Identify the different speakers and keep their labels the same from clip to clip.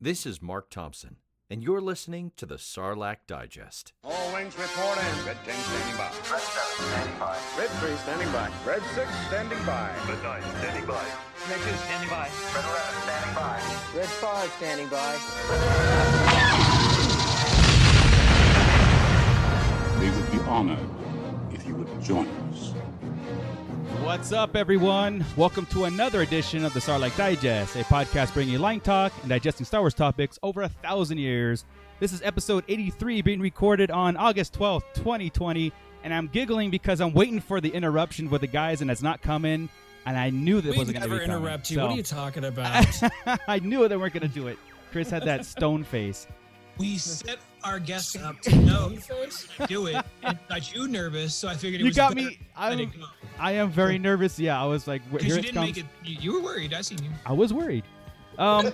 Speaker 1: This is Mark Thompson, and you're listening to the Sarlacc Digest.
Speaker 2: All wings report in. Red 10 standing by.
Speaker 3: Red 7 standing by.
Speaker 2: Red 3 standing by. Red 6 standing by.
Speaker 4: Red 9 standing by.
Speaker 5: Red 2 standing by.
Speaker 3: Red 11 standing by.
Speaker 6: Red 5 standing by.
Speaker 7: We would be honored if you would join us.
Speaker 8: What's up, everyone? Welcome to another edition of the Sarlacc Digest, a podcast bringing you line talk and digesting Star Wars topics over a thousand years. This is episode 83, being recorded on August 12th, 2020, and I'm giggling because I'm waiting for the interruption with the guys, and it's not coming. And I knew that
Speaker 9: we
Speaker 8: wasn't going to
Speaker 9: never
Speaker 8: be coming.
Speaker 9: interrupt you.
Speaker 8: So-
Speaker 9: What are you talking about?
Speaker 8: I knew they weren't going to do it. Chris had that stone face.
Speaker 9: we set our guests up to know, do it. It got you nervous, so I figured it
Speaker 8: You
Speaker 9: was
Speaker 8: got
Speaker 9: better
Speaker 8: me.
Speaker 9: to let
Speaker 8: I'm,
Speaker 9: it go.
Speaker 8: I am very nervous. Yeah, I was like, w-
Speaker 9: 'Cause
Speaker 8: here
Speaker 9: you
Speaker 8: it
Speaker 9: didn't
Speaker 8: comes.
Speaker 9: make it. You, you were worried. I seen you.
Speaker 8: I was worried. Um,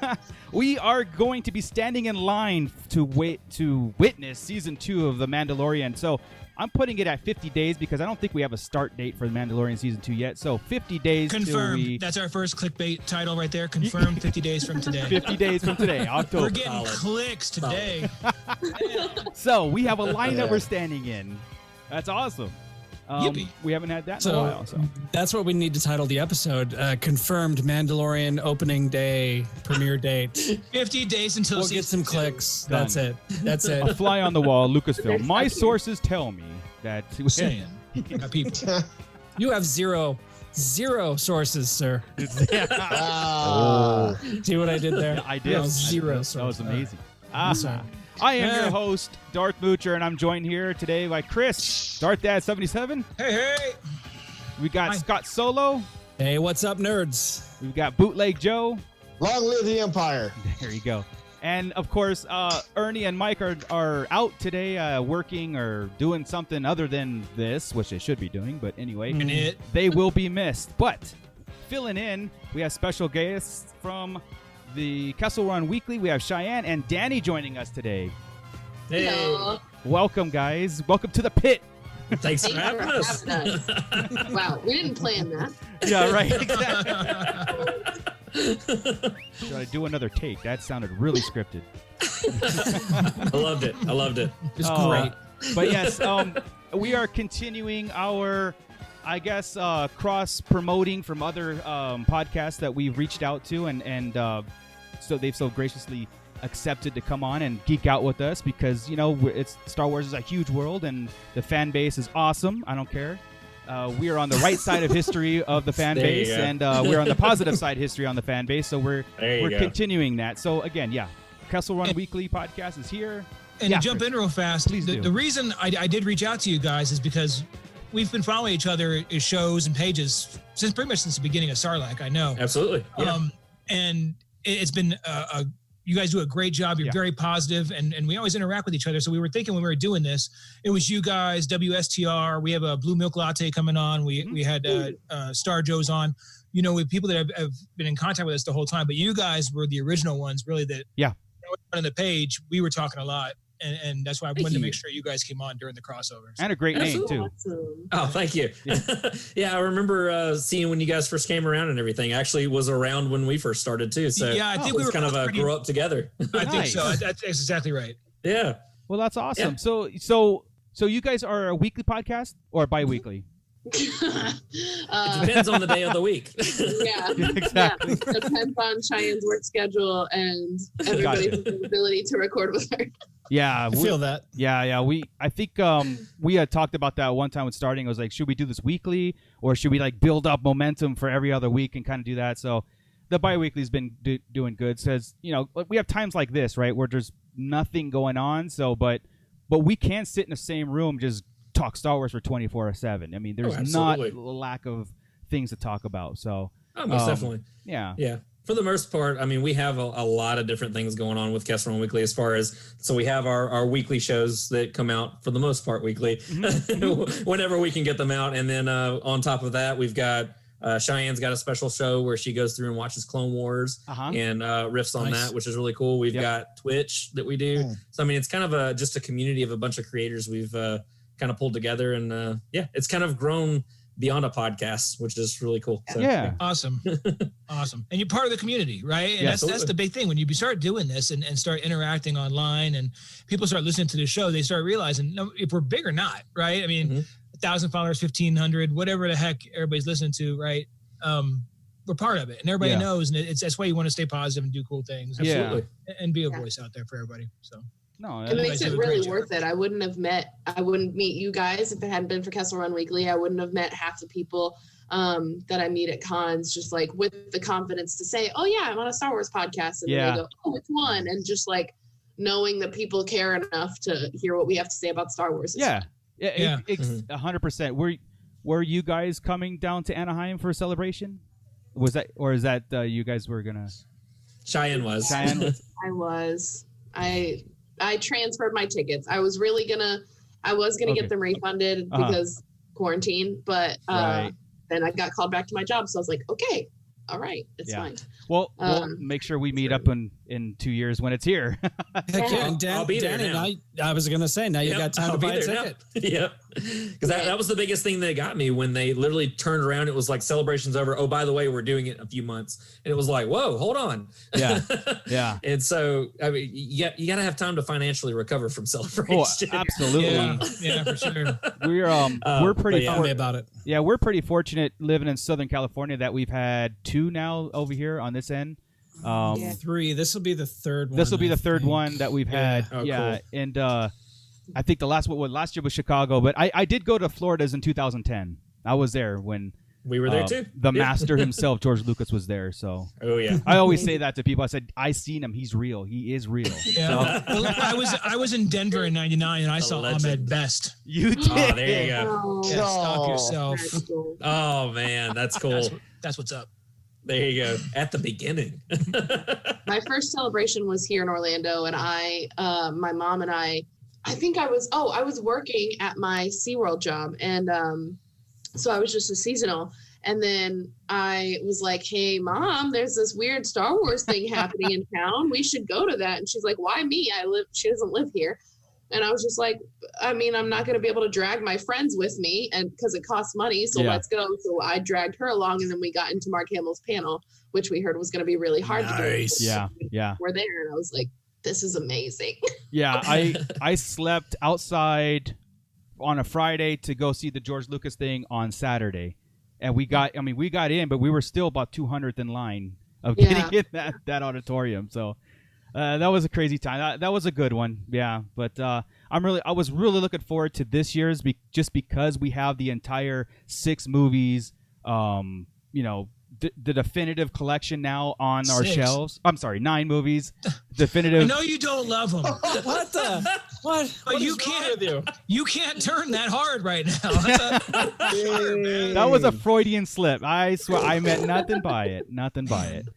Speaker 8: we are going to be standing in line to wait to witness season two of The Mandalorian. So I'm putting it at 50 days because I don't think we have a start date for The Mandalorian season two yet. So 50 days. till
Speaker 9: Confirmed.
Speaker 8: we-
Speaker 9: That's our first clickbait title right there. Confirmed. 50 days from today.
Speaker 8: 50 days from today, October.
Speaker 9: We're getting clicks today.
Speaker 8: so we have a line that we're standing in. That's awesome. Um,
Speaker 9: Yippee.
Speaker 8: we haven't had that in a
Speaker 9: So
Speaker 8: while. So.
Speaker 9: that's what we need to title the episode. Uh, confirmed Mandalorian opening day premiere date. 50 days until we'll get some clicks. That's it. That's it.
Speaker 8: A fly on the wall, Lucasfilm. My sources tell me that.
Speaker 9: saying. My people. You have zero, zero sources, sir.
Speaker 8: Oh.
Speaker 9: See what I did there?
Speaker 8: I
Speaker 9: You
Speaker 8: did.
Speaker 9: have zero sources.
Speaker 8: That was amazing.
Speaker 9: sorry.
Speaker 8: Ah, I am
Speaker 9: Yeah.
Speaker 8: your host, Darth Moocher, and I'm joined here today by Chris, Darth Dad 77.
Speaker 9: Hey, hey.
Speaker 8: We got
Speaker 9: Hi.
Speaker 8: Scott Solo.
Speaker 9: Hey, what's up, nerds?
Speaker 8: We've got Bootleg Joe.
Speaker 10: Long live the Empire.
Speaker 8: There you go. And of course, uh, Ernie and Mike are, are out today uh, working or doing something other than this, which they should be doing. But anyway,
Speaker 9: And it.
Speaker 8: they will be missed. But filling in, we have special guests from the Castle Run Weekly. We have Cheyenne and Danny joining us today.
Speaker 9: Hey.
Speaker 8: Welcome, guys. Welcome to the pit.
Speaker 9: Thanks
Speaker 11: Thank you for having us. wow, we didn't plan that.
Speaker 8: Yeah, right. Should I do another take? That sounded really scripted.
Speaker 4: I loved it. I loved it.
Speaker 9: It's
Speaker 8: Oh,
Speaker 9: great.
Speaker 8: But yes, um, we are continuing our, I guess, uh, cross promoting from other um, podcasts that we've reached out to, and and uh, so they've so graciously accepted to come on and geek out with us because you know we're- it's Star Wars is a huge world and the fan base is awesome. I don't care. Uh, we are on the right side of history of the fan
Speaker 4: There you
Speaker 8: base,
Speaker 4: go.
Speaker 8: and uh, we're on the positive side history on the fan base. So we're
Speaker 4: There you
Speaker 8: we're
Speaker 4: go.
Speaker 8: continuing that. So again, yeah, Kessel Run Weekly podcast is here.
Speaker 9: And
Speaker 8: Yeah,
Speaker 9: to jump
Speaker 8: Chris.
Speaker 9: in real fast,
Speaker 8: Please
Speaker 9: the,
Speaker 8: do.
Speaker 9: the reason I, I did reach out to you guys is because we've been following each other as shows and pages since pretty much since the beginning of Sarlacc. I know.
Speaker 4: Absolutely. Yeah.
Speaker 9: Um, and it, it's been uh, a, you guys do a great job. You're
Speaker 8: Yeah.
Speaker 9: very positive, and and we always interact with each other. So we were thinking when we were doing this, it was you guys, WSTR. We have a blue milk latte coming on. We
Speaker 8: Mm-hmm.
Speaker 9: we had uh, uh, Star Joe's on. You know, with people that have, have been in contact with us the whole time, but you guys were the original ones, really. That
Speaker 8: Yeah.
Speaker 9: on the page, we were talking a lot, and, and that's why I
Speaker 4: Thank
Speaker 9: wanted to
Speaker 4: you.
Speaker 9: make sure you guys came on during the crossovers.
Speaker 8: and a great name too.
Speaker 11: Awesome.
Speaker 4: Oh, thank you.
Speaker 8: Yeah.
Speaker 4: Yeah, I remember uh, seeing when you guys first came around and everything. Actually, was around when we first started too. So
Speaker 9: yeah, I
Speaker 8: Oh,
Speaker 9: think
Speaker 4: it
Speaker 9: we
Speaker 4: was
Speaker 9: were
Speaker 4: kind of a
Speaker 9: pretty-
Speaker 4: grow up together.
Speaker 9: I think
Speaker 8: Nice.
Speaker 9: so. I- That's exactly right.
Speaker 4: yeah.
Speaker 8: Well, that's awesome. So, so, so you guys are a weekly podcast or bi-weekly?
Speaker 4: Mm-hmm. It
Speaker 11: uh,
Speaker 4: depends on the day of the week.
Speaker 11: yeah.
Speaker 8: exactly.
Speaker 11: Yeah, depends on Cheyenne's work schedule and everybody's ability to record with her.
Speaker 8: Yeah, we-
Speaker 9: that.
Speaker 8: yeah, yeah. We, I think um, we had talked about that one time when starting. I was like, should we do this weekly or should we like build up momentum for every other week and kind of do that? So, the bi-weekly's been do- doing good. Says you know we have times like this right where there's nothing going on. So, but but we can sit in the same room just talk Star Wars for twenty four seven. I mean, there's not
Speaker 4: Oh, absolutely.
Speaker 8: a lack of things to talk about. So
Speaker 4: Oh, most
Speaker 8: Um,
Speaker 4: definitely.
Speaker 8: yeah,
Speaker 4: Yeah. For the most part, I mean, we have a, a lot of different things going on with Kessler and Weekly as far as so we have our, our weekly shows that come out for the most part weekly
Speaker 8: Mm-hmm.
Speaker 4: whenever we can get them out. And then uh, on top of that, we've got uh, Cheyenne's got a special show where she goes through and watches Clone Wars
Speaker 8: uh huh.
Speaker 4: and uh, riffs on
Speaker 9: Nice.
Speaker 4: that, which is really cool. We've
Speaker 8: Yep. Hmm.
Speaker 4: got Twitch that we do.
Speaker 10: Mm.
Speaker 4: So, I mean, it's kind of a just a community of a bunch of creators we've uh, kind of pulled together. And uh, yeah, it's kind of grown beyond a podcast, which is really cool. So,
Speaker 8: Yeah.
Speaker 3: Awesome. awesome. And you're part of the community, right? And
Speaker 8: Yeah,
Speaker 3: that's that's
Speaker 4: absolutely.
Speaker 3: the big thing. When you start doing this and, and start interacting online and people start listening to the show, they start realizing no, if we're big or not, right? I mean,
Speaker 4: Mhm.
Speaker 3: a thousand followers, fifteen hundred, whatever the heck everybody's listening to, right? Um, we're part of it. And everybody
Speaker 8: Yeah.
Speaker 3: knows and it's that's why you want to stay positive and do cool things.
Speaker 8: Yeah.
Speaker 4: Absolutely.
Speaker 3: And be a
Speaker 11: Yeah.
Speaker 3: voice out there for everybody. So
Speaker 8: No,
Speaker 11: It
Speaker 3: you
Speaker 11: makes
Speaker 3: guys do
Speaker 11: it
Speaker 3: a great
Speaker 11: really
Speaker 3: job.
Speaker 11: worth it. I wouldn't have met, I wouldn't meet you guys if it hadn't been for Kessel Run Weekly. I wouldn't have met half the people um, that I meet at cons, just like with the confidence to say, "Oh yeah, I'm on a Star Wars podcast," and
Speaker 8: Yeah.
Speaker 11: then they go, "Oh, it's one," and just like knowing that people care enough to hear what we have to say about Star Wars. is-
Speaker 8: yeah, yeah,
Speaker 3: Yeah.
Speaker 8: it- it's a hundred percent. Were were you guys coming down to Anaheim for a celebration? Was that or is that uh, you guys were gonna?
Speaker 4: Cheyenne was.
Speaker 8: Cheyenne was-
Speaker 11: I was. I I transferred my tickets. I was really gonna. I was gonna
Speaker 8: Okay.
Speaker 11: get them refunded
Speaker 8: Uh-huh.
Speaker 11: because quarantine, but uh,
Speaker 8: Right.
Speaker 11: then I got called back to my job, so I was like, "Okay, all right, it's
Speaker 8: Yeah.
Speaker 11: fine."
Speaker 8: Well, we'll
Speaker 11: Um,
Speaker 8: make sure we meet up in in two years when it's here.
Speaker 9: Heck
Speaker 11: Yeah.
Speaker 9: yeah, and Dan,
Speaker 4: I'll be there
Speaker 9: Danny,
Speaker 4: now.
Speaker 9: now- I was gonna say, now you got time to buy a ticket.
Speaker 4: yep. Because that, that was the biggest thing that got me when they literally turned around. It was like celebrations over. Oh, by the way, we're doing it in a few months. And it was like, whoa, hold on.
Speaker 8: Yeah. yeah.
Speaker 4: and so, I mean, you got, you got to have time to financially recover from
Speaker 8: Oh,
Speaker 4: celebration.
Speaker 8: absolutely.
Speaker 3: yeah, yeah, for sure.
Speaker 8: We're um
Speaker 4: Um,
Speaker 8: we're pretty
Speaker 4: but yeah.
Speaker 9: Tell me about it.
Speaker 8: Yeah, we're pretty fortunate living in Southern California that we've had two now over here on this end. Um,
Speaker 9: Three. This will be the third one.
Speaker 8: This will be
Speaker 9: I
Speaker 8: the third
Speaker 9: think.
Speaker 8: one that we've
Speaker 9: Yeah.
Speaker 8: had. Yeah,
Speaker 4: Oh,
Speaker 8: and uh, I think the last one well, last year was Chicago, but I, I did go to Florida's in 2010. I was there when
Speaker 4: we were there
Speaker 8: uh,
Speaker 4: too.
Speaker 8: the
Speaker 4: Yeah.
Speaker 8: master himself, George Lucas, was there. So
Speaker 4: Oh, yeah.
Speaker 8: I always say that to people. I said, "I seen him. He's real. He is real."
Speaker 3: Yeah. well, I was I was in Denver in '99 and I
Speaker 4: A
Speaker 3: saw
Speaker 4: legend.
Speaker 3: Ahmed Best.
Speaker 8: you did.
Speaker 4: Oh, there you go.
Speaker 11: Oh,
Speaker 3: Yeah, stop
Speaker 10: Oh.
Speaker 3: yourself.
Speaker 11: that's cool.
Speaker 4: Oh, man. That's cool.
Speaker 3: That's, that's what's up.
Speaker 4: There you go. At the beginning.
Speaker 11: my first celebration was here in Orlando, and I, uh, my mom and I, I think I was, oh, I was working at my SeaWorld job. And um, so I was just a seasonal. And then I was like, hey, mom, there's this weird Star Wars thing happening in town. We should go to that. And she's like, why me? I live, she doesn't live here. And I was just like, I mean, I'm not going to be able to drag my friends with me and because it costs money. So
Speaker 8: Yeah.
Speaker 11: let's go. So I dragged her along and then we got into Mark Hamill's panel, which we heard was going to be really hard
Speaker 9: Nice.
Speaker 11: to do
Speaker 8: Yeah, yeah,
Speaker 11: were there and I was like, this is amazing.
Speaker 8: yeah. I I slept outside on a Friday to go see the George Lucas thing on Saturday, and we got. I mean, we got in, but we were still about 200th in line of
Speaker 11: Yeah.
Speaker 8: getting in that that auditorium. So. Uh, that was a crazy time. That, that was a good one, yeah. But uh, I'm really, I was really looking forward to this year's, be- just because we have the entire six movies, um, you know, d- the definitive collection now on our
Speaker 3: Six.
Speaker 8: shelves. I'm sorry, nine movies,
Speaker 3: I
Speaker 8: definitive.
Speaker 3: know you don't love him.
Speaker 9: What the? What?
Speaker 3: But
Speaker 9: what
Speaker 3: you
Speaker 9: is wrong
Speaker 3: can't-
Speaker 9: With you?
Speaker 3: You can't turn that hard right now. That's a-
Speaker 8: That was a Freudian slip. I swear, I meant nothing by it. Nothing by it.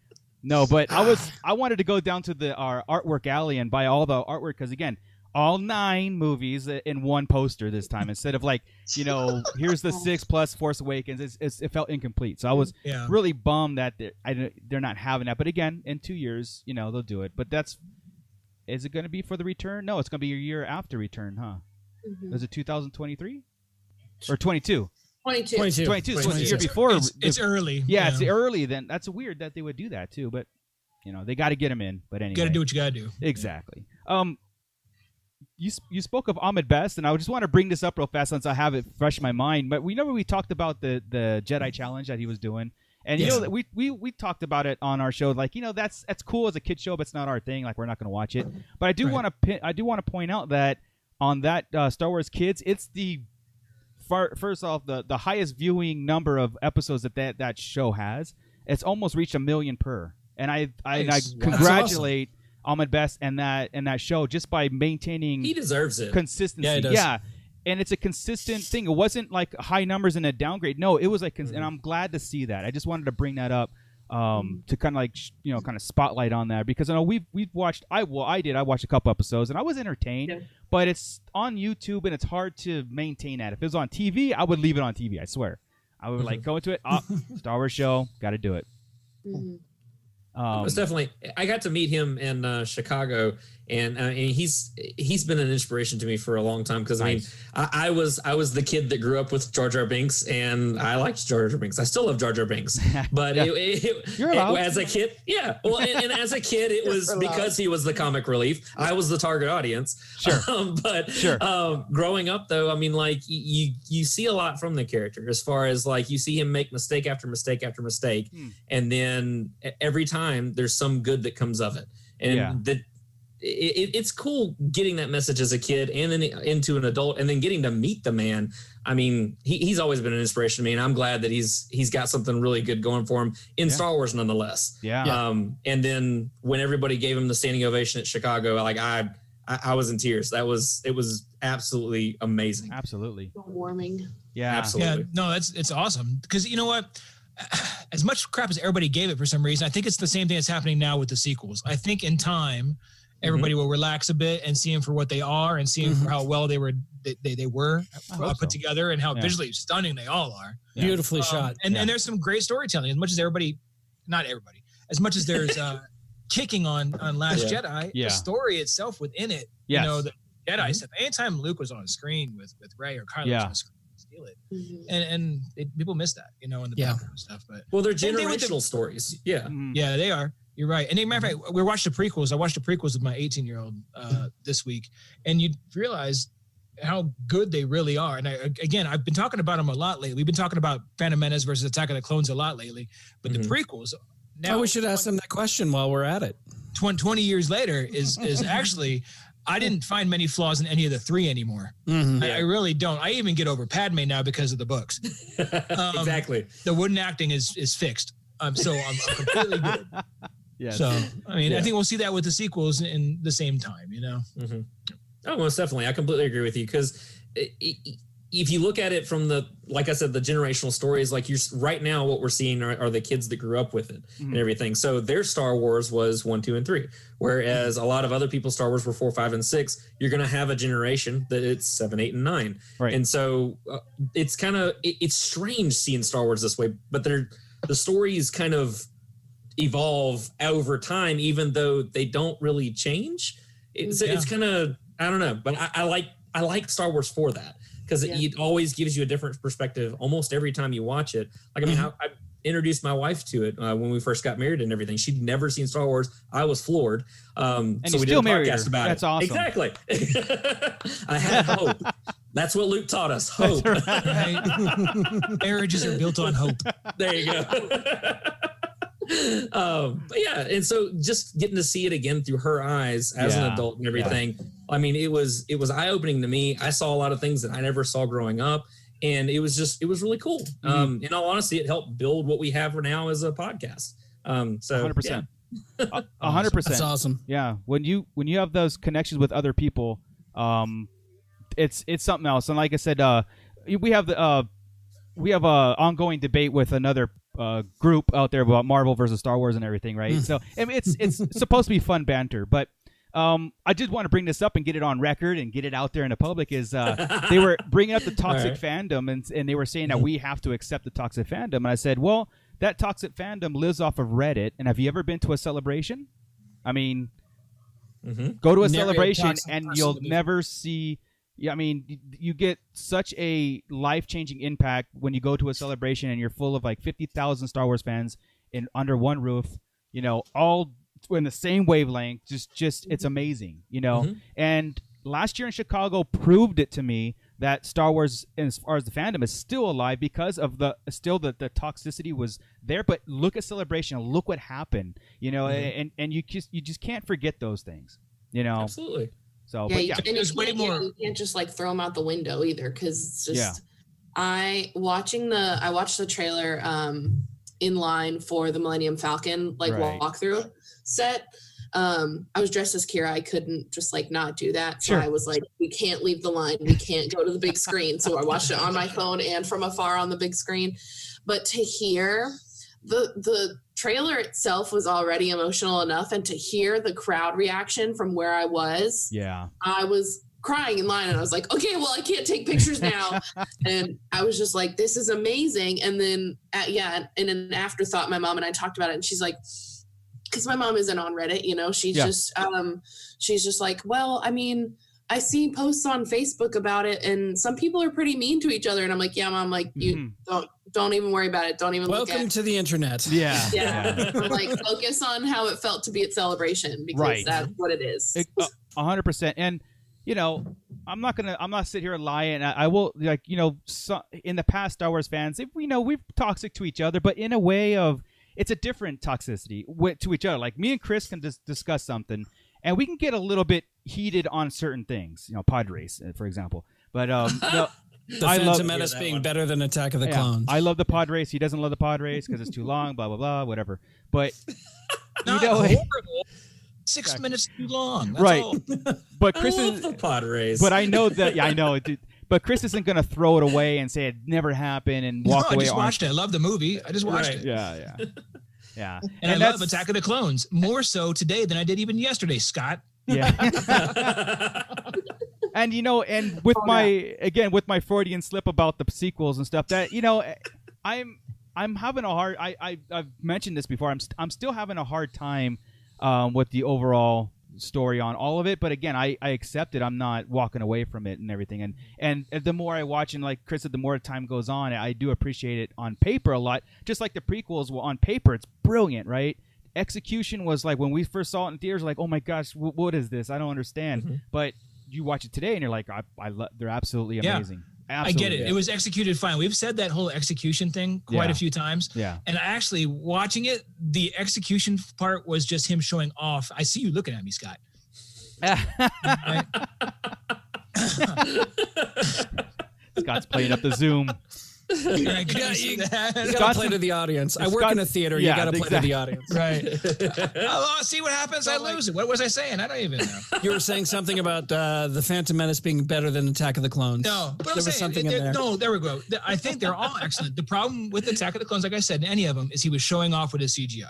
Speaker 8: No, but I was I wanted to go down to the our artwork alley and buy all the artwork because again, all nine movies in one poster this time instead of like you know here's the six plus Force Awakens. It's, it's, it felt incomplete, so I was
Speaker 3: yeah.
Speaker 8: really bummed that they're, I, don't- they're not having that. But again, in two years, you know they'll do it. But that's is it going to be for the return? No, it's going to be a year after return, huh? Is it 2023 or 22?
Speaker 11: 22.
Speaker 9: 22.
Speaker 8: 22 is what the year
Speaker 9: 22.
Speaker 8: before.
Speaker 3: It's, it's
Speaker 8: the-
Speaker 3: early.
Speaker 8: yeah, it's early. Then that's weird that they would do that too. But you know, they got to get him in. But anyway,
Speaker 3: You got to do what you got to do.
Speaker 8: exactly. Um, you s- you spoke of Ahmed Best, and I just want to bring this up real fast since I have it fresh in my mind. But we know we talked about the the Jedi challenge that he was doing, and you
Speaker 3: Yes.
Speaker 8: know that we we we talked about it on our show. Like you know that's that's cool as a kid show, but it's not our thing. Like we're not going to watch it. But I do
Speaker 3: Right.
Speaker 8: want to I do want to point out that on that uh, Star Wars Kids, it's the far, first off the the highest viewing number of episodes that that, that show has. It's almost reached a million per, and I I, and I
Speaker 3: Nice. Wow. That's
Speaker 8: congratulate Ahmed Best and that and that show just by maintaining
Speaker 4: he deserves it.
Speaker 8: consistency.
Speaker 9: Yeah, he does.
Speaker 8: And it's a consistent thing. It wasn't like high numbers and a downgrade. No, it was like, cons- and I'm glad to see that. I just wanted to bring that up um, to kind of like, sh- you know, kind of spotlight on that because I know we've we've watched. I well, I did. I watched a couple episodes and I was entertained.
Speaker 11: Yeah.
Speaker 8: But it's on YouTube and it's hard to maintain that. If it was on TV, I would leave it on TV. I swear, I would like go into it. Oh, Star Wars show, got to do it.
Speaker 11: Mhm.
Speaker 8: Um,
Speaker 4: It's definitely. I got to meet him in uh, Chicago, and, uh, and he's he's been an inspiration to me for a long time because I mean
Speaker 8: Nice.
Speaker 4: I, I was I was the kid that grew up with Jar Jar Binks and I liked Jar Jar Binks I still love Jar Jar Binks but it, it, it-
Speaker 8: You're
Speaker 4: it-
Speaker 8: allowed.
Speaker 4: as a kid yeah well and, and as a kid it was
Speaker 12: You're allowed.
Speaker 4: because he was the comic relief I was the target audience
Speaker 8: Sure.
Speaker 4: um, but
Speaker 8: Sure.
Speaker 4: um, growing up though I mean like y- you you see a lot from the character as far as like you see him make mistake after mistake after mistake
Speaker 8: Hmm.
Speaker 4: and then e- every time there's some good that comes of it and
Speaker 8: Yeah.
Speaker 4: that it, it, it's cool getting that message as a kid and then into an adult and then getting to meet the man i mean he, he's always been an inspiration to me and i'm glad that he's he's got something really good going for him in
Speaker 8: Yeah.
Speaker 4: star wars nonetheless
Speaker 8: Yeah.
Speaker 4: um and then when everybody gave him the standing ovation at chicago like i i, I was in tears that was it was absolutely amazing
Speaker 8: Absolutely.
Speaker 11: warming.
Speaker 8: Yeah.
Speaker 4: absolutely
Speaker 9: Ah, Yeah, no, that's it's awesome because you know what. As much crap as everybody gave it for some reason, I think it's the same thing that's happening now with the sequels. I think in time,
Speaker 8: Mm-hmm.
Speaker 9: everybody will relax a bit and see them for what they are and see them for how well they were they, they, they were
Speaker 8: I
Speaker 9: uh,
Speaker 8: hope
Speaker 9: put
Speaker 8: so.
Speaker 9: together and how
Speaker 8: Yeah.
Speaker 9: visually stunning they all are.
Speaker 13: Beautifully
Speaker 9: Um,
Speaker 13: shot.
Speaker 9: And,
Speaker 8: Yeah.
Speaker 9: and there's some great storytelling. As much as everybody, not everybody, as much as there's uh, kicking on on Last
Speaker 4: Yeah.
Speaker 9: Jedi,
Speaker 8: Yeah.
Speaker 9: the story itself within it,
Speaker 8: Yes. Mm-hmm.
Speaker 9: you know, the Jedi stuff. Anytime Luke was on screen with with Ray or Kylo,
Speaker 8: Yeah.
Speaker 9: was on screen, steal it.
Speaker 11: Mhm.
Speaker 9: And and it, people miss that, you know, in the
Speaker 13: Yeah.
Speaker 9: background and stuff. But
Speaker 4: well they're
Speaker 9: Same thing with the-
Speaker 4: generational stories yeah
Speaker 8: Mm.
Speaker 9: yeah, they are. You're right. And as a matter of fact, we watched the prequels. I watched the prequels with my 18 year old uh, this week, and you realize how good they really are. And I, again, I've been talking about them a lot lately. We've been talking about Phantom Menace versus Attack of the Clones a lot lately, but
Speaker 4: Mhm.
Speaker 13: Mm-hmm.
Speaker 9: the prequels. Now,
Speaker 13: oh, we should ask them that question while we're at it.
Speaker 9: 20, 20 years later is is actually. I didn't find many flaws in any of the three anymore. I, I really don't. I even get over Padme now because of the books. Um,
Speaker 4: exactly
Speaker 9: The wooden acting is is fixed. Um, so I'm, I'm completely good.
Speaker 8: Yes.
Speaker 9: So I mean,
Speaker 4: Yeah.
Speaker 9: I think we'll see that with the sequels in the same time. You know,
Speaker 4: hmm Oh, most definitely. I completely agree with you because if you look at it from the, like I said, the generational stories, like you're s- right now, what we're seeing are, are the kids that grew up with it and
Speaker 8: Mhm.
Speaker 4: everything. So their Star Wars was one, two, and three, whereas a lot of other people's Star Wars were four, five, and six. You're going to have a generation that it's seven, eight, and nine.
Speaker 8: Right.
Speaker 4: And so uh, it's kind of it, it's strange seeing Star Wars this way, but they're the stories kind of evolve over time, even though they don't really change. It's
Speaker 9: Yeah.
Speaker 4: it's kind of I don't know, but I, I like I like Star Wars for that because
Speaker 11: Yeah.
Speaker 4: it, it always gives you a different perspective almost every time you watch it. Like I
Speaker 8: Mm-hmm.
Speaker 4: mean, I, I introduced my wife to it uh, when we first got married and everything. She'd never seen Star Wars. I was floored. Um,
Speaker 8: And
Speaker 4: so
Speaker 8: you
Speaker 4: we
Speaker 8: still
Speaker 4: did a
Speaker 8: married her.
Speaker 4: podcast about
Speaker 8: That's
Speaker 4: it.
Speaker 8: awesome.
Speaker 4: Exactly. I had hope. That's what Luke taught us. Hope.
Speaker 9: right? marriages are built on hope.
Speaker 4: There you go. um, but yeah, and so just getting to see it again through her eyes as an
Speaker 8: Yeah,
Speaker 4: adult and everything. I mean, it was it was eye opening to me. I saw a lot of things that I never saw growing up, and it was just it was really cool.
Speaker 8: Mm-hmm.
Speaker 4: Um, in all honesty, it helped build what we have now as a podcast. Um, so
Speaker 8: 100%. A- a hundred
Speaker 13: That's
Speaker 8: percent.
Speaker 13: awesome.
Speaker 8: Yeah. When you when you have those connections with other people, um, it's it's something else. And like I said, uh, we have the uh, we have a ongoing debate with another uh, group out there about Marvel versus Star Wars and everything, right? so I mean, it's it's supposed to be fun banter, but um, I did want to bring this up and get it on record and get it out there in the public. Is uh,
Speaker 4: yeah.
Speaker 8: they were bringing up the toxic
Speaker 4: Alright.
Speaker 8: fandom and, and they were saying that we have to accept the toxic fandom and i said well that toxic fandom lives off of reddit and have you ever been to a celebration i mean
Speaker 4: Mhm.
Speaker 8: go to a
Speaker 13: Never a
Speaker 8: celebration
Speaker 13: toxic
Speaker 8: and
Speaker 13: person
Speaker 8: you'll
Speaker 13: would be-
Speaker 8: never see yeah, I mean, y- you get such a life-changing impact when you go to a celebration and you're full of like 50,000 Star Wars fans in under one roof, you know, all in the same wavelength. Just just it's amazing, you know.
Speaker 4: Mhm.
Speaker 8: And last year in Chicago proved it to me that Star Wars, as far as the fandom, is still alive because of the still the, the toxicity was there. But look at celebration. Look what happened. You know, and and you just you just can't forget those things. You know,
Speaker 4: Absolutely.
Speaker 8: so
Speaker 11: yeah,
Speaker 8: but
Speaker 11: you,
Speaker 8: yeah,
Speaker 11: and you
Speaker 9: There's way
Speaker 11: can't- yeah,
Speaker 9: more-
Speaker 11: You can't just like throw them out the window either, because it's just.
Speaker 8: Yeah.
Speaker 11: I watching the I watched the trailer um in line for the Millennium Falcon like
Speaker 8: Right.
Speaker 11: walkthrough set. Um, I was dressed as Kira. I couldn't just like not do that. So
Speaker 8: Sure.
Speaker 11: I was like, we can't leave the line. We can't go to the big screen. So I watched it on my phone and from afar on the big screen. But to hear the the trailer itself was already emotional enough, and to hear the crowd reaction from where I was,
Speaker 8: yeah,
Speaker 11: I was crying in line and I was like, okay, well, I can't take pictures now. and I was just like, this is amazing. And then, uh, yeah, in an afterthought, my mom and I talked about it and she's like, because my mom isn't on Reddit, you know, she's
Speaker 8: Yeah.
Speaker 11: just um she's just like, well, I mean, I see posts on Facebook about it and some people are pretty mean to each other and I'm like, yeah, mom, like you
Speaker 8: Mhm.
Speaker 11: don't don't even worry about it. Don't even
Speaker 14: Welcome
Speaker 11: look
Speaker 14: to the internet.
Speaker 8: Yeah.
Speaker 11: at yeah. I'm like focus on how it felt to be at celebration because
Speaker 8: Right.
Speaker 11: that's what it is.
Speaker 8: It- uh, A hundred percent. And you know, I'm not gonna, I'm not sit here and lie. And I, I will, like, you know, so, in the past, Star Wars fans, if we know we're toxic to each other, but in a way of, it's a different toxicity wi- to each other. Like me and Chris can dis- discuss something, and we can get a little bit heated on certain things. You know, pod race, uh, for example. But um, no,
Speaker 14: The
Speaker 8: I
Speaker 14: Phantom
Speaker 8: love-
Speaker 14: Menace
Speaker 4: Yeah, that
Speaker 14: being
Speaker 4: one.
Speaker 14: better than Attack of the
Speaker 8: Yeah,
Speaker 14: Clones.
Speaker 8: I love the pod race. He doesn't love the pod race because it's too long. Blah blah blah. Whatever. But
Speaker 9: Not
Speaker 8: know-
Speaker 9: horrible. Six
Speaker 8: Exactly.
Speaker 9: minutes too long. That's
Speaker 8: Right.
Speaker 9: all.
Speaker 8: but
Speaker 4: I
Speaker 8: Chris
Speaker 4: love
Speaker 8: is
Speaker 4: the pod race.
Speaker 8: But I know that. Yeah, I know. Dude. But Chris isn't gonna throw it away and say it never happened and walk
Speaker 9: no, I
Speaker 8: away.
Speaker 9: just
Speaker 8: on-
Speaker 9: watched it. I love the movie. I just watched
Speaker 4: Right.
Speaker 9: it.
Speaker 8: Yeah, yeah, yeah.
Speaker 9: And,
Speaker 8: And
Speaker 9: I love
Speaker 8: that's-
Speaker 9: Attack of the Clones more so today than I did even yesterday, Scott.
Speaker 8: Yeah. and you know, and with
Speaker 11: Oh,
Speaker 8: my again with my Freudian slip about the sequels and stuff, that you know, I'm I'm having a hard. I, I I've mentioned this before. I'm st- I'm still having a hard time um, with the overall story on all of it. But again, I I accept it. I'm not walking away from it and everything. And and the more I watch and like Chris said, the more time goes on, I do appreciate it on paper a lot. Just like the prequels were on paper, it's brilliant, right? Execution was like when we first saw it in theaters, like, oh my gosh, wh- what is this? I don't understand.
Speaker 9: Mm-hmm.
Speaker 8: But you watch it today and you're like, I, I lo- they're absolutely
Speaker 9: Yeah.
Speaker 8: amazing.
Speaker 9: I get it. It was executed fine. We've said that whole execution thing quite
Speaker 8: Yeah.
Speaker 9: a few times.
Speaker 8: yeah,
Speaker 9: And actually, watching it, the execution part was just him showing off. I see you looking at me, Scott. Right?
Speaker 8: Scott's playing up the Zoom.
Speaker 9: And I can
Speaker 14: Yeah,
Speaker 9: see
Speaker 14: you-
Speaker 9: that.
Speaker 14: You gotta
Speaker 8: Scott's-
Speaker 14: play to the audience. I
Speaker 8: Scott's-
Speaker 14: work in a theater.
Speaker 8: yeah,
Speaker 14: you gotta play to
Speaker 8: exactly.
Speaker 14: the audience.
Speaker 9: Right. oh, see what happens. I lose it. What was I saying? I don't even know.
Speaker 14: You were saying something about uh, the Phantom Menace being better than Attack of the Clones.
Speaker 9: No, but
Speaker 14: there
Speaker 9: I'm
Speaker 14: was
Speaker 9: saying,
Speaker 14: something in
Speaker 9: there-
Speaker 14: there.
Speaker 9: No, there we go. The- I think they're all excellent. The problem with Attack of the Clones, like I said, in any of them, is he was showing off with his CGI.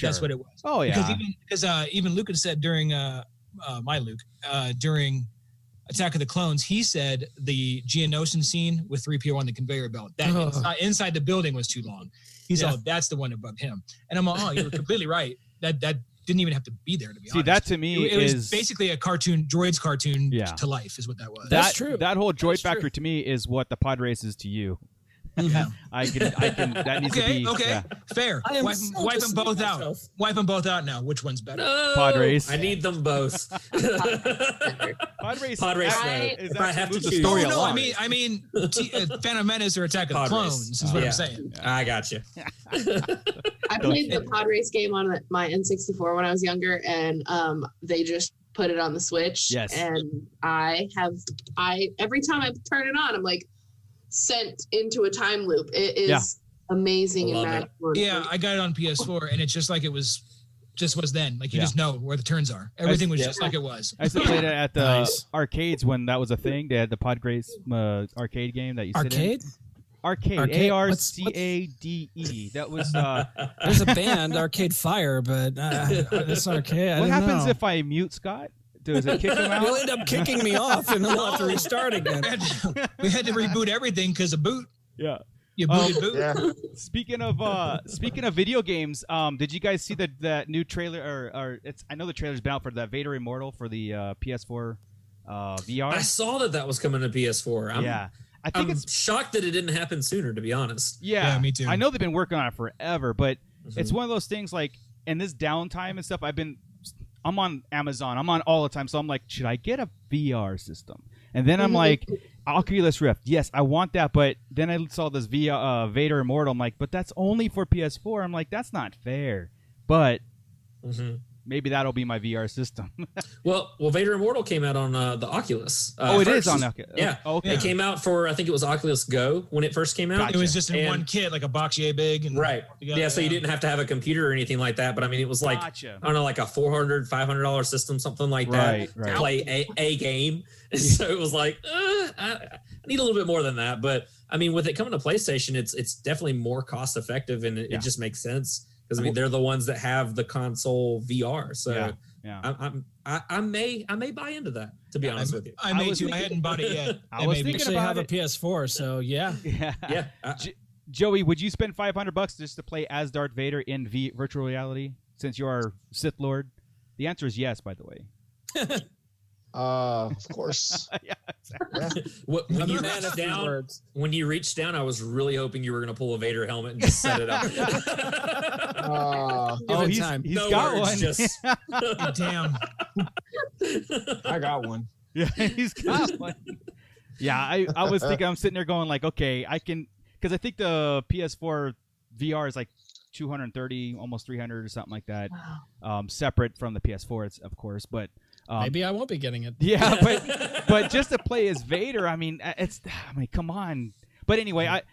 Speaker 9: That's what it was.
Speaker 8: Oh yeah.
Speaker 9: Because even because uh, even Luke had said during uh, uh, my Luke uh, during Attack of the Clones, he said the Geonosian scene with three PO on the conveyor belt that
Speaker 14: Oh.
Speaker 9: inside, inside the building was too long. He's
Speaker 14: Yeah.
Speaker 9: all that's the one above him, and I'm all oh, you're completely right. That that didn't even have to be there to be
Speaker 8: See,
Speaker 9: honest.
Speaker 8: that to me
Speaker 9: it, it
Speaker 8: is
Speaker 9: was basically a cartoon droids cartoon
Speaker 8: Yeah.
Speaker 9: to life is what that was.
Speaker 14: That's
Speaker 8: that,
Speaker 14: true.
Speaker 8: That whole joy
Speaker 14: That's true.
Speaker 8: factor to me is what the pod race is to you.
Speaker 9: Yeah.
Speaker 8: I can, I can. That needs to
Speaker 9: okay,
Speaker 8: be
Speaker 9: okay,
Speaker 8: yeah,
Speaker 9: fair.
Speaker 14: I am
Speaker 9: Wipe,
Speaker 14: so
Speaker 9: wipe them
Speaker 14: disappointed
Speaker 9: both
Speaker 14: in
Speaker 9: out.
Speaker 14: myself.
Speaker 9: Wipe them both out now. Which one's better? Oh,
Speaker 4: No,
Speaker 8: Pod
Speaker 14: Oh.
Speaker 8: race.
Speaker 4: I need them both.
Speaker 8: pod race.
Speaker 4: pod race.
Speaker 11: I-
Speaker 4: though.
Speaker 8: is
Speaker 4: if
Speaker 8: actually
Speaker 4: I have to
Speaker 8: moves the
Speaker 4: choose,
Speaker 8: story
Speaker 9: Oh, no, I
Speaker 8: along.
Speaker 9: mean, I mean, t- uh, Phantom Menace or Attack of the
Speaker 4: Pod race.
Speaker 9: Clones is what
Speaker 4: Yeah.
Speaker 9: I'm saying.
Speaker 4: I got you.
Speaker 11: I played the pod race game on my N64 when I was younger, and um, they just put it on the Switch.
Speaker 8: Yes.
Speaker 11: And I have, I every time I turn it on, I'm like sent into a time loop. It is
Speaker 8: Yeah.
Speaker 11: amazing and
Speaker 4: Love it.
Speaker 11: magical.
Speaker 9: Yeah, I got it on PS4, and it's just like it was, just was then. Like you
Speaker 8: Yeah.
Speaker 9: just know where the turns are. Everything was
Speaker 4: yeah.
Speaker 9: just like it was.
Speaker 8: I used to play that at the
Speaker 14: Nice.
Speaker 8: arcades when that was a thing. They had the pod race uh, arcade game that you sit in.
Speaker 14: Arcade?
Speaker 8: Arcade.
Speaker 14: Arcade?
Speaker 8: A R
Speaker 14: What's-
Speaker 8: C A D E. That was. Uh,
Speaker 14: There's a band, Arcade Fire, but uh, it's arcade. I
Speaker 8: what
Speaker 14: don't
Speaker 8: happens
Speaker 14: know.
Speaker 8: if I mute Scott? Does it kick him
Speaker 14: You'll
Speaker 8: out?
Speaker 14: end up kicking me off, and then we'll have to restart again.
Speaker 9: We had to, we had to reboot everything because of boot.
Speaker 8: Yeah.
Speaker 9: You
Speaker 8: Um,
Speaker 9: booted boot.
Speaker 15: Yeah.
Speaker 8: Speaking of uh, speaking of video games, um, did you guys see that that new trailer? Or, or it's I know the trailer's been out for that Vader Immortal for the uh, PS4 uh, VR.
Speaker 4: I saw that that was coming to PS4. I'm,
Speaker 8: yeah, I
Speaker 4: I'm
Speaker 8: think it's
Speaker 4: shocked that it didn't happen sooner. To be honest,
Speaker 8: yeah.
Speaker 9: Um, Yeah, me too.
Speaker 8: I know they've been working on it forever, but it's
Speaker 14: Mm-hmm.
Speaker 4: Mhm.
Speaker 8: one of those things like in this downtime and stuff. I've been I'm on Amazon. I'm on all the time, so I'm like, should I get a VR system? And then
Speaker 9: Mm-hmm.
Speaker 8: I'm like, Oculus Rift. Yes, I want that, but then I saw this via uh, Vader Immortal. I'm like, but that's only for PS4. I'm like, that's not fair. But
Speaker 4: Mhm.
Speaker 8: maybe that'll be my VR system.
Speaker 16: Uh,
Speaker 4: well, well, Vader Immortal came out on uh, the Oculus. Uh,
Speaker 8: oh, it is
Speaker 4: first.
Speaker 8: on Oculus.
Speaker 4: Yeah.
Speaker 8: Oh, okay.
Speaker 4: It came out for I think it was Oculus Go when it first came out.
Speaker 8: Gotcha.
Speaker 9: It was just in
Speaker 4: And-
Speaker 9: one kit, like a box yay big. And
Speaker 4: Right. Yeah, so you didn't have to have a computer or anything like that, but I mean it was like
Speaker 8: Gotcha.
Speaker 4: I don't know, like a 400 500 dollar system, something like
Speaker 8: Right,
Speaker 4: that,
Speaker 8: right.
Speaker 4: to play a, a game. so it was like, uh, I, I need a little bit more than that. But I mean, with it coming to PlayStation, it's it's definitely more cost effective, and it,
Speaker 8: Yeah.
Speaker 4: it just makes sense because I mean they're the ones that have the console VR. So
Speaker 8: Yeah, yeah.
Speaker 4: I, I'm I, I may I may buy into that to be honest with you.
Speaker 9: I
Speaker 8: I
Speaker 9: made
Speaker 8: was
Speaker 9: you. I
Speaker 8: thinking-
Speaker 9: hadn't bought it yet.
Speaker 8: I was
Speaker 9: made me-
Speaker 8: thinking
Speaker 14: actually
Speaker 8: about
Speaker 14: have a
Speaker 8: it.
Speaker 14: PS4, so yeah.
Speaker 8: Yeah.
Speaker 4: Yeah, I-
Speaker 8: Joey, would you spend 500 bucks just to play as Darth Vader in v- virtual reality? since you are Sith Lord? The answer is yes, by the way.
Speaker 7: Uh, of course.
Speaker 8: yeah,
Speaker 4: Wh- When you
Speaker 16: I'm not
Speaker 4: reached
Speaker 16: mad at these
Speaker 4: down,
Speaker 16: words.
Speaker 4: when you reached down, I was really hoping you were going to pull a Vader helmet and just set it up.
Speaker 7: Uh,
Speaker 16: Give
Speaker 8: oh,
Speaker 16: it
Speaker 8: he's,
Speaker 16: time.
Speaker 8: he's
Speaker 4: no
Speaker 8: got
Speaker 4: words,
Speaker 8: one.
Speaker 4: just
Speaker 9: Damn.
Speaker 7: I got one.
Speaker 8: Yeah, he's got one. Yeah, I, I was thinking, I'm sitting there going like, okay, I can, because I think the PS4 VR is like 230, almost 300 or something like that,
Speaker 11: Wow.
Speaker 8: um, separate from the PS4, it's, of course. But um,
Speaker 16: Maybe I won't be getting it.
Speaker 8: yeah, but but just to play as Vader, I mean, it's, I mean, come on. But anyway, I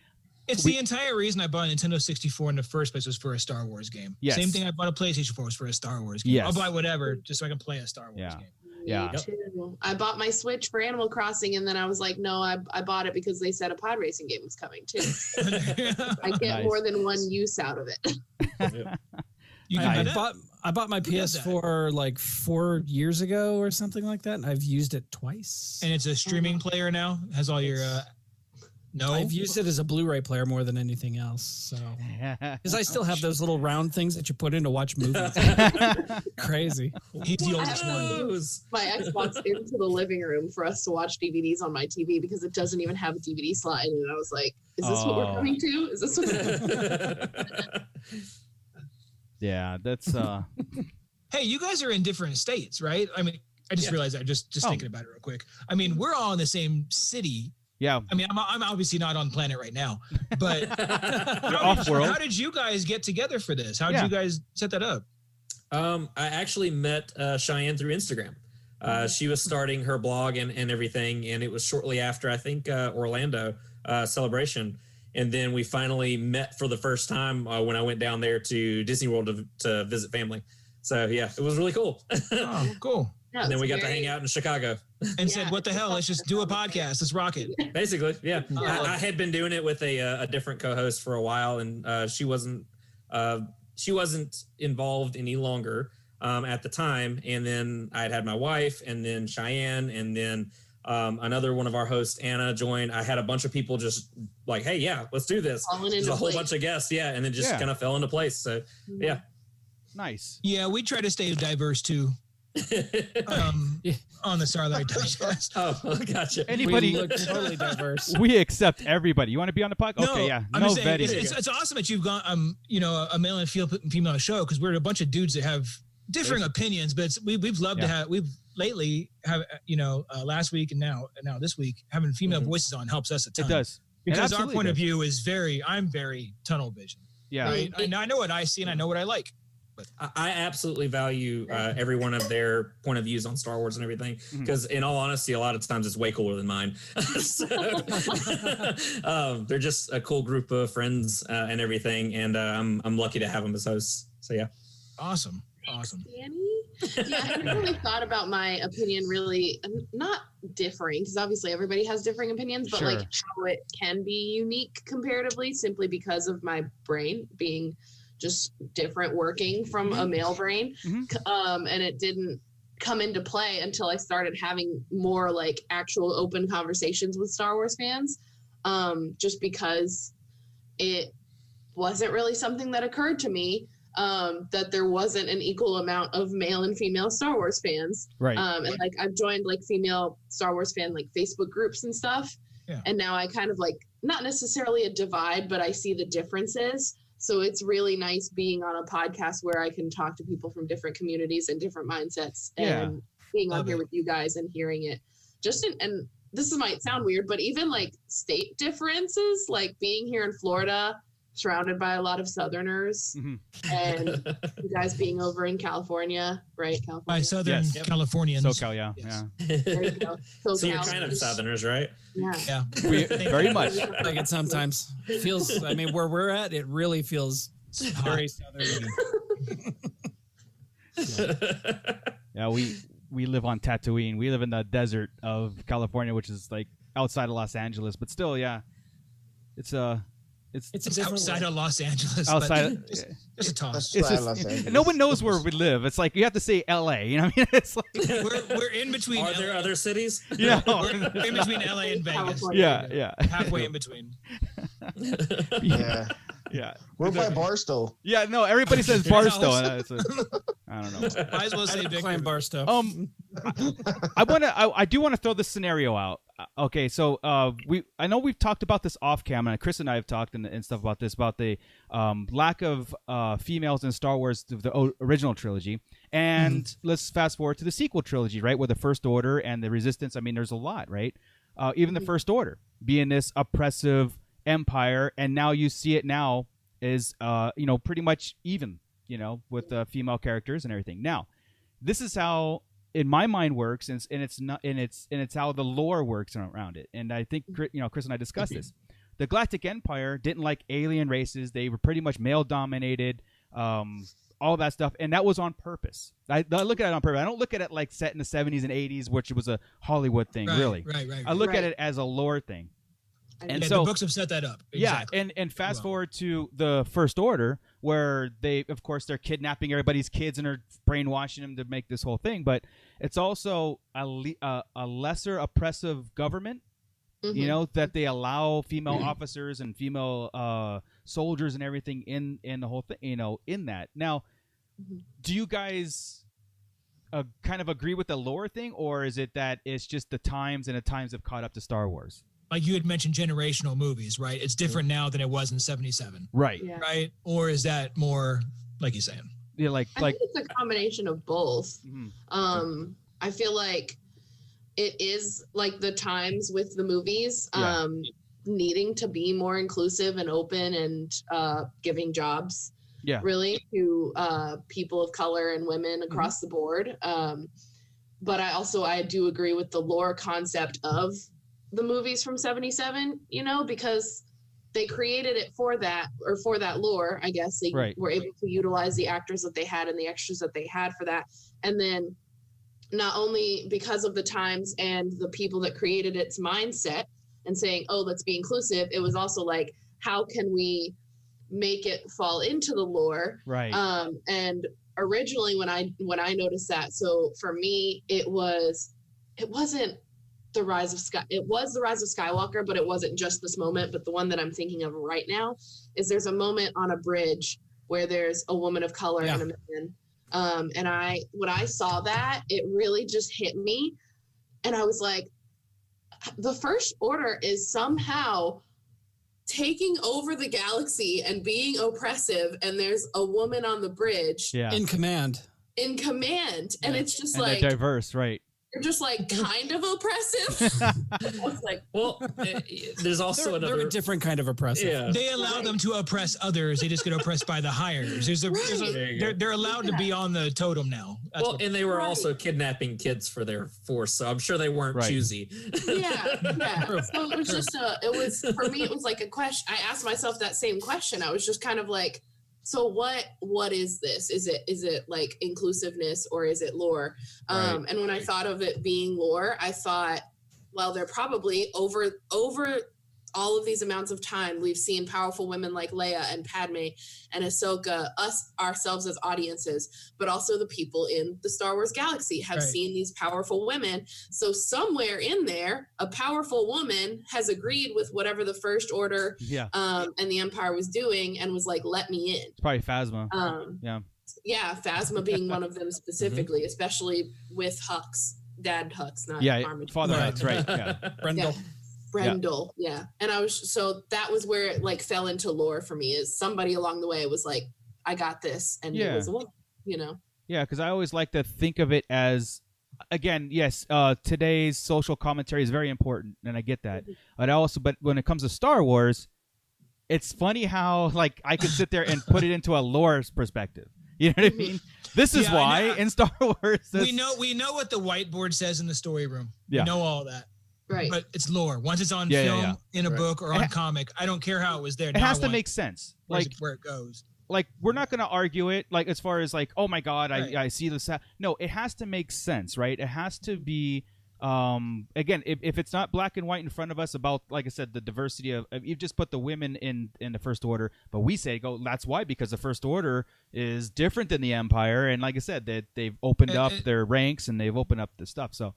Speaker 9: It's
Speaker 8: We-
Speaker 9: the entire reason I bought a Nintendo 64 in the first place was for a Star Wars game.
Speaker 8: Yes.
Speaker 9: Same thing I bought a PlayStation 4 was for a Star Wars game.
Speaker 8: Yes.
Speaker 9: I'll buy whatever just so I can play a Star Wars
Speaker 8: Yeah.
Speaker 9: game.
Speaker 8: Yeah.
Speaker 11: Me too. I bought my Switch for Animal Crossing, and then I was like, no, I, I bought it because they said a pod racing game was coming too. I get
Speaker 8: Nice.
Speaker 11: more than one use out of it.
Speaker 16: I,
Speaker 9: you can
Speaker 16: I
Speaker 9: buy that.
Speaker 16: bought I bought my
Speaker 9: did that?
Speaker 16: PS4 like four years ago or something like that, and I've used it twice.
Speaker 9: And it's a streaming player now. Has all your uh, no.
Speaker 16: I've used it as a Blu-ray player more than anything else. So because I still have those little round things that you put in to watch movies. Crazy.
Speaker 9: He's the oldest one.
Speaker 4: Those.
Speaker 11: My Xbox into the living room for us to watch DVDs on my TV because it doesn't even have a DVD slide. And I was like, is this what
Speaker 8: Oh.
Speaker 11: we're coming to? Is this what?
Speaker 8: yeah, that's uh,
Speaker 9: Hey, you guys are in different states, right? I mean, I just
Speaker 17: Yeah.
Speaker 9: realized that just just
Speaker 8: Oh.
Speaker 9: thinking about it real quick. I mean, we're all in the same city.
Speaker 8: yeah.
Speaker 9: I mean, I'm, I'm obviously not on planet right now, but
Speaker 8: You're
Speaker 9: how,
Speaker 8: off
Speaker 9: did,
Speaker 8: world.
Speaker 9: how did you guys get together for this? How did
Speaker 8: Yeah.
Speaker 9: you guys set that up?
Speaker 4: Um, I actually met uh, Cheyenne through Instagram. Uh, she was starting her blog and, and everything, and it was shortly after I think uh, Orlando uh, celebration, and then we finally met for the first time uh, when I went down there to Disney World to, to visit family. So yeah, it was really cool.
Speaker 9: Oh, cool.
Speaker 11: No,
Speaker 4: and then
Speaker 11: it's
Speaker 4: we got to
Speaker 11: very-
Speaker 4: hang out in Chicago.
Speaker 9: And
Speaker 11: Yeah,
Speaker 9: said, what the
Speaker 11: it's a
Speaker 9: hell? Let's just do a podcast. Let's rock it.
Speaker 4: Basically, yeah.
Speaker 9: Oh,
Speaker 4: I, I had been doing it with a, uh, a different co-host for a while, and uh, she wasn't uh, she wasn't involved any longer um, at the time. And then I had had my wife, and then Cheyenne, and then um, another one of our hosts, Anna, joined. I had a bunch of people just like, "Hey, yeah, let's do this."
Speaker 11: Falling
Speaker 4: There's
Speaker 11: into
Speaker 4: a whole
Speaker 11: place.
Speaker 4: bunch of guests, yeah, and it just
Speaker 8: Yeah.
Speaker 4: kind of fell into place. So yeah,
Speaker 8: Nice.
Speaker 9: Yeah, we try to stay diverse too
Speaker 16: Uh-huh.
Speaker 9: um,
Speaker 16: Yeah.
Speaker 9: on the Starlight Digest.
Speaker 4: oh, gotcha.
Speaker 8: Anybody
Speaker 16: we look totally diverse.
Speaker 8: we accept everybody. You want to be on the podcast?
Speaker 9: No,
Speaker 8: okay, yeah.
Speaker 9: I'm
Speaker 8: no
Speaker 9: just saying,
Speaker 8: vetting.
Speaker 9: it's, it's, it's awesome that you've got um, you know, a male and female female show because we're a bunch of dudes that have differing opinions, but it's, we we've loved to
Speaker 8: Yeah.
Speaker 9: have we've lately have uh, you know uh, last week and now and now this week having female
Speaker 4: Mhm.
Speaker 9: voices on helps us a ton.
Speaker 8: Mm-hmm. it does. It
Speaker 9: because our
Speaker 8: absolutely
Speaker 9: point of
Speaker 8: does.
Speaker 9: view is very I'm very tunnel vision.
Speaker 8: Yeah.
Speaker 9: Right? I, I know what I see and I know what I like.
Speaker 4: I I absolutely value uh, every one of their point of views on Star Wars and everything,
Speaker 11: Mm-hmm.
Speaker 4: because in all honesty, a lot of times it's way cooler than mine. so, um, they're just a cool group of friends uh, and everything, and uh, I'm I'm lucky to have them as hosts. So yeah,
Speaker 9: Awesome, awesome.
Speaker 11: Danny? Yeah, I hadn't really thought about my opinion really um, not differing because obviously everybody has differing opinions, but like how it can be unique comparatively simply because of my brain being just different working from a male brain.
Speaker 8: Mhm.
Speaker 11: C- Um, and it didn't come into play until I started having more like actual open conversations with Star Wars fans, um, just because it wasn't really something that occurred to me um, that there wasn't an equal amount of male and female Star Wars fans.
Speaker 8: Right.
Speaker 11: Um, and like I've joined like female Star Wars fan like Facebook groups and stuff.
Speaker 9: Yeah.
Speaker 11: And now I kind of like not necessarily a divide, but I see the differences. So it's really nice being on a podcast where I can talk to people from different communities and different mindsets and
Speaker 8: Yeah.
Speaker 11: being on
Speaker 9: Love
Speaker 11: here
Speaker 9: it.
Speaker 11: with you guys and hearing it. Just in, and this is- might sound weird, but even like state differences, like being here in Florida, surrounded by a lot of Southerners,
Speaker 8: Mhm.
Speaker 9: Mm-hmm.
Speaker 11: and you guys being over in California, right?
Speaker 9: By
Speaker 11: California.
Speaker 9: Southern
Speaker 8: Yes. Yep.
Speaker 9: Californians.
Speaker 8: SoCal, yeah.
Speaker 9: Yes.
Speaker 11: There you go.
Speaker 4: so you're
Speaker 11: SoCal.
Speaker 4: kind of Southerners, right?
Speaker 11: Yeah.
Speaker 9: Yeah.
Speaker 8: Yeah. We, very much.
Speaker 16: Like it sometimes feels. I mean, where we're at, it really feels very southern.
Speaker 8: Yeah, we we live on Tatooine. We live in the desert of California, which is like outside of Los Angeles, but still, yeah. It's uh it's
Speaker 16: It's a
Speaker 9: It's
Speaker 16: different
Speaker 9: outside
Speaker 16: way.
Speaker 9: of Los Angeles. but
Speaker 8: outside of,
Speaker 9: it's, it's a toss.
Speaker 7: Outside
Speaker 8: it's
Speaker 7: of Los
Speaker 8: just,
Speaker 7: Angeles.
Speaker 8: no one knows where we live. It's like you have to say LA, you know what I mean? It's like
Speaker 9: we're, we're in between.
Speaker 4: Are there
Speaker 9: LA
Speaker 4: other cities?
Speaker 8: yeah.
Speaker 9: we're in between LA and Vegas.
Speaker 11: California.
Speaker 8: yeah, yeah.
Speaker 9: Halfway in between.
Speaker 7: Yeah.
Speaker 8: yeah.
Speaker 10: We're by Barstow.
Speaker 8: Yeah, no, everybody says
Speaker 10: Yeah, Alex.
Speaker 8: Barstow. and I, it's a- I don't know.
Speaker 9: Might as well say Declan Barstow.
Speaker 8: Um, I want to. I, I do want to throw this scenario out. Uh, Okay, so uh, we I know we've talked about this off camera. Chris and I have talked and, and stuff about this about the um, lack of uh, females in Star Wars the, the o- original trilogy, and let's fast forward to the sequel trilogy, right? Where the First Order and the Resistance. I mean, there's a lot, right? Uh, even the First Order being this oppressive empire, and now you see it now is uh, you know pretty much even, you know, with uh, female characters and everything. Now, this is how in my mind works and, it's- and it's not and it's and it's how the lore works around it and i think Chri- you know chris and i discussed this the galactic empire didn't like alien races they were pretty much male dominated um all that stuff and that was on purpose I, I look at it on purpose i don't look at it like set in the 70s and 80s which was a hollywood thing
Speaker 3: Right,
Speaker 8: really
Speaker 3: right, right,
Speaker 8: i look at
Speaker 3: right.
Speaker 8: it as a lore thing and
Speaker 3: yeah,
Speaker 8: so
Speaker 3: the books have set that up. Exactly.
Speaker 8: yeah, and and fast forward to the First Order, where they, of course, they're kidnapping everybody's kids and are brainwashing them to make this whole thing. But it's also a le- a, a lesser oppressive government,
Speaker 18: Mhm.
Speaker 11: Mm-hmm.
Speaker 8: you know, that they allow female
Speaker 18: Mhm.
Speaker 8: officers and female uh, soldiers and everything in in the whole thing, you know, in that. Now, do you guys? Uh, kind of agree with the lore thing, or is it that it's just the times and the times have caught up to Star Wars?
Speaker 3: like you had mentioned generational movies, right? It's different now than it was in 77.
Speaker 8: Right.
Speaker 4: mm-hmm.
Speaker 3: Right? Or is that more like you're saying?
Speaker 8: Yeah, like mm-hmm,
Speaker 11: I think it's a combination of both. Um, I feel like it is like the times with the movies
Speaker 19: Yeah.
Speaker 11: um, needing to be more inclusive and open and uh, giving jobs
Speaker 19: Yeah.
Speaker 11: really to uh, people of color and women
Speaker 4: Mm-hmm.
Speaker 11: across the board. Um, but I also I do agree with the lore concept of the movies from 77, you know, because they created it for that or for that lore, I guess. They
Speaker 19: Right.
Speaker 11: were able to utilize the actors that they had and the extras that they had for that. And then not only because of the times and the people that created its mindset and saying, oh, let's be inclusive, it was also like, how can we make it fall into the lore?
Speaker 19: Right.
Speaker 11: Um, and originally when I when I noticed that, so for me it was it wasn't the rise of sky it was the rise of skywalker but it wasn't just this moment but the one that i'm thinking of right now is there's a moment on a bridge where there's a woman of color and a man um, and i when i saw that it really just hit me and i was like the first order is somehow taking over the galaxy and being oppressive and there's a woman on the bridge
Speaker 8: Yeah.
Speaker 9: in command.
Speaker 11: in command and it's just
Speaker 8: and
Speaker 11: like
Speaker 8: they're diverse, right?
Speaker 11: you're just like kind of oppressive. I was like,
Speaker 4: well, eh, there's also
Speaker 9: they're,
Speaker 4: another-
Speaker 9: They're a different kind of oppressive.
Speaker 4: Yeah.
Speaker 3: They allow them to oppress others. They just get oppressed by the hires. There's a, there's a-
Speaker 4: There you go.
Speaker 3: they're, they're allowed to be on the totem now. Uh, That's
Speaker 4: well,
Speaker 3: what-
Speaker 4: and they were also kidnapping kids for their force, so I'm sure they weren't choosy.
Speaker 11: yeah, yeah. So it was just a, it was for me, it was like a question. I asked myself that same question. I was just kind of like, so what, what is this? Is it, is it like inclusiveness or is it lore? Um,
Speaker 19: Right.
Speaker 11: and when I thought of it being lore, I thought, well, they're probably over, over all of these amounts of time, we've seen powerful women like Leia and Padme and Ahsoka, us ourselves as audiences, but also the people in the Star Wars galaxy have
Speaker 19: Right.
Speaker 11: seen these powerful women. So somewhere in there, a powerful woman has agreed with whatever the First Order
Speaker 8: Yeah.
Speaker 11: um, and the Empire was doing, and was like, "Let me in."
Speaker 8: It's probably Phasma.
Speaker 11: Um,
Speaker 8: yeah. Mm-hmm.
Speaker 11: Yeah, Phasma being one of them specifically, especially with Hux, Dad Hux, not
Speaker 8: Yeah,
Speaker 11: Armitage.
Speaker 8: Father Hux, right, yeah.
Speaker 9: Brendel.
Speaker 11: Yeah. Brendel, yeah. And I was so that was where it like fell into lore for me is somebody along the way was like, I got this, and it
Speaker 8: Yeah.
Speaker 11: was a woman, you know.
Speaker 8: Yeah, because I always like to think of it as, again, yes, uh, today's social commentary is very important, and I get that. But I also, but when it comes to Star Wars, it's funny how like I could sit there and put it into a lore perspective. You know what I mean? This is
Speaker 3: Yeah, I
Speaker 8: why in Star Wars,
Speaker 3: we
Speaker 8: this-
Speaker 3: know we know what the whiteboard says in the story room.
Speaker 8: Yeah.
Speaker 3: We know all that.
Speaker 11: Right.
Speaker 3: But it's lore. Once it's on
Speaker 8: Yeah, yeah,
Speaker 3: film,
Speaker 8: yeah.
Speaker 3: in a
Speaker 8: Right.
Speaker 3: book, or
Speaker 8: It
Speaker 3: on
Speaker 8: ha-
Speaker 3: comic, I don't care how it was there.
Speaker 8: it
Speaker 3: now I
Speaker 8: has to
Speaker 3: want
Speaker 8: make sense.
Speaker 3: where's
Speaker 8: Like
Speaker 3: it- where it goes.
Speaker 8: like we're not going to argue it like as far as like oh my god I, I see this ha-. no it has to make sense right it has to be um again if, if it's not black and white in front of us about like i said the diversity of of- you just put the women in in the first order but we say go that's why because the first order is different than the empire and like i said that they've opened up their ranks and they've opened up the stuff so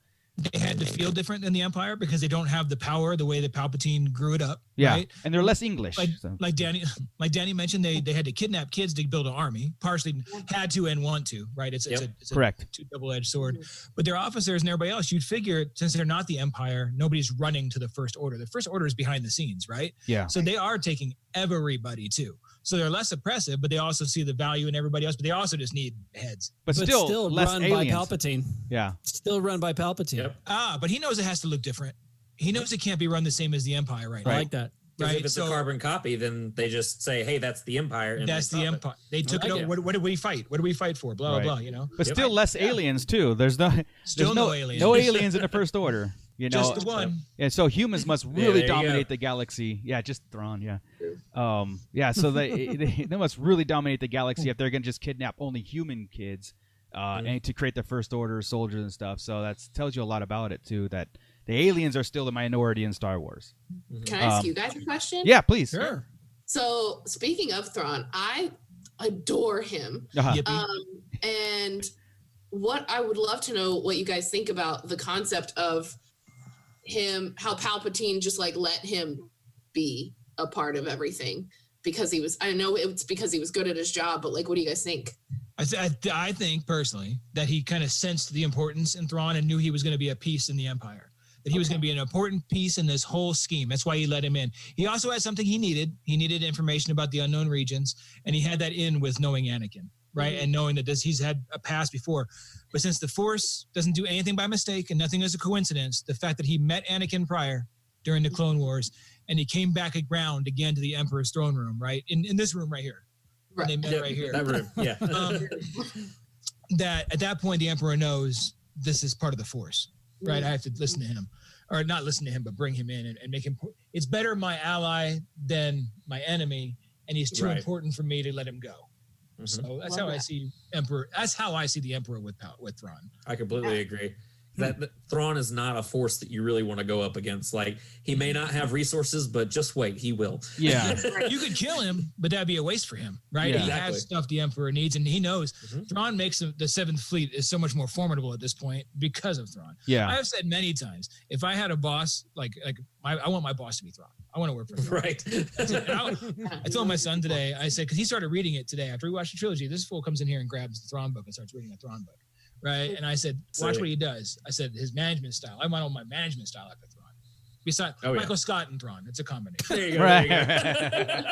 Speaker 9: they had to feel different than the Empire because they don't have the power the way that Palpatine grew it up.
Speaker 8: Yeah,
Speaker 9: right?
Speaker 8: and they're less English.
Speaker 9: Like,
Speaker 8: so.
Speaker 9: like Danny, like Danny mentioned, they they had to kidnap kids to build an army. Partially had to and want to, right? It's, it's
Speaker 8: Yep.
Speaker 9: a, it's a
Speaker 8: Correct.
Speaker 9: two double edged sword.
Speaker 20: Mm-hmm.
Speaker 9: But their officers and everybody else, you'd figure since they're not the Empire, nobody's running to the First Order. The First Order is behind the scenes, right?
Speaker 8: Yeah.
Speaker 9: So they are taking everybody too. So they're less oppressive, but they also see the value in everybody else. But they also just need heads.
Speaker 8: But But still still less
Speaker 20: run by aliens. Palpatine.
Speaker 8: Yeah.
Speaker 20: Still run by Palpatine.
Speaker 9: Ah, but he knows it has to look different. He knows it can't be run the same as the Empire right now.
Speaker 4: Right. like
Speaker 20: that.
Speaker 4: 'Cause
Speaker 9: Right,
Speaker 4: If it's
Speaker 9: so-
Speaker 4: a carbon copy, then they just say, "Hey, that's the Empire." And
Speaker 9: That's the Empire. They took it over. What, what did we fight? What did we fight for? Blah
Speaker 8: Right.
Speaker 9: blah blah. You know.
Speaker 8: But still less aliens too. There's no there's
Speaker 9: Still
Speaker 8: no,
Speaker 9: no aliens.
Speaker 8: No aliens in the first order. You know,
Speaker 9: Just the one.
Speaker 8: And so humans must
Speaker 9: Yeah,
Speaker 8: really
Speaker 9: there you go.
Speaker 8: dominate the galaxy. Yeah, just Thrawn. Yeah, um, yeah. So they, they they must really dominate the galaxy if they're gonna just kidnap only human kids, uh, and to create the first order soldiers and stuff. So that tells you a lot about it too. That the aliens are still the minority in Star Wars.
Speaker 11: Can I ask
Speaker 8: Um,
Speaker 11: you guys a question?
Speaker 8: Yeah, please.
Speaker 11: So speaking of Thrawn, I adore him.
Speaker 8: Uh-huh. Yippee.
Speaker 11: Um, and what I would love to know what you guys think about the concept of him, how Palpatine just like let him be a part of everything because he was. I know it's because he was good at his job, but like, what do you guys think?
Speaker 9: I, th- I, th- I think personally that he kind of sensed the importance in Thrawn and knew he was going to be a piece in the Empire. That he was going to be an important piece in this whole scheme. That's why he let him in. He also had something he needed. He needed information about the unknown regions, and he had that in with knowing Anakin, right?
Speaker 4: Mm-hmm.
Speaker 9: And knowing that this he's had a past before. But since the Force doesn't do anything by mistake and nothing is a coincidence, the fact that he met Anakin prior during the Clone Wars and he came back around again to the Emperor's throne room, right? In in this room right here. When They met
Speaker 4: Yeah,
Speaker 9: right here.
Speaker 4: that room, yeah.
Speaker 9: Um, that at that point the emperor knows this is part of the force right i have to listen to him or not listen to him but bring him in and, and make him it's better my ally than my enemy and he's too
Speaker 4: Right. Mm-hmm.
Speaker 9: important for me to let him go so that's
Speaker 4: Love
Speaker 9: how i
Speaker 4: that.
Speaker 9: see emperor that's how i see the emperor with Pal- with thrawn
Speaker 4: I completely agree. That, that Thrawn is not a force that you really want to go up against. Like he may not have resources, but just wait, he will.
Speaker 9: you could kill him but that'd be a waste for him right
Speaker 4: Yeah.
Speaker 9: he
Speaker 4: Exactly. Mm-hmm.
Speaker 9: has stuff the emperor needs and he knows thrawn makes him, the seventh fleet is so much more formidable at this point because of thrawn
Speaker 8: Yeah.
Speaker 9: i have said many times if i had a boss like like my, i want my boss to be thrawn i want to work for thrawn.
Speaker 4: Right.
Speaker 9: That's it. And I, I told my son today, I said, because he started reading it today after we watched the trilogy. This fool comes in here and grabs the Thrawn book and starts reading a Thrawn book, right? And I said, watch
Speaker 4: Sick.
Speaker 9: what he does. I said, his management style. I want all my management style after Thrawn. Besides
Speaker 4: Oh, yeah.
Speaker 9: Michael Scott and Thrawn, it's a combination.
Speaker 4: There you
Speaker 20: go, there you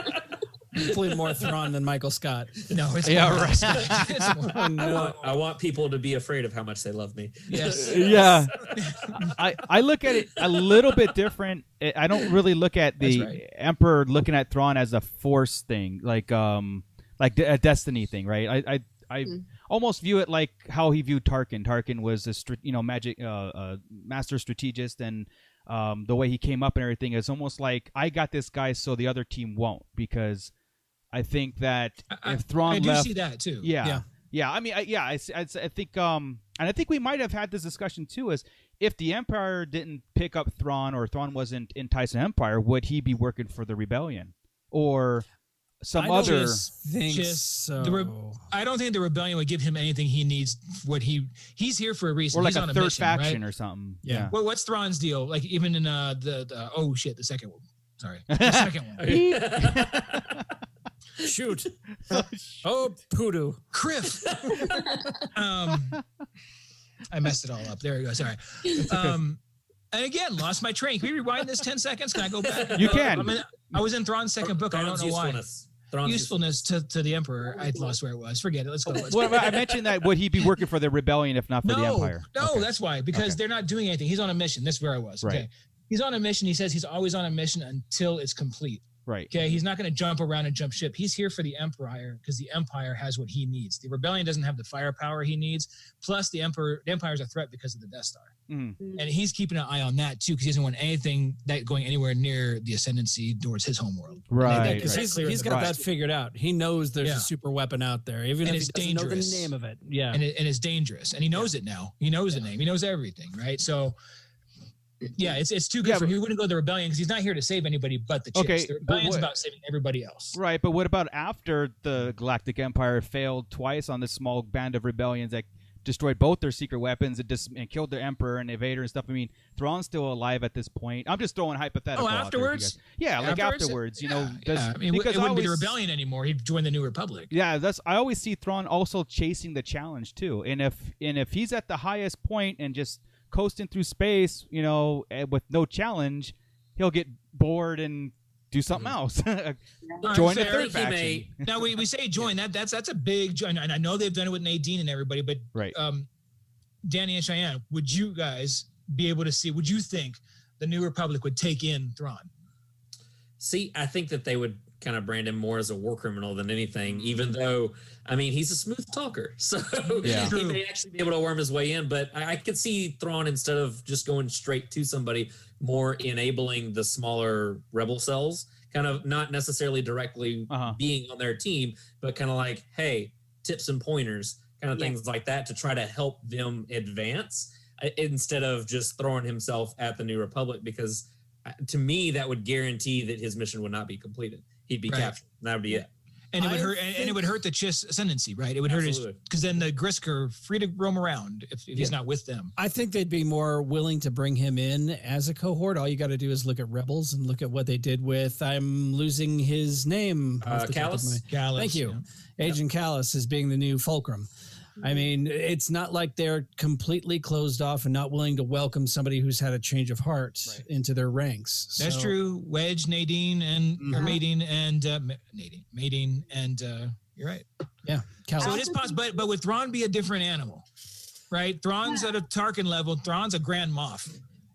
Speaker 20: Hopefully more Thrawn than Michael Scott.
Speaker 9: No, it's
Speaker 20: Yeah,
Speaker 4: yeah,
Speaker 20: more-
Speaker 4: right.
Speaker 20: right. It's more-
Speaker 4: I, want, I want people to be afraid of how much they love me.
Speaker 9: Yes.
Speaker 8: yeah i i look at it a little bit different i I don't really look at the
Speaker 4: That's right.
Speaker 8: emperor looking at thrawn as a force thing like um like de- a destiny thing right i i, I almost view it like how he viewed tarkin tarkin was a str- you know magic uh, uh master strategist and um, the way he came up and everything is almost like I got this guy, so the other team won't. Because I think that
Speaker 9: I-
Speaker 8: if Thrawn
Speaker 9: I do
Speaker 8: left,
Speaker 9: see that, too.
Speaker 8: Yeah,
Speaker 9: Yeah.
Speaker 8: yeah, I mean, I, yeah, I, s- I s- I think, um, and I think we might have had this discussion too. Is if the Empire didn't pick up Thrawn, or Thrawn wasn't in Tyson Empire, would he be working for the rebellion or some
Speaker 9: I don't
Speaker 8: other?
Speaker 20: think
Speaker 9: Just
Speaker 20: so.
Speaker 9: the re- I don't think the rebellion would give him anything he needs. What he he's here for a reason.
Speaker 8: Or like
Speaker 9: he's
Speaker 8: a
Speaker 9: on
Speaker 8: third
Speaker 9: mission,
Speaker 8: faction
Speaker 9: right?
Speaker 8: or something. Yeah.
Speaker 9: Yeah. Well, what's Thrawn's deal? Like even in uh the, the oh shit the second one. Sorry, the second one.
Speaker 20: Shoot. oh, poodoo.
Speaker 9: Criff. um, I messed it all up. There we go. Sorry. Um, and again, lost my train. Can we rewind this 10 seconds? Can I go back?
Speaker 8: You can.
Speaker 9: I, mean, I was in Thrawn's second book. I don't
Speaker 4: Thrawn's
Speaker 9: know why.
Speaker 4: usefulness. Thrawn's
Speaker 9: usefulness to, to the Emperor. I lost where it was. Forget it. Let's go. Let's
Speaker 8: Well,
Speaker 9: go.
Speaker 8: I mentioned that would he be working for the rebellion if not for the
Speaker 9: no,
Speaker 8: Empire?
Speaker 9: No, that's why. Because they're not doing anything. He's on a mission. That's where I was.
Speaker 8: Right.
Speaker 9: Okay. He's on a mission. He says he's always on a mission until it's complete.
Speaker 8: Right.
Speaker 9: Okay. He's not going to jump around and jump ship. He's here for the Empire because the Empire has what he needs. The rebellion doesn't have the firepower he needs. Plus, the Emperor, the Empire's a threat because of the Death Star.
Speaker 8: Mm.
Speaker 9: And he's keeping an eye on that too because he doesn't want anything that going anywhere near the ascendancy towards his homeworld.
Speaker 8: Right.
Speaker 20: Because
Speaker 8: right.
Speaker 20: he's, he's got that figured out. He knows there's
Speaker 9: Yeah.
Speaker 20: a super weapon out there, even
Speaker 9: And
Speaker 20: if
Speaker 9: it's
Speaker 20: he doesn't
Speaker 9: dangerous.
Speaker 20: know the name of it. Yeah.
Speaker 9: and, it, and it's dangerous. And he knows it now. He knows the name. He knows everything, right? So, yeah, it's it's too good for him. He wouldn't go to the rebellion because he's not here to save anybody but the chips.
Speaker 8: Okay,
Speaker 9: the
Speaker 8: but
Speaker 9: rebellion's
Speaker 8: what-
Speaker 9: about saving everybody else.
Speaker 8: Right, but what about after the Galactic Empire failed twice on this small band of rebellions that destroyed both their secret weapons and, dis- and killed their emperor and evader and stuff. I mean, Thrawn's still alive at this point. I'm just throwing hypothetical.
Speaker 9: Oh,
Speaker 8: out there for you
Speaker 9: afterwards?
Speaker 8: guys. Yeah, like
Speaker 9: Afterwards?
Speaker 8: afterwards. you know, does,
Speaker 9: Yeah, I mean, it
Speaker 8: because
Speaker 9: wouldn't
Speaker 8: I
Speaker 9: be the
Speaker 8: always-
Speaker 9: rebellion anymore. He'd join the New Republic.
Speaker 8: yeah, that's I always see Thrawn also chasing the challenge too. And if and if he's at the highest point and just coasting through space, you know, eh, with no challenge, he'll get bored and do something
Speaker 9: Mm-hmm.
Speaker 8: else. Join a
Speaker 9: I
Speaker 8: third
Speaker 9: think he
Speaker 8: faction.
Speaker 9: may- now we, we say join that that's that's a big join, and I know they've done it with Nadine and everybody, but
Speaker 8: Right.
Speaker 9: um, Danny and Cheyenne, would you guys be able to see? Would you think the New Republic would take in Thrawn?
Speaker 4: See, I think that they would kind of brand him more as a war criminal than anything, even though, I mean, he's a smooth talker. So
Speaker 8: Yeah.
Speaker 4: he may actually be able to worm his way in. But I, I could see Thrawn, instead of just going straight to somebody, more enabling the smaller rebel cells, kind of not necessarily directly
Speaker 9: Uh-huh.
Speaker 4: being on their team, but kind of like, hey, tips and pointers, kind of
Speaker 11: Yeah.
Speaker 4: things like that to try to help them advance uh, instead of just throwing himself at the New Republic because uh, to me that would guarantee that his mission would not be completed. He'd be
Speaker 9: Right.
Speaker 4: captured. That would be it.
Speaker 9: And it would
Speaker 4: I
Speaker 9: hurt, and, and it would hurt the Chiss ascendancy, right? It would hurt his
Speaker 4: Absolutely.
Speaker 9: because then the Grisker are free to roam around if, if he's not with them.
Speaker 21: I think they'd be more willing to bring him in as a cohort. All you got to do is look at Rebels and look at what they did with. I'm losing his name. off the
Speaker 4: Uh,
Speaker 21: top of
Speaker 4: Callus?
Speaker 21: my-
Speaker 9: Callus,
Speaker 21: Thank you, Agent Callus is being the new Fulcrum. I mean, it's not like they're completely closed off and not willing to welcome somebody who's had a change of heart into their ranks.
Speaker 9: That's
Speaker 21: So-
Speaker 9: true. Wedge, Nadine, and or
Speaker 21: Mhm.
Speaker 9: Madine, and uh, Ma- Nadine, Madine, and uh, you're right.
Speaker 21: Yeah,
Speaker 9: So it
Speaker 21: Callus.
Speaker 9: is possible, but but would Thrawn be a different animal, right? Thrawn's at a Tarkin level. Thrawn's a Grand Moff.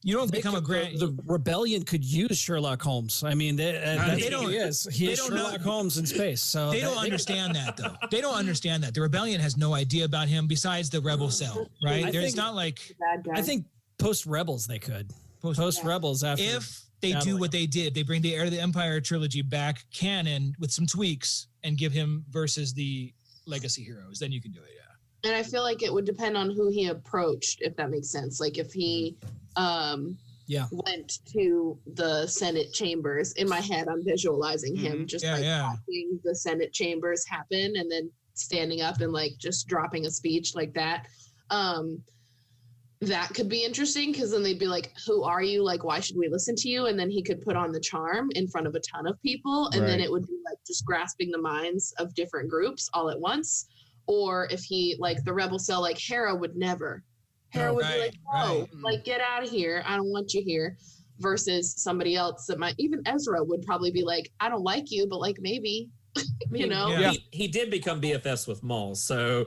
Speaker 9: You don't become a Grand.
Speaker 21: The rebellion could use Sherlock Holmes. I mean, they, uh, that's
Speaker 9: they
Speaker 21: what
Speaker 9: don't-
Speaker 21: He is. He
Speaker 9: they
Speaker 21: is
Speaker 9: don't know-
Speaker 21: Sherlock Holmes in space. So
Speaker 9: they don't
Speaker 21: that-
Speaker 9: understand that though. They don't understand that. The rebellion has no idea about him besides the rebel cell, right?
Speaker 21: I
Speaker 9: There's
Speaker 21: think-
Speaker 9: not like
Speaker 21: I think post Rebels they could post Rebels after
Speaker 9: if they do
Speaker 21: Battling.
Speaker 9: what they did, they bring the Heir to the Empire trilogy back canon with some tweaks and give him versus the legacy heroes. Then you can do it. Yeah.
Speaker 11: and I feel like it would depend on who he approached, if that makes sense. Like if he um
Speaker 21: Yeah.
Speaker 11: went to the Senate chambers. In my head, I'm visualizing him
Speaker 9: Mhm.
Speaker 11: just
Speaker 9: Yeah,
Speaker 11: like
Speaker 9: yeah.
Speaker 11: watching the Senate chambers happen and then standing up and like just dropping a speech like that. Um that could be interesting because then they'd be like, Who are you? Like, why should we listen to you? And then he could put on the charm in front of a ton of people. And then
Speaker 8: Right.
Speaker 11: it would be like just grasping the minds of different groups all at once. Or if he, like, the rebel cell, like, Hera would never. Hera
Speaker 9: Oh,
Speaker 11: would be
Speaker 9: right,
Speaker 11: like, No,
Speaker 9: right.
Speaker 11: like, get out of here. I don't want you here. Versus somebody else that might, even Ezra would probably be like, I don't like you, but like, maybe, you know?
Speaker 4: He- He, did become BFFs with Maul, so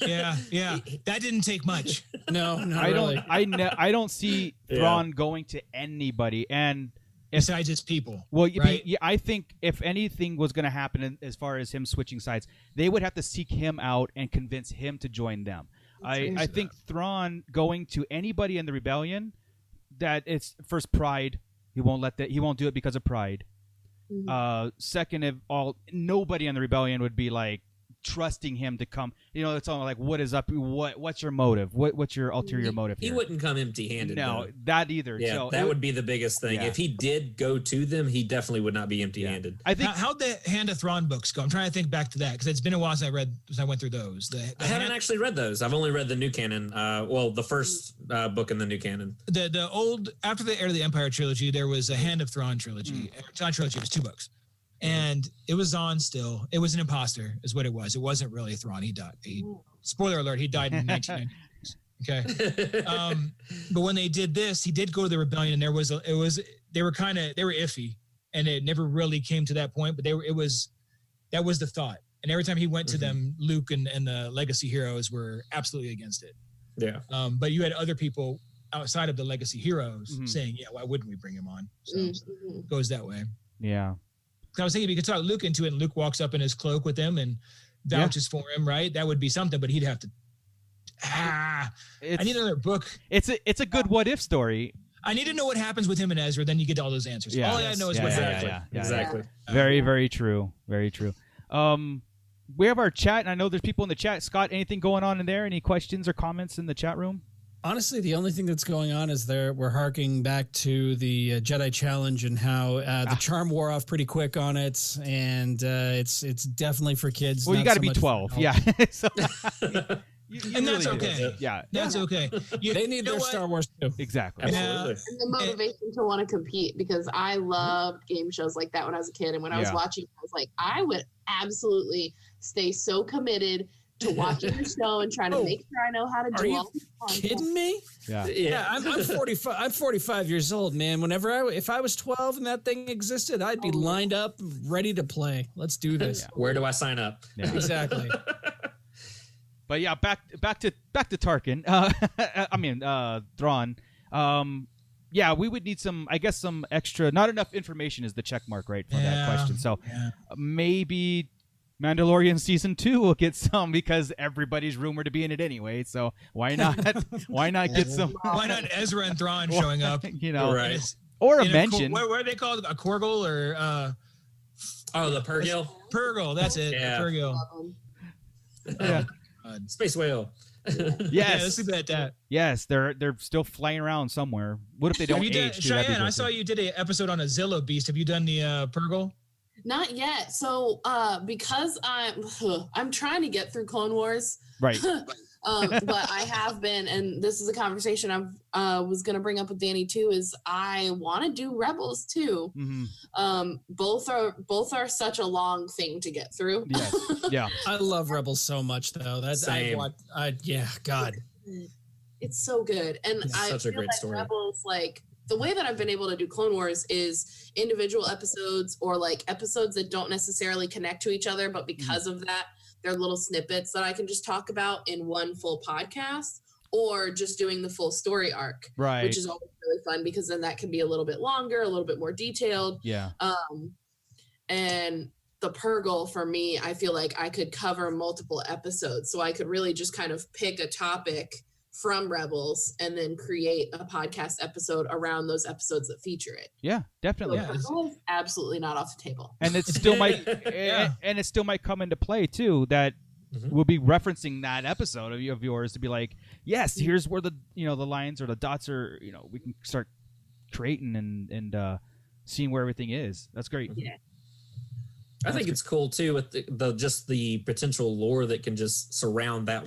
Speaker 9: Yeah, yeah. That didn't take much.
Speaker 21: no, not
Speaker 8: I
Speaker 21: really.
Speaker 8: don't. I ne- I don't see
Speaker 4: Yeah.
Speaker 8: Thrawn going to anybody. And
Speaker 9: Besides his people.
Speaker 8: well, you-
Speaker 9: Right.
Speaker 8: yeah, I think if anything was going to happen in, as far as him switching sides, they would have to seek him out and convince him to join them. I, I think Thrawn going to anybody in the rebellion that it's first pride. He won't let that. He won't do it because of pride.
Speaker 11: Hmm.
Speaker 8: Uh, second of all, nobody in the rebellion would be like trusting him to come. You know, it's all like, what is up? What what's your motive? What what's your ulterior motive?
Speaker 4: he
Speaker 8: here?
Speaker 4: wouldn't come empty handed.
Speaker 8: No, that either.
Speaker 4: Yeah,
Speaker 8: so
Speaker 4: that
Speaker 8: it-
Speaker 4: would be the biggest thing.
Speaker 8: Yeah.
Speaker 4: If he did go to them, he definitely would not be empty handed.
Speaker 8: I think.
Speaker 9: How, how'd the Hand of Thrawn books go? I'm trying to think back to that because it's been a while since I read, since I went through those. The, the,
Speaker 4: I haven't
Speaker 9: Hand-
Speaker 4: actually read those. I've only read the new canon. Uh, well, the first uh, book in the new canon.
Speaker 9: the the old after the Heir to the Empire trilogy, there was a Hand of Thrawn trilogy.
Speaker 21: Mm.
Speaker 9: Thrawn trilogy was two books, and it was on still. It was an imposter, is what it was. It wasn't really Thrawn. He died. He, spoiler alert: he died in 1996. Okay, um, but when they did this, he did go to the rebellion, and there was a, it was they were kind of they were iffy, and it never really came to that point. But they were it was that was the thought. And every time he went to
Speaker 4: Mhm.
Speaker 9: them, Luke and, and the legacy heroes were absolutely against it.
Speaker 4: Yeah.
Speaker 9: Um, but you had other people outside of the legacy heroes
Speaker 8: Mhm.
Speaker 9: saying, "Yeah, why wouldn't we bring him on?" So
Speaker 11: Mm,
Speaker 9: it
Speaker 11: mhm.
Speaker 9: goes that way.
Speaker 8: yeah.
Speaker 9: 'Cause I was thinking if you could talk Luke into it, and Luke walks up in his cloak with him and
Speaker 8: Yeah.
Speaker 9: vouches for him, right? That would be something. But he'd have to. Ah,
Speaker 8: It's,
Speaker 9: I need another book.
Speaker 8: it's a it's a good what if story.
Speaker 9: I need to know what happens with him and Ezra. Then you get all those answers.
Speaker 8: Yeah.
Speaker 9: All I know is
Speaker 8: Yeah,
Speaker 9: what
Speaker 8: yeah,
Speaker 9: happened.
Speaker 8: yeah, yeah, yeah.
Speaker 4: exactly.
Speaker 8: Very very true. Very true. Um, we have our chat, and I know there's people in the chat. Scott, anything going on in there? Any questions or comments in the chat room?
Speaker 21: Honestly, the only thing that's going on is there we're harking back to the uh, Jedi Challenge and how uh,
Speaker 8: Ah.
Speaker 21: the charm wore off pretty quick on it, and uh, it's it's definitely for kids.
Speaker 8: well, you
Speaker 21: not so
Speaker 8: got to be
Speaker 21: much for
Speaker 8: 12.
Speaker 21: adults.
Speaker 8: Yeah. so, you
Speaker 3: and that's
Speaker 8: really
Speaker 3: okay.
Speaker 8: is. Yeah.
Speaker 3: That's okay. You-
Speaker 9: they need
Speaker 3: you know
Speaker 9: their
Speaker 3: what?
Speaker 9: Star Wars too.
Speaker 8: Exactly.
Speaker 3: Yeah.
Speaker 4: Absolutely.
Speaker 11: And the motivation to want to compete because I
Speaker 9: Mm-hmm.
Speaker 11: loved game shows like that when I was a kid. And when I was
Speaker 8: Yeah.
Speaker 11: watching, I was like, I would absolutely stay so committed to watching the show and trying to
Speaker 9: Oh.
Speaker 11: make sure I know how to
Speaker 9: Are
Speaker 11: do
Speaker 9: you
Speaker 11: all the content.
Speaker 9: Kidding me?
Speaker 8: Yeah.
Speaker 9: Yeah, I'm, I'm 45. I'm 45 years old, man. Whenever I, if I was 12 and that thing existed, I'd be
Speaker 11: Oh.
Speaker 9: lined up, ready to play. Let's do this.
Speaker 4: Where do I sign up?
Speaker 8: Yeah.
Speaker 9: Exactly.
Speaker 8: But yeah, back back to back to Tarkin. Uh, I mean, uh, Thrawn. Um, yeah, we would need some. I guess some extra. Not enough information is the check mark, right, for that
Speaker 3: Yeah.
Speaker 8: question. So uh,
Speaker 3: Yeah.
Speaker 8: maybe Mandalorian season two will get some because everybody's rumored to be in it anyway. So why not? why not get some?
Speaker 3: Why not Ezra and Thrawn showing up?
Speaker 8: you know,
Speaker 4: Right.
Speaker 8: or a
Speaker 3: In
Speaker 8: mention.
Speaker 3: what, what are they called? A Corgle or uh,
Speaker 4: Oh, the Pergil?
Speaker 3: Purgle? That's it.
Speaker 4: Yeah.
Speaker 3: Purgle.
Speaker 11: Um,
Speaker 8: Yeah.
Speaker 4: Space whale.
Speaker 3: Yeah, let's
Speaker 8: yes,
Speaker 3: leave it at that.
Speaker 8: yes, they're they're still flying around somewhere. What if they don't
Speaker 3: Have you
Speaker 8: age?
Speaker 3: done,
Speaker 8: dude? That'd be
Speaker 3: Cheyenne, I
Speaker 8: gross.
Speaker 3: saw you did an episode on a Zillow beast. Have you done the uh, Purgle?
Speaker 11: Not yet. So uh, because I'm I'm trying to get through Clone Wars,
Speaker 8: Right.
Speaker 11: um, but I have been, and this is a conversation I uh, was going to bring up with Danny too. Is I want to do Rebels too.
Speaker 8: hmm
Speaker 11: Um, both are both are such a long thing to get through.
Speaker 8: Yes. Yeah.
Speaker 9: I love Rebels so much, though. That's I,
Speaker 4: Same.
Speaker 9: want, I yeah, God.
Speaker 11: It's so good, and
Speaker 4: It's
Speaker 11: I
Speaker 4: such a
Speaker 11: feel
Speaker 4: great
Speaker 11: like
Speaker 4: story.
Speaker 11: Rebels like the way that I've been able to do Clone Wars is individual episodes or like episodes that don't necessarily connect to each other, but
Speaker 4: Mm-hmm.
Speaker 11: because of that, they're little snippets that I can just talk about in one full podcast or just doing the full story arc,
Speaker 8: Right.
Speaker 11: which is always really fun because then that can be a little bit longer, a little bit more detailed.
Speaker 8: yeah.
Speaker 11: Um, and the Purgle for me, I feel like I could cover multiple episodes. So I could really just kind of pick a topic from Rebels and then create a podcast episode around those episodes that feature it.
Speaker 8: Yeah.
Speaker 11: So
Speaker 8: Definitely.
Speaker 3: Yeah.
Speaker 11: Purgle is absolutely not off the table.
Speaker 8: and it still might
Speaker 3: Yeah. Mm-hmm.
Speaker 8: and it still might come into play too that
Speaker 4: Mhm.
Speaker 8: we'll be referencing that episode of, of yours to be like yes here's where the you know the lines or the dots are you know we can start creating and and uh seeing where everything is that's great
Speaker 4: I think it's cool too with the, the just the potential lore that can just surround that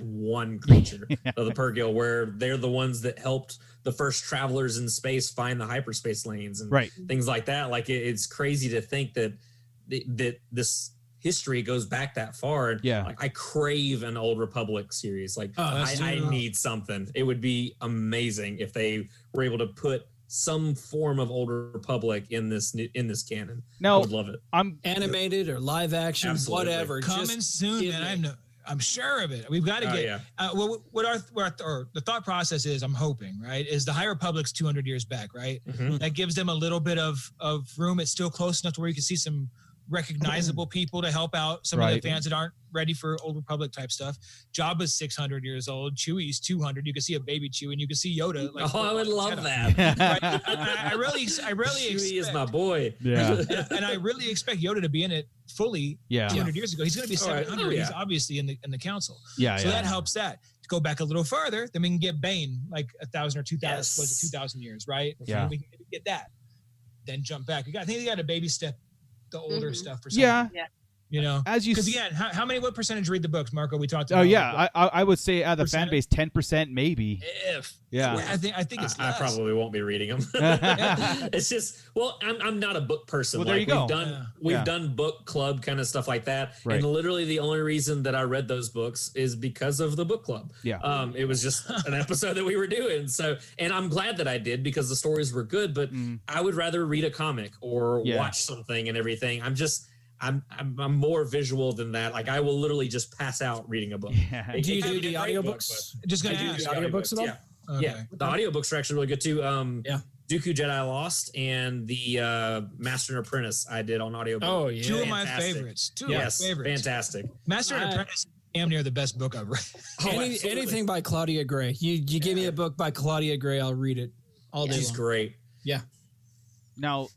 Speaker 4: one creature of the Pergil, where they're the ones that helped the first travelers in space find the hyperspace lanes and
Speaker 8: right
Speaker 4: things like that. Like it, it's crazy to think that th- that this history goes back that far. And
Speaker 8: Yeah.
Speaker 4: like, I crave an Old Republic series. Like
Speaker 9: Oh, that's
Speaker 4: I,
Speaker 9: true.
Speaker 4: I need something. It would be amazing if they were able to put some form of Old Republic in this new, in this canon. I
Speaker 8: now
Speaker 4: would love it.
Speaker 8: i'm
Speaker 9: Animated or live action,
Speaker 4: Absolutely.
Speaker 9: whatever.
Speaker 3: Coming
Speaker 9: just
Speaker 3: soon,
Speaker 9: give
Speaker 3: man.
Speaker 9: me-
Speaker 3: I'm, no- I'm sure of it. We've got to
Speaker 4: Oh,
Speaker 3: get.
Speaker 4: yeah.
Speaker 3: Uh, what, what our what our or the thought process is, I'm hoping, right, is the High Republic's 200 years back, right?
Speaker 4: Mhm.
Speaker 3: That gives them a little bit of of room. It's still close enough to where you can see some recognizable people to help out some of
Speaker 8: Right.
Speaker 3: the fans that aren't ready for Old Republic type stuff. Jabba's 600 years old. Chewie's 200. You can see a baby Chewie, and you can see Yoda.
Speaker 4: oh, I would love
Speaker 3: Yoda.
Speaker 4: that.
Speaker 3: Right? I, I really, I really
Speaker 4: Chewie is
Speaker 3: expect-
Speaker 4: my boy.
Speaker 8: yeah
Speaker 3: and, and I really expect Yoda to be in it fully
Speaker 8: yeah
Speaker 3: 200 years ago. He's going to be
Speaker 4: All right.
Speaker 3: 700.
Speaker 4: Oh,
Speaker 3: He's
Speaker 4: yeah.
Speaker 3: obviously in the in the council,
Speaker 8: yeah
Speaker 3: so
Speaker 8: yeah.
Speaker 3: that helps that. To go back a little further, then we can get Bane like a thousand or two thousand,
Speaker 4: Yes.
Speaker 3: was it two thousand years, right?
Speaker 8: Yeah.
Speaker 3: we can get that. Then jump back. You got, I think you got to baby step the older
Speaker 9: Mm-hmm.
Speaker 11: Mhm.
Speaker 3: stuff for some,
Speaker 8: yeah
Speaker 3: you know.
Speaker 8: as you
Speaker 3: Because
Speaker 8: s-
Speaker 3: again, how, how many what percentage read the books, Marco? We talked.
Speaker 8: oh
Speaker 3: about
Speaker 8: yeah I, I i would say out of the fan
Speaker 3: Percent?
Speaker 8: base 10 percent maybe
Speaker 3: if
Speaker 8: yeah
Speaker 3: I think I think
Speaker 4: I,
Speaker 3: it's
Speaker 4: I
Speaker 3: less.
Speaker 4: probably won't be reading them. it's just well, I'm, I'm not a book person.
Speaker 8: Well, there
Speaker 4: like
Speaker 8: you go.
Speaker 4: we've done
Speaker 3: Yeah.
Speaker 4: we've
Speaker 8: Yeah.
Speaker 4: done book club kind of stuff like that.
Speaker 8: Right.
Speaker 4: And literally the only reason that I read those books is because of the book club.
Speaker 8: Yeah.
Speaker 4: Um, it was just an episode that we were doing. So and I'm glad that I did because the stories were good, but
Speaker 8: Mm.
Speaker 4: I would rather read a comic or
Speaker 8: Yeah.
Speaker 4: watch something and everything. I'm just I'm, I'm I'm more visual than that. Like I will literally just pass out reading a book.
Speaker 8: yeah
Speaker 4: It-
Speaker 9: Do you
Speaker 4: it can
Speaker 9: do
Speaker 4: be
Speaker 9: the
Speaker 4: a great book,
Speaker 9: audiobooks?
Speaker 3: Just
Speaker 4: but
Speaker 3: gonna
Speaker 4: I do
Speaker 3: ask.
Speaker 4: do
Speaker 9: audiobooks at all?
Speaker 4: yeah.
Speaker 3: Okay.
Speaker 4: Yeah, the audiobooks are actually really good too. Um,
Speaker 9: Yeah.
Speaker 4: Dooku Jedi Lost and the uh, Master and Apprentice I did on audiobook.
Speaker 9: Oh yeah.
Speaker 3: Two of my
Speaker 4: Fantastic.
Speaker 3: favorites. Two
Speaker 4: yes,
Speaker 3: of my favorites.
Speaker 4: fantastic.
Speaker 3: Master and
Speaker 9: I-
Speaker 3: Apprentice, is damn near the best book I've read.
Speaker 4: Oh,
Speaker 9: Any,
Speaker 4: absolutely.
Speaker 9: anything by Claudia Gray. You you give me a book by Claudia Gray, I'll read it all day
Speaker 4: She's
Speaker 9: long.
Speaker 4: great.
Speaker 8: Now,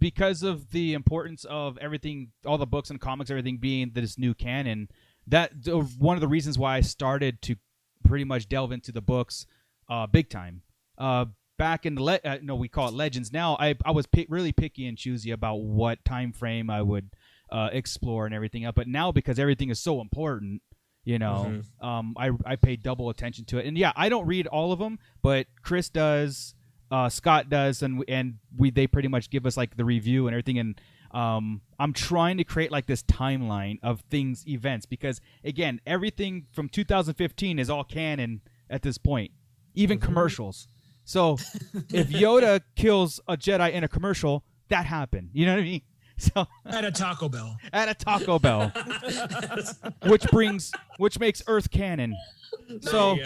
Speaker 8: because of the importance of everything, all the books and comics, everything being this new canon, that th- one of the reasons why I started to pretty much delve into the books, uh, big time. Uh, back in the le- uh, no, we call it legends. Now, I I was pi really picky and choosy about what time frame I would uh, explore and everything up. But now, because everything is so important, You know, um, I I pay double attention to it, and yeah, I don't read all of them, but Chris does, uh, Scott does, and and we they pretty much give us like the review and everything, and um, I'm trying to create like this timeline of things, events, because again, everything from 2015 is all canon at this point, even commercials. So if Yoda kills a Jedi in a commercial, that happened. You know what I mean? So
Speaker 3: At a Taco Bell.
Speaker 8: at a Taco Bell, which brings which makes Earth canon. So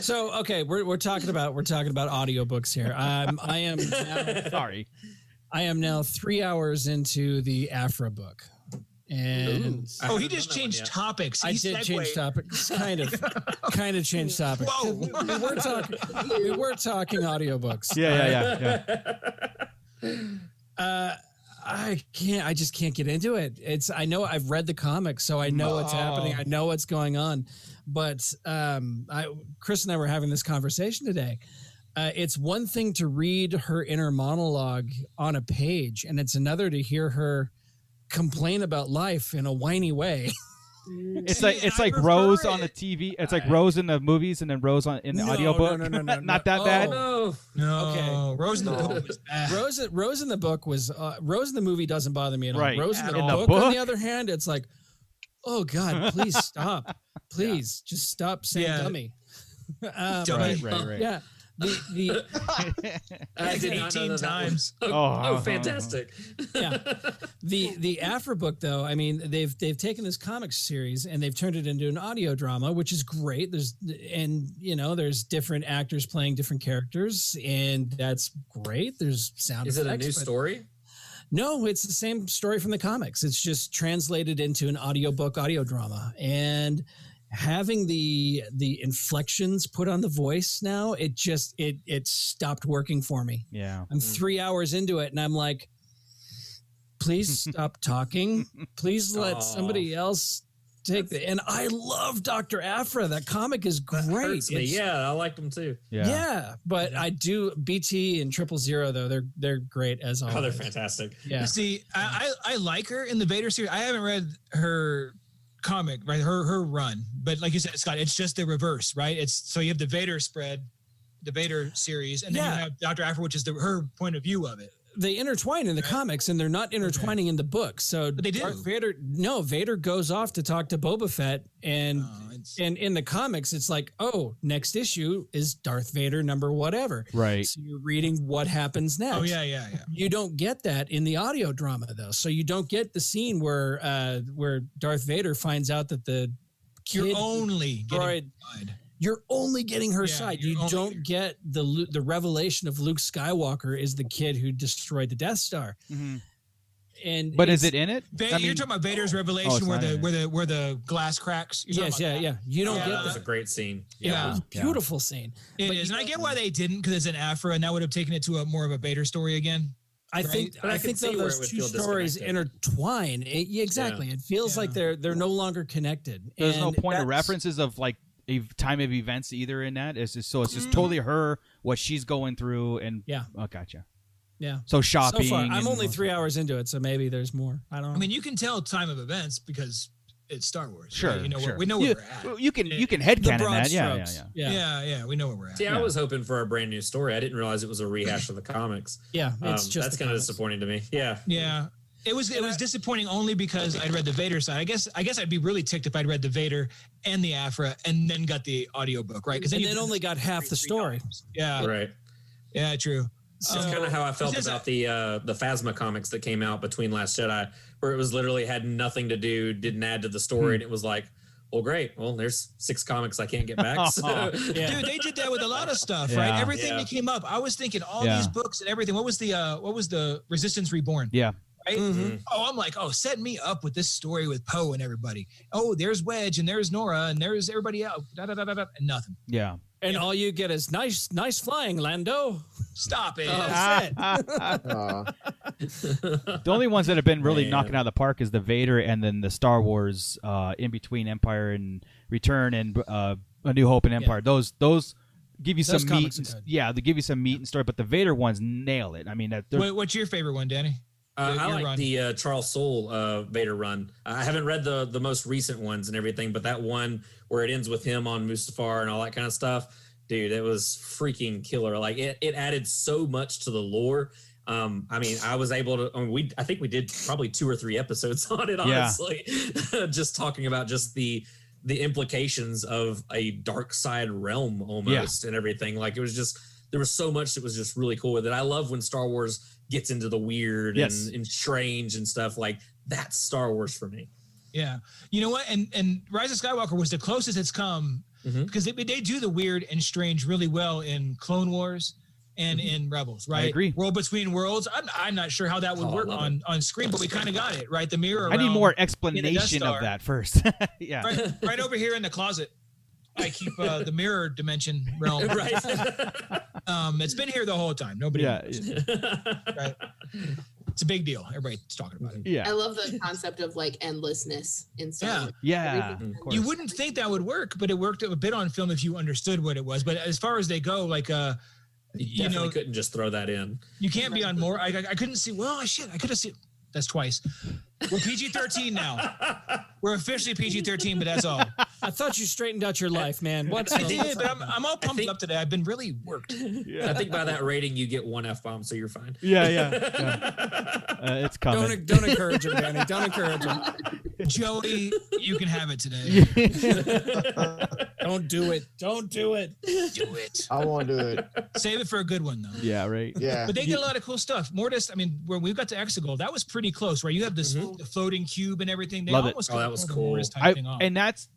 Speaker 9: So okay, we're, we're talking about we're talking about audiobooks here. Um, I am now,
Speaker 8: sorry.
Speaker 9: I am now three hours into the Afra book, and
Speaker 3: Oh, he just changed topics.
Speaker 9: I
Speaker 3: He
Speaker 9: did change
Speaker 3: segued.
Speaker 9: topics, kind of, kind of change topics.
Speaker 3: Whoa.
Speaker 9: We, we were talking, we were talking audiobooks.
Speaker 8: Yeah, yeah, yeah,
Speaker 9: Uh, I can't. I just can't get into it. It's. I know. I've read the comics, so I know what's happening. I know what's going on. But um, I, Chris and I were having this conversation today. Uh, it's one thing to read her inner monologue on a page, and it's another to hear her complain about life in a whiny way.
Speaker 8: It's
Speaker 3: See,
Speaker 8: like it's
Speaker 3: I
Speaker 8: like
Speaker 3: prefer
Speaker 8: Rose on the
Speaker 3: it.
Speaker 8: TV. It's like Rose in the movies and then Rose on in the
Speaker 9: No,
Speaker 8: audiobook.
Speaker 9: no, no, no, no,
Speaker 8: Not
Speaker 9: no.
Speaker 8: that bad.
Speaker 3: Oh.
Speaker 4: No.
Speaker 3: No, Rose in the Book was bad.
Speaker 9: Rose, Rose in the book was uh, Rose in the movie doesn't bother me at all.
Speaker 8: Right.
Speaker 9: Rose in
Speaker 3: At
Speaker 9: the,
Speaker 3: all.
Speaker 9: book,
Speaker 8: In the
Speaker 9: on
Speaker 8: book?
Speaker 9: the other hand, it's like, oh God, please stop, please just stop saying
Speaker 3: Yeah.
Speaker 9: dummy. Um,
Speaker 3: Dummy.
Speaker 8: Right, right, right.
Speaker 9: Yeah, the the
Speaker 4: I did not
Speaker 3: 18
Speaker 4: know that that was-
Speaker 3: times.
Speaker 4: Oh,
Speaker 8: Oh,
Speaker 4: oh,
Speaker 8: oh,
Speaker 4: fantastic.
Speaker 9: yeah the the Afro book though. I mean, they've they've taken this comic series and they've turned it into an audio drama, which is great. There's and you know there's different actors playing different characters, and that's great. There's sound.
Speaker 4: Is it a
Speaker 9: effects,
Speaker 4: new
Speaker 9: but-
Speaker 4: story?
Speaker 9: No, it's the same story from the comics. It's just translated into an audiobook audio drama. And having the the inflections put on the voice now, it just it it stopped working for me.
Speaker 8: Yeah.
Speaker 4: Hmm.
Speaker 9: I'm 3 hours into it and I'm like please stop talking. Please let
Speaker 4: Aw.
Speaker 9: somebody else take the and I love Dr. Afra. That comic is great.
Speaker 4: Hurts me.
Speaker 9: It's-
Speaker 4: Yeah, I liked them too.
Speaker 9: Yeah. but I do BT and Triple Zero though. They're they're great as always.
Speaker 4: Oh, they're fantastic.
Speaker 9: Yeah.
Speaker 3: See, I, I I like her in the Vader series. I haven't read her comic, right? Her her run, but like you said, Scott, it's just the reverse, right? It's so you have the Vader spread, the Vader series, and then
Speaker 9: Yeah.
Speaker 3: you have Doctor Afro, which is the her point of view of it.
Speaker 9: they intertwine in the comics and they're not intertwining in the book. So
Speaker 3: But they do.
Speaker 9: Darth Vader no, Vader goes off to talk to Boba Fett and
Speaker 3: Uh, it's-
Speaker 9: and in the comics it's like, "Oh, next issue is Darth Vader number whatever."
Speaker 8: Right.
Speaker 9: So you're reading what happens next.
Speaker 3: oh yeah, yeah, yeah.
Speaker 9: You don't get that in the audio drama though. So you don't get the scene where uh where Darth Vader finds out that the
Speaker 3: You're
Speaker 9: kid-
Speaker 3: only getting
Speaker 9: droid-
Speaker 3: side.
Speaker 9: you're only getting her
Speaker 3: Yeah,
Speaker 9: side.
Speaker 3: you're
Speaker 9: You
Speaker 3: only
Speaker 9: don't get the Lu- the revelation of Luke Skywalker is the kid who destroyed the Death Star.
Speaker 8: Mhm.
Speaker 9: And
Speaker 8: But is it
Speaker 9: it's-
Speaker 8: in it?
Speaker 3: Va-
Speaker 8: I mean-
Speaker 3: you're talking about Vader's revelation,
Speaker 8: Oh, it's
Speaker 3: where
Speaker 8: not
Speaker 3: the
Speaker 8: in it.
Speaker 3: where the where the glass cracks. You're
Speaker 9: Yes,
Speaker 3: talking
Speaker 9: yeah,
Speaker 3: about
Speaker 9: yeah. You don't
Speaker 3: Yeah.
Speaker 9: get
Speaker 4: That was
Speaker 9: that.
Speaker 4: a great scene.
Speaker 9: Yeah, it was a
Speaker 8: Yeah.
Speaker 9: beautiful scene.
Speaker 3: that. It
Speaker 9: but
Speaker 3: is,
Speaker 9: you
Speaker 3: and I get why they didn't, because it's an Afro, and that would have taken it to a more of a Vader story again.
Speaker 9: I
Speaker 3: Right.
Speaker 9: think
Speaker 4: But I
Speaker 9: I
Speaker 4: can
Speaker 9: think though
Speaker 4: see where it
Speaker 9: those
Speaker 4: would
Speaker 9: two
Speaker 4: feel
Speaker 9: stories
Speaker 4: disconnected.
Speaker 9: intertwine. It- yeah, exactly. It feels
Speaker 3: Yeah.
Speaker 9: like they're they're no longer connected.
Speaker 8: There's no
Speaker 9: And
Speaker 8: point of
Speaker 9: that's-
Speaker 8: references of like a time of events either in that. It's just so it's just totally her what she's going through and
Speaker 9: Mm. Yeah.
Speaker 8: Oh, gotcha.
Speaker 9: Yeah.
Speaker 8: So shopping.
Speaker 9: So far, I'm
Speaker 8: and-
Speaker 9: only three hours into it, so maybe there's more. I don't.
Speaker 3: I mean, you can tell time of events because it's Star Wars.
Speaker 8: Sure.
Speaker 3: right? you know
Speaker 8: sure.
Speaker 3: where, we know where
Speaker 8: you,
Speaker 3: we're at.
Speaker 8: You can you can
Speaker 9: the
Speaker 8: headcanon
Speaker 9: broad
Speaker 8: that. Yeah, yeah,
Speaker 9: strokes.
Speaker 8: yeah.
Speaker 3: Yeah.
Speaker 9: yeah,
Speaker 3: yeah, we know where we're at.
Speaker 4: See, I
Speaker 8: Yeah.
Speaker 4: was hoping for a brand new story. I didn't realize it was a rehash of the comics.
Speaker 9: yeah.
Speaker 4: Um,
Speaker 9: It's just
Speaker 4: that's
Speaker 9: the
Speaker 4: kind of
Speaker 9: comics.
Speaker 4: disappointing to me. Yeah.
Speaker 3: Yeah. It was it was disappointing only because I'd read the Vader side. I guess I guess I'd be really ticked if I'd read the Vader and the Afra and then got the audiobook, right? Because
Speaker 9: And
Speaker 3: you-
Speaker 9: then only got half the story.
Speaker 3: yeah,
Speaker 4: Right.
Speaker 3: yeah, true. Um,
Speaker 4: That's
Speaker 3: So-
Speaker 4: kind of how I felt
Speaker 3: This is a-
Speaker 4: about the uh, the Phasma comics that came out between Last Jedi, where it was literally had nothing to do, didn't add to the story, and it was like, well, great. Well, there's six comics I can't get back. So,
Speaker 3: Dude, they did that with a lot of stuff,
Speaker 8: Yeah.
Speaker 3: right? Everything
Speaker 4: Yeah.
Speaker 3: that came up, I was thinking all
Speaker 8: Yeah.
Speaker 3: these books and everything. What was the uh, what was the Resistance Reborn?
Speaker 8: Yeah.
Speaker 3: Right?
Speaker 9: Mm-hmm.
Speaker 4: Mhm.
Speaker 3: Oh, I'm like, oh, set me up with this story with Poe and everybody. Oh, there's Wedge and there's Nora and there's everybody else. Da, da, da, da, da, and nothing.
Speaker 8: Yeah.
Speaker 9: And all you get is nice, nice flying, Lando.
Speaker 3: Stop it.
Speaker 8: Ah.
Speaker 10: Uh,
Speaker 8: The only ones that have been really
Speaker 4: Man.
Speaker 8: knocking out of the park is the Vader and then the Star Wars uh, in between Empire and Return and uh, A New Hope and Empire. Those those give you
Speaker 9: Those
Speaker 8: some meat.
Speaker 9: comics are
Speaker 8: And,
Speaker 9: good.
Speaker 8: yeah, they give you some meat and story. But the Vader ones nail it. I mean, that they're-
Speaker 3: What- what's your favorite one, Danny?
Speaker 4: Uh,
Speaker 3: Your-
Speaker 4: I
Speaker 3: your
Speaker 4: like
Speaker 3: run.
Speaker 4: the uh, Charles Soule uh, Vader run. I haven't read the the most recent ones and everything, but that one where it ends with him on Mustafar and all that kind of stuff, dude, it was freaking killer. Like it, it added so much to the lore. Um, I mean, I was able to. I mean, we I think we did probably two or three episodes on it,
Speaker 8: Yeah.
Speaker 4: honestly, just talking about just the the implications of a dark side realm almost and everything. Like it was just there was so much that was just really cool with it. I love when Star Wars gets into the weird
Speaker 8: Yes.
Speaker 4: and, and strange and stuff. Like that's Star Wars for me.
Speaker 3: Yeah, you know what? And and Rise of Skywalker was the closest it's come
Speaker 8: Mm-hmm.
Speaker 4: Mhm.
Speaker 3: because they, they do the weird and strange really well in Clone Wars and in Rebels, right?
Speaker 8: Mm-hmm. agree.
Speaker 3: World Between Worlds. I'm, I'm not sure how that would
Speaker 4: Oh, I
Speaker 3: work
Speaker 4: love
Speaker 3: on on screen, but we kind of got it right. The mirror.
Speaker 8: I need
Speaker 3: realm,
Speaker 8: more
Speaker 3: in the Death
Speaker 8: explanation of
Speaker 3: Star.
Speaker 8: that first. yeah.
Speaker 3: Right, right over here in the closet. I keep uh, the mirror dimension realm.
Speaker 4: Right.
Speaker 3: Um, it's been here the whole time. Nobody.
Speaker 8: Yeah.
Speaker 3: It's a big deal. Everybody's talking about it.
Speaker 11: I
Speaker 8: Yeah.
Speaker 11: love the concept of like endlessness in Star
Speaker 3: Yeah.
Speaker 11: Wars.
Speaker 8: Yeah.
Speaker 11: Everything-
Speaker 8: Of course.
Speaker 3: you wouldn't think that would work, but it worked a bit on film if you understood what it was. But as far as they go, like uh,
Speaker 4: You
Speaker 3: You
Speaker 4: definitely
Speaker 3: know-
Speaker 4: couldn't just throw that in.
Speaker 3: you can't be on more. I, I, I couldn't see. Well, shit, I could have seen. That's twice. We're PG thirteen now. We're officially PG thirteen, but that's all.
Speaker 9: I thought you straightened out your life, man. What's
Speaker 3: I did, but I'm, I'm all
Speaker 4: I
Speaker 3: pumped
Speaker 4: think-
Speaker 3: up today. I've been really worked.
Speaker 4: I think by that rating, you get one f bomb, so you're fine.
Speaker 8: Yeah. Yeah. yeah. Uh, it's coming.
Speaker 9: don't don't encourage him, Danny. Don't encourage him.
Speaker 3: Joey, you can have it today.
Speaker 9: Don't do it. Don't do it.
Speaker 3: Do it.
Speaker 10: I won't do it.
Speaker 3: Save it for a good one though.
Speaker 8: yeah. Right.
Speaker 10: Yeah.
Speaker 3: But they did a lot of cool stuff. Mortis, I mean, when we got to Exegol, that was pretty close, right? You have this the floating cube and everything. They
Speaker 8: Love it.
Speaker 3: almost
Speaker 4: Oh,
Speaker 3: got
Speaker 4: that was
Speaker 3: the
Speaker 4: cool.
Speaker 3: Mortis type
Speaker 8: I,
Speaker 3: thing off.
Speaker 8: and that's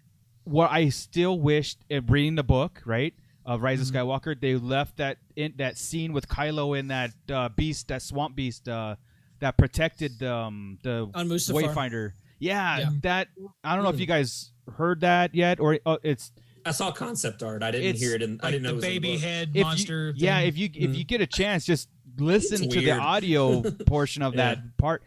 Speaker 8: what I still wished. uh, Reading the book, right, of Rise
Speaker 3: Mm-hmm.
Speaker 8: of Skywalker, they left that in that scene with Kylo and that uh, beast, that swamp beast, uh, that protected um, the
Speaker 3: Oh,
Speaker 9: On Mustafar.
Speaker 8: Wayfinder. Yeah,
Speaker 9: Yeah.
Speaker 8: that I don't know if
Speaker 4: Mm.
Speaker 8: you guys heard that yet, or uh, it's
Speaker 4: I saw concept art. I didn't
Speaker 8: It's
Speaker 4: hear it, and I
Speaker 3: Like
Speaker 4: didn't know
Speaker 3: the
Speaker 4: it was in the
Speaker 3: baby
Speaker 4: book.
Speaker 3: head
Speaker 8: if you-
Speaker 3: monster.
Speaker 8: yeah,
Speaker 3: thing.
Speaker 8: if you if
Speaker 4: Mm.
Speaker 8: you get a chance, just listen
Speaker 4: It's
Speaker 8: to the
Speaker 4: weird.
Speaker 8: audio portion of
Speaker 4: Yeah.
Speaker 8: that part.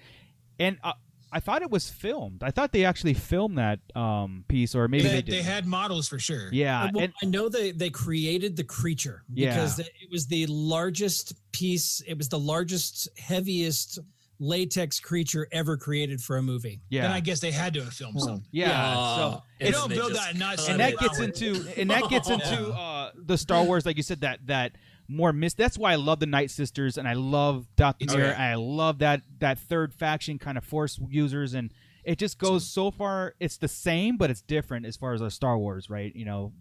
Speaker 8: And uh, I thought it was filmed. I thought they actually filmed that um, piece, or maybe
Speaker 3: they,
Speaker 8: they,
Speaker 3: they
Speaker 8: did.
Speaker 3: had models for sure.
Speaker 8: yeah,
Speaker 9: Well,
Speaker 8: and
Speaker 9: I know they they created the creature because the- it was the largest piece. It was the largest, heaviest latex creature ever created for a movie.
Speaker 8: yeah. Hmm.
Speaker 3: Then I guess they had to have filmed something.
Speaker 8: Yeah.
Speaker 4: Ah,
Speaker 8: so,
Speaker 3: They
Speaker 4: and
Speaker 3: don't
Speaker 4: then
Speaker 3: build
Speaker 4: just
Speaker 3: that in nuts.
Speaker 4: cut
Speaker 8: and
Speaker 3: I
Speaker 8: that
Speaker 3: did.
Speaker 4: it.
Speaker 8: gets into and that gets into uh, the Star Wars, like you said, that that more mist. That's why I love the Night Sisters, and I love Doctor
Speaker 3: Okay.
Speaker 8: Mirror, and I love that that third faction kind of Force users, and it just goes so far. It's the same, but it's different as far as our Star Wars, right? You know,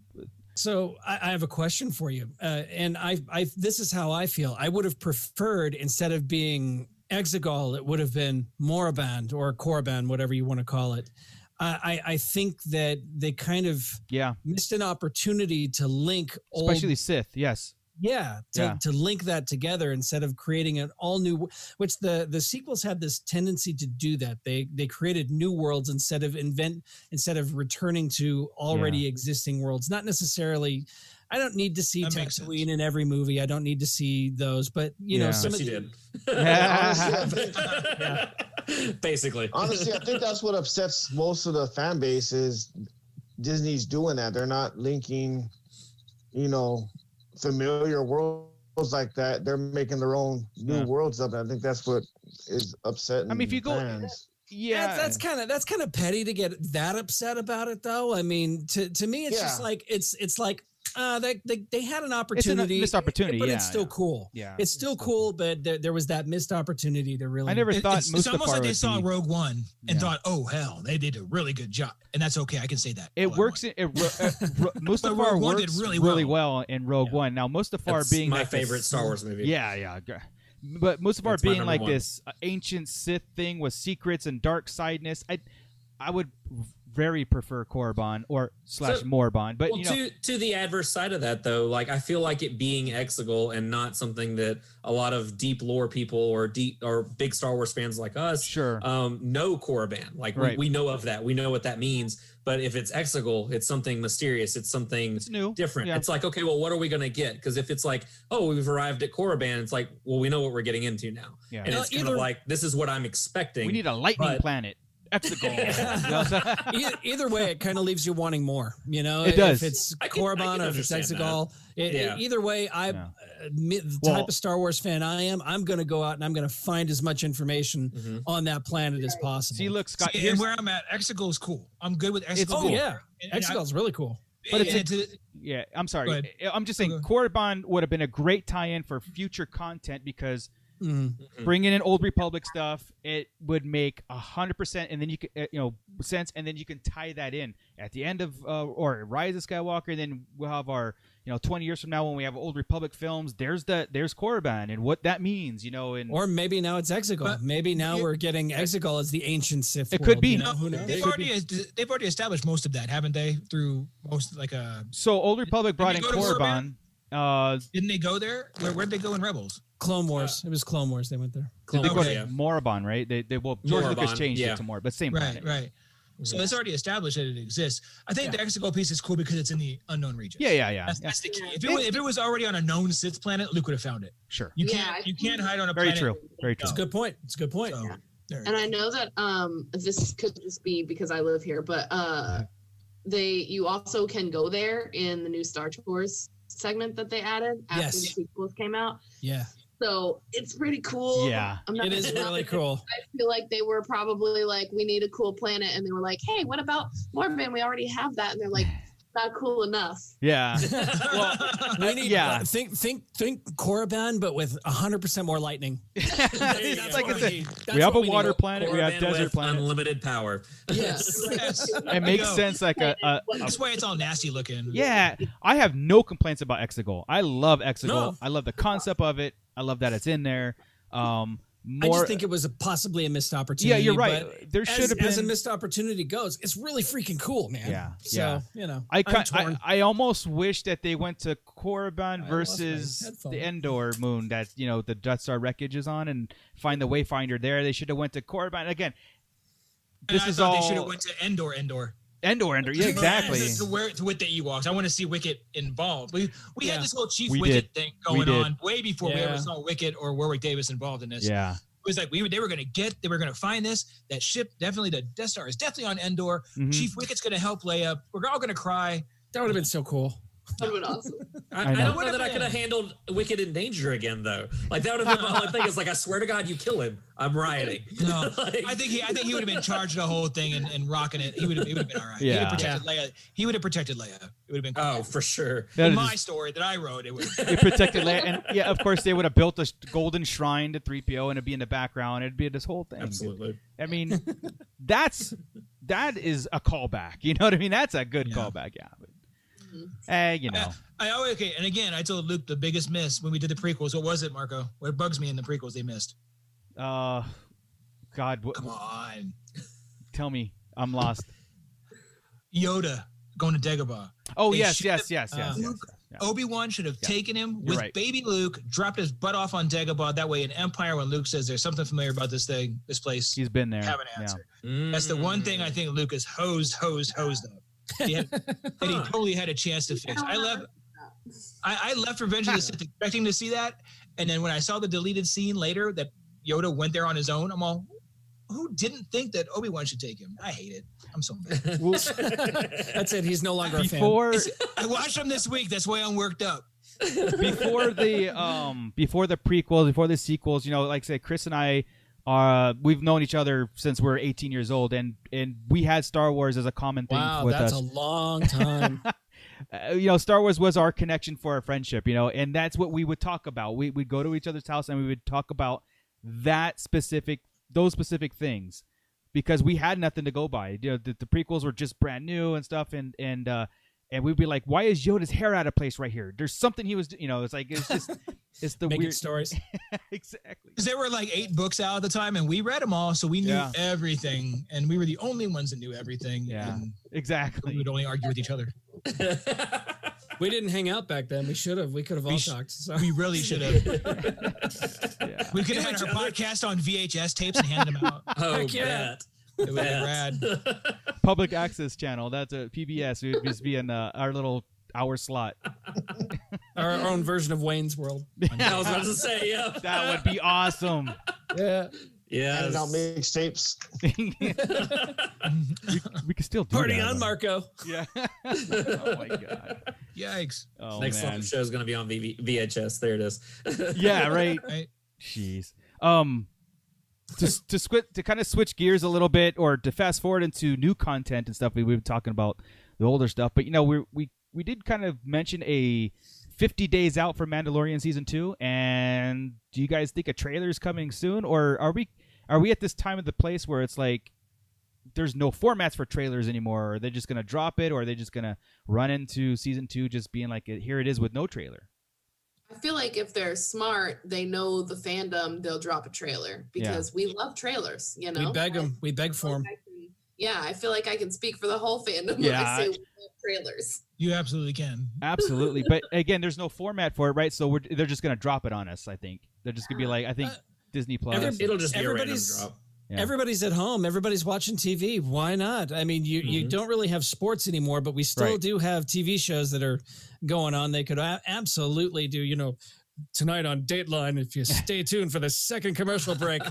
Speaker 9: So I, I have a question for you, uh, and I, I this is how I feel. I would have preferred instead of being Exegol, it would have been Moriband or Korriban, whatever you want to call it. I, I I think that they kind of
Speaker 8: yeah,
Speaker 9: missed an opportunity to link old,
Speaker 8: especially Sith. Yes,
Speaker 9: yeah, to,
Speaker 8: Yeah.
Speaker 9: to link that together instead of creating an all new. Which the the sequels had this tendency to do that. They they created new worlds instead of invent instead of returning to already existing worlds. Not necessarily. I don't need to see
Speaker 3: That makes
Speaker 9: Tatooine
Speaker 3: sense.
Speaker 9: in every movie. I don't need to see those, but you
Speaker 8: Yeah.
Speaker 9: know some
Speaker 4: Yes,
Speaker 9: of
Speaker 4: you
Speaker 9: the-
Speaker 4: did.
Speaker 8: yeah,
Speaker 10: Honestly,
Speaker 4: Basically.
Speaker 10: honestly, I think that's what upsets most of the fan base is Disney's doing that. They're not linking, you know, familiar worlds like that. They're making their own new
Speaker 8: Yeah.
Speaker 10: worlds up. And I think that's what is upsetting.
Speaker 8: I mean, if you go-
Speaker 10: fans.
Speaker 9: That's- that's kind of that's kind of petty to get that upset about it, though. I mean, to to me, it's just
Speaker 10: Yeah.
Speaker 9: like it's it's like uh, they, they they had
Speaker 8: it's an,
Speaker 9: an opportunity,
Speaker 8: missed opportunity.
Speaker 9: but
Speaker 8: yeah,
Speaker 9: it's still
Speaker 8: yeah.
Speaker 9: cool.
Speaker 8: Yeah.
Speaker 9: it's still cool, but there, there was that missed opportunity to really.
Speaker 8: I never
Speaker 3: It-
Speaker 8: thought
Speaker 3: it's, it's almost
Speaker 8: Mustafar
Speaker 3: like they
Speaker 8: would
Speaker 3: saw
Speaker 8: be-
Speaker 3: Rogue One and
Speaker 8: Yeah.
Speaker 3: thought, "Oh hell, they did a really good job," and that's okay. I can say that.
Speaker 8: It
Speaker 3: all I
Speaker 8: works.
Speaker 3: want.
Speaker 8: In, it, ro- uh, ro- Mustafar
Speaker 3: Rogue One
Speaker 8: works
Speaker 3: did
Speaker 8: really
Speaker 3: really
Speaker 8: well.
Speaker 3: well.
Speaker 8: in Rogue
Speaker 4: Yeah.
Speaker 8: One. Now Mustafar
Speaker 4: That's
Speaker 8: being
Speaker 4: my
Speaker 8: like this-
Speaker 4: favorite Star Wars movie.
Speaker 8: Yeah, yeah. g- But Mustafar
Speaker 4: That's my
Speaker 8: being
Speaker 4: number
Speaker 8: like
Speaker 4: one.
Speaker 8: this uh, ancient Sith thing with secrets and dark sideness. I, I would very prefer Korriban or slash
Speaker 4: So-
Speaker 8: Morbon. But
Speaker 4: well,
Speaker 8: you know,
Speaker 4: to to the adverse side of that though, like I feel like it being Exegol and not something that a lot of deep lore people or deep or big Star Wars fans like us
Speaker 8: sure.
Speaker 4: um, know Korriban. Like
Speaker 8: Right.
Speaker 4: we, we know of that. We know what that means. But if it's Exegol, it's something mysterious. It's something
Speaker 8: it's new.
Speaker 4: different.
Speaker 8: Yeah.
Speaker 4: It's like, okay, well, what are we going to get? Because if it's like, oh, we've arrived at Korriban, it's like, well, we know what we're getting into now.
Speaker 8: Yeah.
Speaker 4: And
Speaker 9: Well,
Speaker 4: it's kind
Speaker 9: either-
Speaker 4: of like, this is what I'm expecting.
Speaker 8: We need a lightning
Speaker 4: but-
Speaker 8: planet. Exegol.
Speaker 9: E- either, way, it kind of leaves you wanting more. You know,
Speaker 8: It does.
Speaker 9: If it's
Speaker 4: I can- I
Speaker 9: Korriban
Speaker 4: can
Speaker 9: or if it's
Speaker 4: understand that.
Speaker 9: Exegol, it, it-
Speaker 4: Yeah.
Speaker 9: either way, I uh,
Speaker 8: Yeah.
Speaker 9: me, the
Speaker 8: Well-
Speaker 9: type of Star Wars fan I am, I'm going to go out and I'm going to find as much information
Speaker 4: Mm-hmm.
Speaker 9: on that planet as possible.
Speaker 8: See, look, Scott.
Speaker 3: See,
Speaker 8: here's-
Speaker 3: and where I'm at, Exegol is cool. I'm good with Exegol.
Speaker 8: It's
Speaker 9: oh
Speaker 8: cool.
Speaker 9: yeah,
Speaker 3: And- and I-
Speaker 9: Exegol's really cool.
Speaker 8: But it's
Speaker 3: and
Speaker 8: a-
Speaker 3: it's a-
Speaker 8: Yeah, I'm sorry.
Speaker 3: Go ahead.
Speaker 8: I- I'm just saying,
Speaker 3: Go ahead.
Speaker 8: Korriban would have been a great tie-in for future content because
Speaker 3: Mm.
Speaker 9: Mhm.
Speaker 8: bringing in Old Republic stuff, it would make hundred percent, and then you could, uh, you know, sense, and then you can tie that in at the end of uh, or Rise of Skywalker. And then we'll have our, you know, 20 years from now when we have Old Republic films. There's the there's Korriban and what that means, you know, and
Speaker 9: Or maybe now it's Exegol.
Speaker 3: But-
Speaker 9: maybe now
Speaker 3: Yeah.
Speaker 9: we're getting Exegol as the ancient Sith.
Speaker 8: It
Speaker 9: world,
Speaker 8: could be.
Speaker 9: you know?
Speaker 3: no,
Speaker 9: Who knows?
Speaker 3: they've
Speaker 8: Could
Speaker 3: already they've already established most of that, haven't they? Through most like uh,
Speaker 8: so Old Republic brought in
Speaker 3: Did you go to
Speaker 8: Korriban. Uh,
Speaker 3: didn't they go there? Where where'd they go in Rebels?
Speaker 9: Clone Wars. it was Clone Wars. They went there.
Speaker 8: did they go
Speaker 3: Okay.
Speaker 8: to Moribon, right? They, they well, George Lucas
Speaker 4: Moribon,
Speaker 8: changed
Speaker 4: yeah.
Speaker 8: it to Moribon, but same
Speaker 3: Right,
Speaker 8: planet.
Speaker 3: right. So it's already established that it exists. I think the Exegol piece is cool because it's in the unknown region.
Speaker 8: Yeah, yeah, yeah,
Speaker 3: That's,
Speaker 8: yeah.
Speaker 3: that's the key. If it, was, if it was already on a known Sith planet, Luke would have found it.
Speaker 8: Sure.
Speaker 3: You
Speaker 11: Yeah,
Speaker 3: can't
Speaker 11: I
Speaker 3: you
Speaker 11: think-
Speaker 3: can't hide on a
Speaker 8: Very
Speaker 3: planet.
Speaker 8: true. Very true.
Speaker 9: It's a good point. It's a good point.
Speaker 3: So, there you
Speaker 11: And
Speaker 3: go.
Speaker 11: I know that um, this could just be because I live here, but uh, they you also can go there in the new Star Tours segment that they added after
Speaker 9: Yes.
Speaker 11: the sequels came out.
Speaker 9: Yeah,
Speaker 11: So it's pretty cool.
Speaker 8: Yeah.
Speaker 11: I'm not
Speaker 9: it
Speaker 11: gonna
Speaker 9: is
Speaker 11: lie.
Speaker 9: really cool.
Speaker 11: I feel like they were probably like, we need a cool planet, and they were like, hey, what about Morbin? We already have that, and they're like, not cool enough.
Speaker 8: Yeah.
Speaker 9: We need
Speaker 8: Yeah.
Speaker 9: uh, think think think Korriban, but with hundred percent more lightning.
Speaker 8: It's
Speaker 4: That's
Speaker 8: like
Speaker 4: what
Speaker 8: it's
Speaker 4: we
Speaker 8: a-
Speaker 4: need.
Speaker 9: That's
Speaker 8: we have
Speaker 9: what
Speaker 8: a water
Speaker 9: need.
Speaker 8: planet. We have
Speaker 4: Korriban
Speaker 8: desert
Speaker 4: with
Speaker 8: planet.
Speaker 4: Unlimited power.
Speaker 9: Yes.
Speaker 3: Yes.
Speaker 8: It makes
Speaker 3: Yo.
Speaker 8: sense like a, a, a-
Speaker 3: That's why it's all nasty looking.
Speaker 8: yeah. I have no complaints about Exegol. I love Exegol.
Speaker 9: No.
Speaker 8: I love the concept of it. I love that it's in there. Um,
Speaker 9: I
Speaker 8: more.
Speaker 9: just think it was a possibly a missed
Speaker 8: yeah,
Speaker 9: opportunity.
Speaker 8: you're
Speaker 9: but
Speaker 8: right. There should
Speaker 9: As,
Speaker 8: have been.
Speaker 9: as a missed opportunity goes, it's really freaking cool, man.
Speaker 8: Yeah,
Speaker 9: So
Speaker 8: yeah.
Speaker 9: you know,
Speaker 8: I,
Speaker 9: I'm
Speaker 8: ca-
Speaker 9: torn.
Speaker 8: I I almost wish that they went to Korriban
Speaker 9: my
Speaker 8: versus
Speaker 9: headphone.
Speaker 8: the Endor moon that you know the Death Star wreckage is on and find the Wayfinder there. They should have went to Korriban again.
Speaker 3: And
Speaker 8: This
Speaker 3: I
Speaker 8: is
Speaker 3: thought
Speaker 8: all
Speaker 3: They should have went to Endor. Endor.
Speaker 8: Endor, Endor. Yeah,
Speaker 3: Yes,
Speaker 8: exactly.
Speaker 3: To where to with the Ewoks, I want to see Wicket involved. We we
Speaker 9: Yeah.
Speaker 3: had this whole Chief
Speaker 8: We
Speaker 3: Wicket
Speaker 8: did.
Speaker 3: thing
Speaker 8: We
Speaker 3: going
Speaker 8: did.
Speaker 3: on way before we
Speaker 9: Yeah.
Speaker 3: ever saw Wicket or Warwick Davis involved in this.
Speaker 8: Yeah.
Speaker 3: It was like we were, they were going to get, they were going to find this. That ship definitely, the Death Star is definitely on Endor.
Speaker 8: Mhm.
Speaker 3: Chief Wicket's going to help Leia. We're all going to cry.
Speaker 9: that would have been so cool.
Speaker 11: That would awesome.
Speaker 4: I,
Speaker 8: I
Speaker 4: I,
Speaker 8: know.
Speaker 4: don't know that I could have handled Wicked in danger again, though. Like that would have been my whole thing. It's like I swear to God, you kill him, I'm rioting.
Speaker 3: No,
Speaker 4: Like-
Speaker 3: I think he, I think he would have been charged the whole thing and, and rocking it. He would have, he would have been all right. He would
Speaker 8: Yeah. Uh,
Speaker 3: have protected Leia. He would have protected Leia. It would have been.
Speaker 4: Oh, for sure.
Speaker 8: That
Speaker 3: in
Speaker 8: is
Speaker 3: my
Speaker 8: just-
Speaker 3: story that I wrote, it would.
Speaker 8: it protected Leia, and yeah, of course they would have built a sh- golden shrine to three PO, and it'd be in the background. It'd be this whole thing.
Speaker 4: Absolutely.
Speaker 8: I mean, that's that is a callback. You know what I mean? That's a good
Speaker 3: Yeah.
Speaker 8: callback. Yeah. But,
Speaker 3: Mm-hmm.
Speaker 8: eh, you know.
Speaker 3: I always okay. And again, I told Luke the biggest miss when we did the prequels. What was it, Marco? What bugs me in the prequels they missed?
Speaker 8: Uh, God, wh-
Speaker 3: Come on,
Speaker 8: tell me, I'm lost.
Speaker 3: Yoda going to Dagobah.
Speaker 8: Oh
Speaker 3: They
Speaker 8: yes,
Speaker 3: should
Speaker 8: yes, yes,
Speaker 3: uh,
Speaker 8: yes, yes,
Speaker 3: Luke-
Speaker 8: yes, yes.
Speaker 3: Obi Wan should have
Speaker 8: Yeah.
Speaker 3: taken him
Speaker 8: You're
Speaker 3: with
Speaker 8: right.
Speaker 3: baby Luke, dropped his butt off on Dagobah. That way, in Empire, when Luke says there's something familiar about this thing, this place,
Speaker 8: He's been there.
Speaker 3: have an
Speaker 8: Yeah.
Speaker 3: answer. That's the one thing I think Luke is hosed, hosed, hosed of. He had- that he
Speaker 4: Huh.
Speaker 3: totally had a chance to fix. I left. I, I left Revenge of the Sith expecting to see that, and then when I saw the deleted scene later that Yoda went there on his own, I'm all, who didn't think that Obi Wan should take him? I hate it. I'm so mad.
Speaker 8: Well,
Speaker 4: Mm.
Speaker 9: That's it. He's no longer a fan.
Speaker 8: before
Speaker 3: I watched him this week. That's why I'm worked up.
Speaker 8: before the um before the prequels, before the sequels, you know, like I said, Chris and I are we've known each other since we were 18 years old, and and we had Star Wars as a common thing
Speaker 9: Wow,
Speaker 8: with
Speaker 9: that's
Speaker 8: us.
Speaker 9: a long time.
Speaker 8: Uh, you know, Star Wars was our connection for our friendship. You know, and that's what we would talk about. We would go to each other's house and we would talk about that specific those specific things because we had nothing to go by. You know, the, the prequels were just brand new and stuff, and and uh, and we'd be like, why is Yoda's hair out of place right here? There's something he was, do-" you know, it's like it's just. It's the
Speaker 9: Making
Speaker 8: weird
Speaker 9: stories.
Speaker 8: exactly.
Speaker 3: Because there were like eight books out at the time, and we read them all, so we knew
Speaker 8: Yeah.
Speaker 3: everything, and we were the only ones that knew everything.
Speaker 8: Yeah.
Speaker 3: and we
Speaker 8: Exactly.
Speaker 3: would only argue with each other.
Speaker 9: We didn't hang out back then. We should have. We could have all
Speaker 3: sh-
Speaker 9: talked. So.
Speaker 3: We really should have.
Speaker 8: Yeah.
Speaker 3: We could have had our podcast on VHS tapes and handed them out.
Speaker 4: oh,
Speaker 9: Heck yeah.
Speaker 4: bet.
Speaker 3: It would
Speaker 4: Bet.
Speaker 3: have been rad.
Speaker 8: Public access channel. That's a PBS. It would just be in uh, our little hour slot.
Speaker 9: Our own version of Wayne's World.
Speaker 4: I was about to say, yeah.
Speaker 8: That would be awesome.
Speaker 9: Yeah.
Speaker 4: Yeah.
Speaker 10: handing out mixtapes.
Speaker 8: we, we could still do
Speaker 9: Party
Speaker 8: that,
Speaker 9: on,
Speaker 8: though.
Speaker 9: Marco.
Speaker 8: Yeah. oh my god.
Speaker 3: Yikes!
Speaker 8: Oh,
Speaker 4: Next
Speaker 8: man.
Speaker 4: live show is going to be on VV- VHS. There it is.
Speaker 8: yeah, right.
Speaker 3: Right.
Speaker 8: Jeez. Um, to to squi- to kind of switch gears a little bit, or to fast forward into new content and stuff. We we were talking about the older stuff, but you know, we we we did kind of mention a. 50 days out for Mandalorian season 2 and do you guys think a trailer is coming soon or are we are we at this time of the place where it's like there's no formats for trailers anymore or they're just going to drop it or are they just going to run into season 2 just being like here it is with no trailer
Speaker 11: I feel like if they're smart, they know the fandom, they'll drop a trailer because we love trailers, you know?
Speaker 9: We beg them. We beg for them.
Speaker 11: I can- yeah, I feel like I can speak for the whole fandom when
Speaker 8: Yeah,
Speaker 11: I say
Speaker 8: I-
Speaker 11: we love trailers.
Speaker 3: You absolutely can.
Speaker 8: Absolutely, but again, there's no format for it, right? So we're they're just gonna drop it on us. I think they're just gonna be like, I think
Speaker 9: Uh,
Speaker 8: Disney Plus.
Speaker 9: every-
Speaker 4: It'll just be a random
Speaker 9: Everybody's-
Speaker 4: drop.
Speaker 8: Yeah.
Speaker 9: Everybody's at home. Everybody's watching TV. Why not? I mean, you you
Speaker 4: Mhm.
Speaker 9: don't really have sports anymore, but we still
Speaker 8: Mm-hmm. Right.
Speaker 9: do have TV shows that are going on. They could a- absolutely do. You know, tonight on Dateline, if you stay tuned for the second commercial break,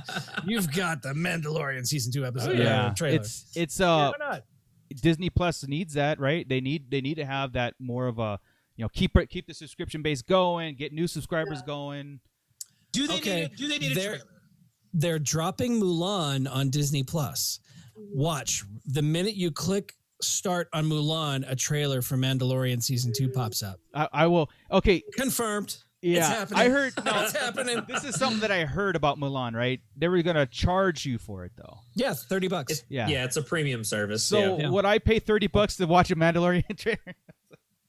Speaker 9: you've got the Mandalorian season two episode. uh,
Speaker 8: Oh, yeah,
Speaker 9: trailer.
Speaker 8: it's it's uh
Speaker 3: why not?
Speaker 8: Disney Plus needs that, right? They need they need to have that more of a you know keep it keep the subscription base going, get new subscribers going.
Speaker 3: Do they
Speaker 9: Okay,
Speaker 3: need? A, do they need a
Speaker 9: there-
Speaker 3: trailer?
Speaker 9: they're dropping Mulan on Disney Plus. Watch the minute you click start on Mulan, a trailer for Mandalorian season two pops up.
Speaker 8: I, I will. Okay,
Speaker 9: Confirmed. It's
Speaker 8: yeah,
Speaker 9: happening.
Speaker 8: I heard. No,
Speaker 9: It's happening.
Speaker 8: this is something that I heard about Mulan, right? They were gonna charge you for it though.
Speaker 9: Yeah, thirty bucks.
Speaker 8: Yeah.
Speaker 4: Yeah, it's a premium service.
Speaker 8: So
Speaker 4: yeah.
Speaker 9: Yeah.
Speaker 8: would I pay thirty bucks to watch a Mandalorian trailer?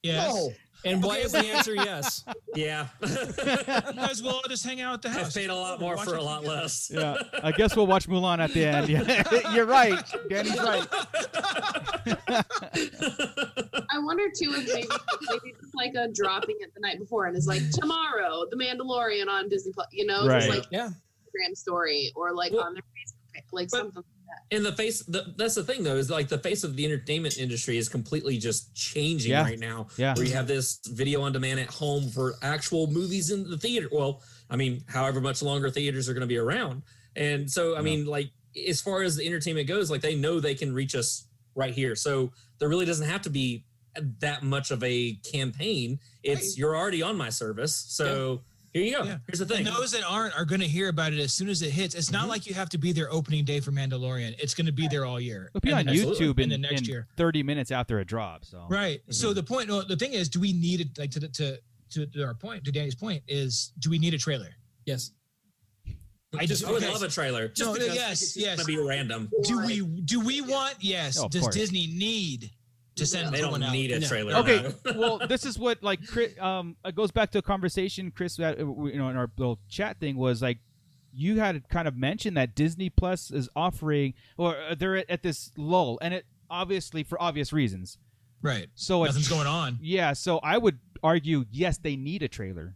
Speaker 3: Yes.
Speaker 9: and why is the answer yes?
Speaker 4: yeah.
Speaker 3: You guys will all just hang out at the
Speaker 4: I've
Speaker 3: house.
Speaker 4: paid a lot more
Speaker 3: Watch
Speaker 4: for
Speaker 3: it
Speaker 4: a lot
Speaker 3: together.
Speaker 4: less.
Speaker 8: yeah, I guess we'll watch Mulan at the end. Yeah. You're right. Danny's right.
Speaker 11: I wonder too if maybe, maybe it's like a dropping it the night before and it's like tomorrow, The Mandalorian on Disney Plus, you know, just
Speaker 8: Right.
Speaker 11: like
Speaker 9: Yeah.
Speaker 11: Instagram story or like
Speaker 4: Well-
Speaker 11: on their Facebook, page, like
Speaker 4: But-
Speaker 11: something.
Speaker 4: in the face the, that's the thing though is like the face of the entertainment industry is completely just changing
Speaker 8: Yeah.
Speaker 4: right now
Speaker 8: Yeah.
Speaker 4: where you have this video on demand at home for actual movies in the theater well i mean however much longer theaters are going to be around and so i
Speaker 8: Yeah.
Speaker 4: mean like as far as the entertainment goes like they know they can reach us right here so there really doesn't have to be that much of a campaign it's
Speaker 3: Right.
Speaker 4: you're already on my service so here you go
Speaker 3: Yeah.
Speaker 4: here's the thing
Speaker 3: And those that aren't are going to hear about it as soon as it hits. It's
Speaker 8: Mm-hmm.
Speaker 3: not like you have to be there opening day for Mandalorian. It's going to be there all year.
Speaker 8: It'll be
Speaker 3: And
Speaker 8: on
Speaker 3: the next-
Speaker 8: YouTube
Speaker 3: and
Speaker 8: in,
Speaker 3: the next
Speaker 8: in Oh,
Speaker 3: year.
Speaker 8: 30 minutes after it drops. So
Speaker 3: Right. So the point, no, the thing is, do we need it? Like to the- to to to our point, to Danny's point, is do we need a trailer?
Speaker 9: Yes.
Speaker 3: I
Speaker 4: i
Speaker 3: just-
Speaker 4: just would
Speaker 3: okay.
Speaker 4: love a trailer just
Speaker 3: No,
Speaker 4: because
Speaker 3: yes,
Speaker 4: it's
Speaker 3: yes.
Speaker 4: going to be random
Speaker 3: Do we do we want? Yes.
Speaker 8: Oh, of
Speaker 3: Does
Speaker 8: course.
Speaker 3: Disney need to send
Speaker 4: They don't
Speaker 3: someone out?
Speaker 4: need a
Speaker 9: No.
Speaker 4: trailer.
Speaker 8: Okay.
Speaker 4: no.
Speaker 8: well, this is what like Chris, um it goes back to a conversation Chris that uh, we- you know in our little chat thing was like you had kind of mentioned that Disney Plus is offering or uh, they're at, at this lull and it obviously for obvious reasons.
Speaker 3: Right.
Speaker 8: So it's
Speaker 3: Nothing's going on.
Speaker 8: Yeah, so I would argue yes, they need a trailer.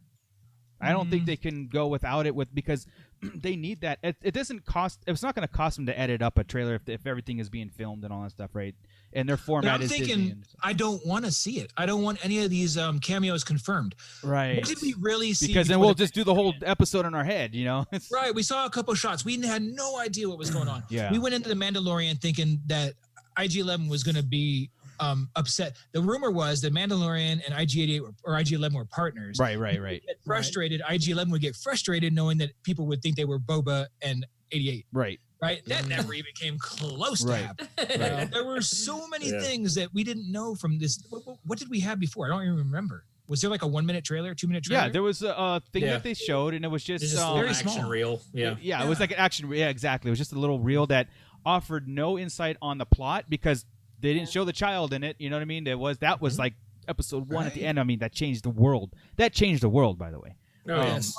Speaker 8: I don't think
Speaker 3: Mm.
Speaker 8: they can go without it with because they need that. It, it doesn't cost. It's not going to cost them to edit up a trailer if, if everything is being filmed and all that stuff, right? And their
Speaker 3: But
Speaker 8: format
Speaker 3: I'm
Speaker 8: is
Speaker 3: thinking, I don't want to see it. I don't want any of these um, cameos confirmed.
Speaker 8: right?
Speaker 3: What did we really see?
Speaker 8: Because then
Speaker 3: before
Speaker 8: we'll
Speaker 3: the-
Speaker 8: just do the whole episode in our head, you know? It's-
Speaker 3: Right, we saw a couple shots. We had no idea what was going on.
Speaker 8: Yeah.
Speaker 3: We went into the Mandalorian thinking that IG11 was going to be um, upset. The rumor was that Mandalorian and IG88 were, or IG11 were partners.
Speaker 8: right, right, right,
Speaker 3: Get frustrated. IG11 would get frustrated knowing that people would think they were Boba and 88.
Speaker 8: right,
Speaker 3: Right, that never even came close to
Speaker 8: Right.
Speaker 3: happening.
Speaker 9: Yeah.
Speaker 3: There were so many
Speaker 4: Yeah.
Speaker 3: things that we didn't know from this. What, what- what did we have before? I don't even remember. Was there like a one minute trailer, two minute trailer?
Speaker 8: Yeah, there was a, uh thing
Speaker 4: Yeah.
Speaker 8: that they showed, and it was just,
Speaker 4: It's just a
Speaker 8: um,
Speaker 4: little
Speaker 3: very
Speaker 4: action
Speaker 3: small.
Speaker 4: reel. Yeah.
Speaker 8: it was
Speaker 3: Yeah.
Speaker 8: like an action. re- Yeah, exactly. It was just a little reel that offered no insight on the plot because they didn't show the child in it. You know what I mean? It was that
Speaker 4: Mm-hmm.
Speaker 8: was like episode one at the
Speaker 3: Right.
Speaker 8: end. I mean, that changed the world. That changed the world, by the way. Um,
Speaker 4: Oh, yeah.
Speaker 8: yes.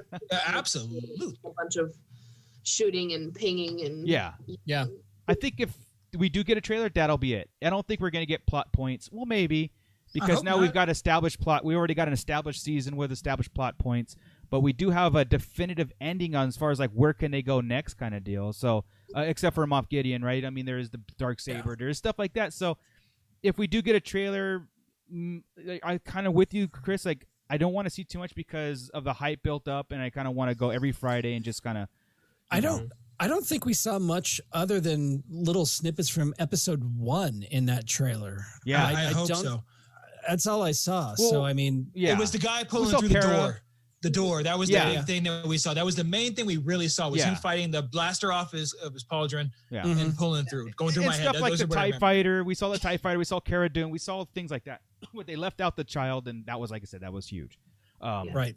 Speaker 3: Yeah, absolutely.
Speaker 11: a bunch of shooting and pinging and
Speaker 8: Yeah,
Speaker 9: Yeah.
Speaker 8: I think if we do get a trailer, that'll be it. I don't think we're gonna get plot points. Well, maybe because
Speaker 3: hope
Speaker 8: now we've
Speaker 3: not.
Speaker 8: got established plot. We already got an established season with established plot points, but we do have a definitive ending on as far as like where can they go next kind of deal. So uh, except for Moff Gideon, right? I mean, there is the dark saber, there's stuff like that. So if we do get a trailer, mm, like, I kind of with you, Chris. Like I don't want to see too much because of the hype built up, and I kind of want to go every Friday and just kind of
Speaker 9: I don't. I don't think we saw much other than little snippets from episode one in that trailer.
Speaker 8: Yeah.
Speaker 3: I, hope
Speaker 9: don't,
Speaker 3: so.
Speaker 9: that's all I saw. so
Speaker 8: Well,
Speaker 9: I mean,
Speaker 8: yeah.
Speaker 3: It was the guy pulling
Speaker 8: saw
Speaker 3: through the
Speaker 8: Kara.
Speaker 3: door. The door. That was
Speaker 8: Yeah.
Speaker 3: the big thing that we saw. That was the main thing we really saw was him
Speaker 8: Yeah. Mm-hmm.
Speaker 3: fighting the blaster off his of his pauldron
Speaker 8: Yeah.
Speaker 3: and pulling through, going through
Speaker 8: and
Speaker 3: my
Speaker 8: stuff
Speaker 3: head. That-
Speaker 8: like
Speaker 3: those
Speaker 8: the
Speaker 3: are what I
Speaker 8: Tie
Speaker 3: remember.
Speaker 8: Fighter. We saw the Tie Fighter. We saw Cara Dune. We saw things like that. But they left out the child, and that was like I said, that was huge. Um,
Speaker 9: right?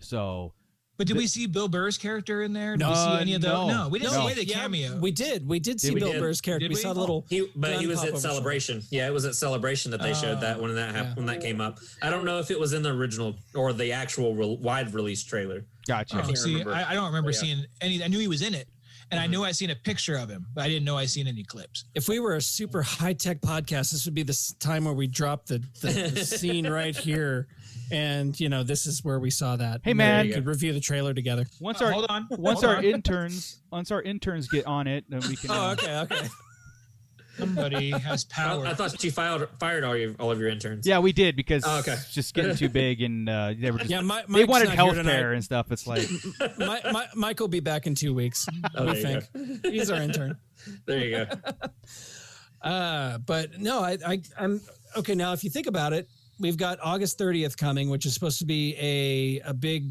Speaker 8: So
Speaker 3: But did we see Bill Burr's character in there? Did
Speaker 9: No.
Speaker 3: we
Speaker 8: Uh,
Speaker 3: see any of those?
Speaker 8: no.
Speaker 3: No, we didn't
Speaker 8: No.
Speaker 3: see the cameo.
Speaker 9: We did, we did see
Speaker 8: we
Speaker 9: Bill
Speaker 4: did.
Speaker 9: Burr's character.
Speaker 3: Did
Speaker 9: we
Speaker 3: we?
Speaker 9: saw the little.
Speaker 4: He, but
Speaker 9: Gun
Speaker 4: he was
Speaker 9: pop
Speaker 4: at
Speaker 9: over shoulder.
Speaker 4: celebration. Yeah, it was at celebration that they showed that
Speaker 9: Oh,
Speaker 4: when that
Speaker 9: yeah.
Speaker 4: happened, when that came up. I don't know if it was in the original or the actual re- wide release trailer.
Speaker 8: gotcha.
Speaker 3: Oh,
Speaker 4: can't
Speaker 3: see,
Speaker 4: remember.
Speaker 3: I, I don't remember
Speaker 4: Yeah. Mm-hmm.
Speaker 3: seeing any. I knew he was in it, and I knew I seen a picture of him, but I didn't know I seen any clips.
Speaker 9: If we were a super high tech podcast, this would be the s- time where we drop the, the, the scene right here, and you know this is where we saw that.
Speaker 8: Hey,
Speaker 9: And then
Speaker 8: man.
Speaker 9: we could review the trailer together.
Speaker 8: Once
Speaker 3: Uh,
Speaker 8: our
Speaker 3: hold on.
Speaker 8: once
Speaker 3: hold
Speaker 8: our
Speaker 3: on.
Speaker 8: interns once our interns get on it, then we can.
Speaker 9: Oh,
Speaker 8: uh,
Speaker 9: okay, okay.
Speaker 3: somebody has
Speaker 4: I,
Speaker 3: power.
Speaker 4: I thought you filed, fired all your all of your interns.
Speaker 8: Yeah, we did because
Speaker 4: Oh, okay.
Speaker 8: it's just getting too big, and uh, they were just
Speaker 9: Yeah, my,
Speaker 8: they
Speaker 9: Mike's
Speaker 8: wanted
Speaker 9: not here
Speaker 8: health
Speaker 9: tonight.
Speaker 8: care and stuff. It's like
Speaker 9: My, my, Mike will be back in two weeks.
Speaker 4: Oh,
Speaker 9: we
Speaker 4: there you
Speaker 9: think he's our intern.
Speaker 4: There you go.
Speaker 9: Uh, but no, I, I, I'm okay. Now, if you think about it, we've got August 30th coming, which is supposed to be a a big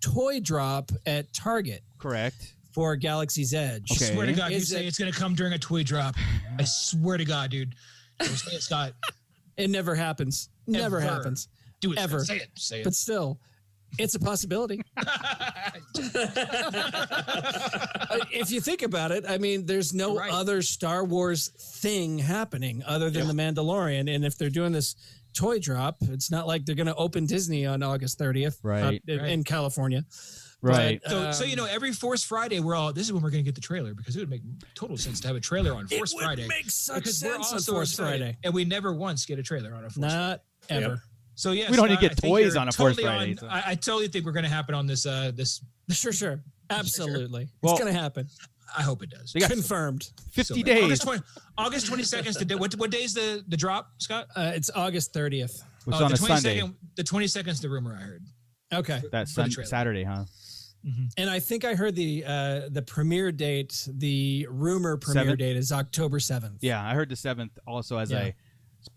Speaker 9: toy drop at Target
Speaker 8: correct.
Speaker 9: for Galaxy's Edge.
Speaker 8: Okay.
Speaker 3: swear to God, you
Speaker 9: Is
Speaker 3: say
Speaker 9: it-
Speaker 3: it's gonna come during a toy drop. I swear to God, dude. Just say it, Scott.
Speaker 9: It never happens. Never
Speaker 3: Ever.
Speaker 9: happens.
Speaker 3: Do it.
Speaker 9: Ever.
Speaker 3: Scott. Say it. Say it.
Speaker 9: But still, it's a possibility. Uh, if you think about it, I mean, there's no
Speaker 3: You're right.
Speaker 9: other Star Wars thing happening other than The Mandalorian. And if they're doing this toy drop, it's not like they're going to open Disney on August 30th uh,
Speaker 8: Right.
Speaker 9: in, in California.
Speaker 8: Right.
Speaker 9: But,
Speaker 3: so,
Speaker 9: um,
Speaker 3: so you know, every Force Friday, we're all. This is when we're gonna get the trailer because it would make total sense to have a trailer on
Speaker 9: it
Speaker 3: Force
Speaker 9: would
Speaker 3: Friday.
Speaker 9: make such
Speaker 3: because we're
Speaker 9: sense
Speaker 3: all
Speaker 9: on
Speaker 3: so
Speaker 9: Force
Speaker 3: excited,
Speaker 9: Friday.
Speaker 3: and we never once get a trailer on a Force. Friday.
Speaker 9: Not ever.
Speaker 3: So yeah,
Speaker 8: We don't
Speaker 3: Scott,
Speaker 8: even get
Speaker 3: I think
Speaker 8: toys
Speaker 3: you're
Speaker 8: on a Force
Speaker 3: totally
Speaker 8: Friday,
Speaker 3: on-
Speaker 8: so-
Speaker 3: I, I totally think we're gonna happen on this. Uh, this.
Speaker 9: Sure, sure. Absolutely.
Speaker 8: Well-
Speaker 9: it's going to happen.
Speaker 3: I hope it does.
Speaker 8: They got
Speaker 9: Confirmed.
Speaker 8: fifty
Speaker 3: bad.
Speaker 8: days.
Speaker 3: August twenty. August twenty second is the day. What what day is the the drop, Scott?
Speaker 9: Uh, it's August 30th.
Speaker 8: was
Speaker 3: Uh,
Speaker 8: on
Speaker 3: the
Speaker 8: a Sunday.
Speaker 3: 22nd The twenty second is the rumor I heard.
Speaker 9: Okay.
Speaker 8: That
Speaker 3: for the
Speaker 8: sun-
Speaker 3: trailer.
Speaker 8: Saturday, huh?
Speaker 9: And I think I heard the uh, the premiere date, the rumor premiere
Speaker 8: Seventh?
Speaker 9: date is October 7th.
Speaker 8: Yeah, I heard the seventh also as
Speaker 9: Yeah.
Speaker 8: a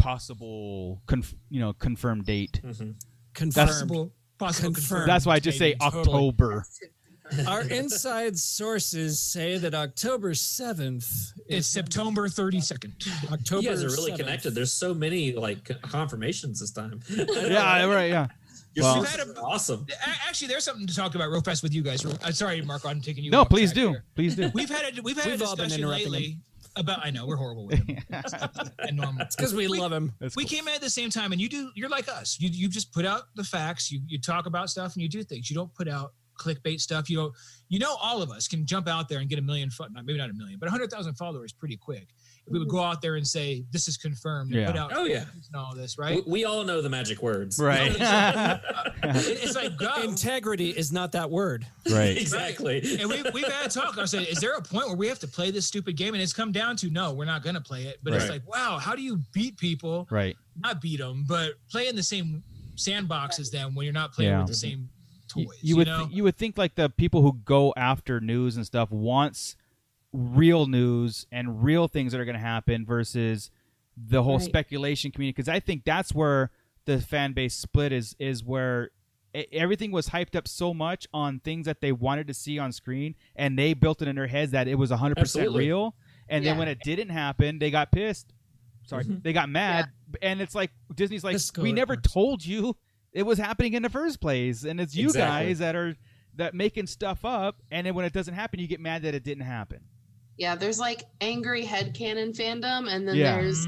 Speaker 8: possible, conf- you know, confirmed date.
Speaker 9: Confirmed.
Speaker 3: Possible. Possible.
Speaker 9: Confirmed.
Speaker 8: That's why I just say
Speaker 9: Dating, totally.
Speaker 8: October.
Speaker 9: Our inside sources say that October 7th is
Speaker 3: It's September thirty second.
Speaker 9: October.
Speaker 4: You guys are really
Speaker 9: 7th.
Speaker 4: connected. There's so many like confirmations this time.
Speaker 8: Yeah, right. Yeah,
Speaker 4: You're
Speaker 8: Well-
Speaker 4: super- super awesome.
Speaker 3: Actually, there's something to talk about real fast with you guys. I'm sorry, Mark. I'm taking you.
Speaker 8: no,
Speaker 3: off
Speaker 8: please
Speaker 3: track
Speaker 8: do,
Speaker 3: here.
Speaker 8: please do.
Speaker 3: We've had a, we've had a
Speaker 9: We've all been
Speaker 3: discussion
Speaker 9: interrupting
Speaker 3: lately about. I know we're horrible with him. and normal.
Speaker 9: It's because we, love him.
Speaker 8: That's
Speaker 3: we
Speaker 8: cool.
Speaker 3: came in at the same time and you do you're like us you, you just put out the facts you, you talk about stuff and you do things you don't put out clickbait stuff you don't you know all of us can jump out there and get a million fo- not maybe not a million but 100000 followers pretty quick if we would go out there and say this is confirmed and put
Speaker 8: Yeah.
Speaker 3: out
Speaker 4: Oh yeah.
Speaker 3: and all this
Speaker 4: We,
Speaker 3: right
Speaker 4: we all know the magic words.
Speaker 8: right,
Speaker 3: It- it's like go
Speaker 9: Integrity is not that word.
Speaker 8: right.
Speaker 4: exactly.
Speaker 3: and we, we've had a talk i said is there a point where we have to play this stupid game and it's come down to no we're not going to play it but it's
Speaker 8: Right.
Speaker 3: like wow how do you beat people
Speaker 8: Right.
Speaker 3: not beat them, but play in the same sandbox as them when you're not playing
Speaker 8: Yeah.
Speaker 3: with the same
Speaker 8: Y-
Speaker 3: toys.
Speaker 8: You,
Speaker 3: You,
Speaker 8: would
Speaker 3: know,
Speaker 8: th- you would think like the people who go after news and stuff wants real news and real things that are going to happen versus the whole
Speaker 11: Right.
Speaker 8: speculation community because I think that's where the fan base split is is where e- everything was hyped up so much on things that they wanted to see on screen and they built it in their heads that it was 100%
Speaker 4: Absolutely.
Speaker 8: real and then
Speaker 11: Yeah.
Speaker 8: when it didn't happen they got pissed sorry they got mad and it's like Disney's like
Speaker 9: Let's go
Speaker 8: we
Speaker 9: to
Speaker 8: never
Speaker 9: Parks.
Speaker 8: told you it was happening in the first place and it's you
Speaker 4: Exactly.
Speaker 8: guys that are that making stuff up and then when it doesn't happen you get mad that it didn't happen
Speaker 11: Yeah, there's like angry headcanon fandom, and then
Speaker 8: Yeah. Mm-hmm.
Speaker 11: there's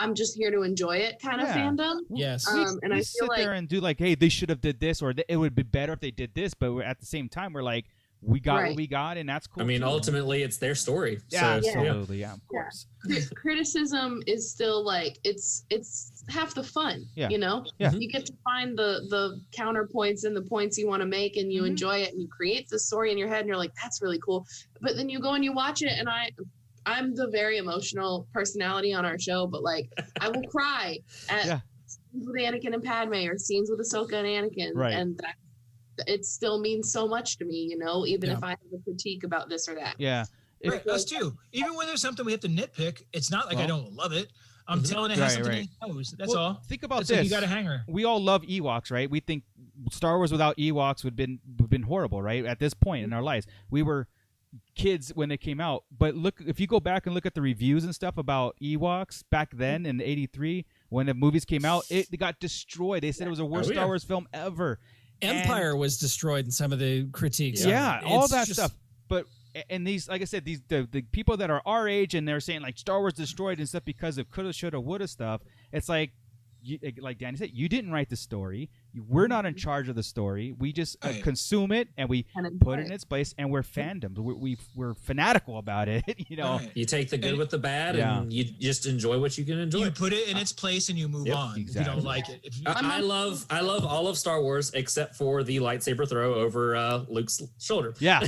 Speaker 11: I'm just here to enjoy it kind
Speaker 8: Yeah.
Speaker 11: of fandom.
Speaker 9: Yes.
Speaker 11: Um, and
Speaker 8: we
Speaker 11: I feel
Speaker 8: sit
Speaker 11: like-
Speaker 8: there and do like hey they should have did this or th- it would be better if they did this but we're, at the same time we're like we got what
Speaker 11: Right.
Speaker 8: we got and that's cool
Speaker 4: I mean,
Speaker 8: too.
Speaker 4: ultimately, it's their story.
Speaker 8: yeah,
Speaker 4: So, yeah.
Speaker 8: absolutely yeah, of
Speaker 11: Yeah.
Speaker 8: course
Speaker 11: Cri- criticism is still like it's it's half the fun.
Speaker 8: Yeah.
Speaker 11: You know,
Speaker 8: Yeah.
Speaker 11: you get to find the the counterpoints and the points you want to make, and you enjoy it, and you create the story in your head, and you're like, that's really cool. But then you go and you watch it, and I. I'm the very emotional personality on our show, but like I will cry at
Speaker 8: Yeah.
Speaker 11: scenes with Anakin and Padme or scenes with Ahsoka and Anakin,
Speaker 8: Right.
Speaker 11: and that it still means so much to me, you know, even
Speaker 9: Yeah.
Speaker 11: if I have a critique about this or that.
Speaker 8: yeah
Speaker 3: Right, us too. Even when there's something we have to nitpick, it's not like I
Speaker 8: Well-
Speaker 3: don't love it. I'm
Speaker 8: Mhm.
Speaker 3: telling it has
Speaker 8: Right,
Speaker 3: something
Speaker 8: right.
Speaker 3: to knows. That's
Speaker 8: Well,
Speaker 3: all.
Speaker 8: Think about
Speaker 3: That's
Speaker 8: this.
Speaker 3: like you got a hanger.
Speaker 8: We all love Ewoks, right? We think Star Wars without Ewoks would been would been horrible, right? At this point in our lives, we were kids when it came out. But look, if you go back and look at the reviews and stuff about Ewoks back then in '83 when the movies came out, it got destroyed. They said it was the worst
Speaker 9: Oh, yeah.
Speaker 8: Star Wars film ever.
Speaker 9: Empire was destroyed in some of the critiques.
Speaker 8: Yeah, all
Speaker 9: It's
Speaker 8: that
Speaker 9: just-
Speaker 8: stuff. But and these, like I said, these the, the people that are our age and they're saying like Star Wars destroyed and stuff because of coulda, shoulda, woulda stuff. It's like, you, like Danny said, you didn't write the story. You- We're not in charge of the story. We just uh,
Speaker 3: Right.
Speaker 8: consume it and we
Speaker 11: And enjoy
Speaker 8: put it in
Speaker 11: it.
Speaker 8: its place. And we're fandoms. We, we we're fanatical about it. You know.
Speaker 3: Right.
Speaker 4: You take the good
Speaker 3: And-
Speaker 4: with the bad, and you just enjoy what you can enjoy.
Speaker 3: You put it in its place and you move
Speaker 4: Yep,
Speaker 3: on. If you
Speaker 8: exactly.
Speaker 3: don't like it, if you,
Speaker 4: I, I love I love all of Star Wars except for the lightsaber throw over uh, Luke's shoulder.
Speaker 8: Yeah,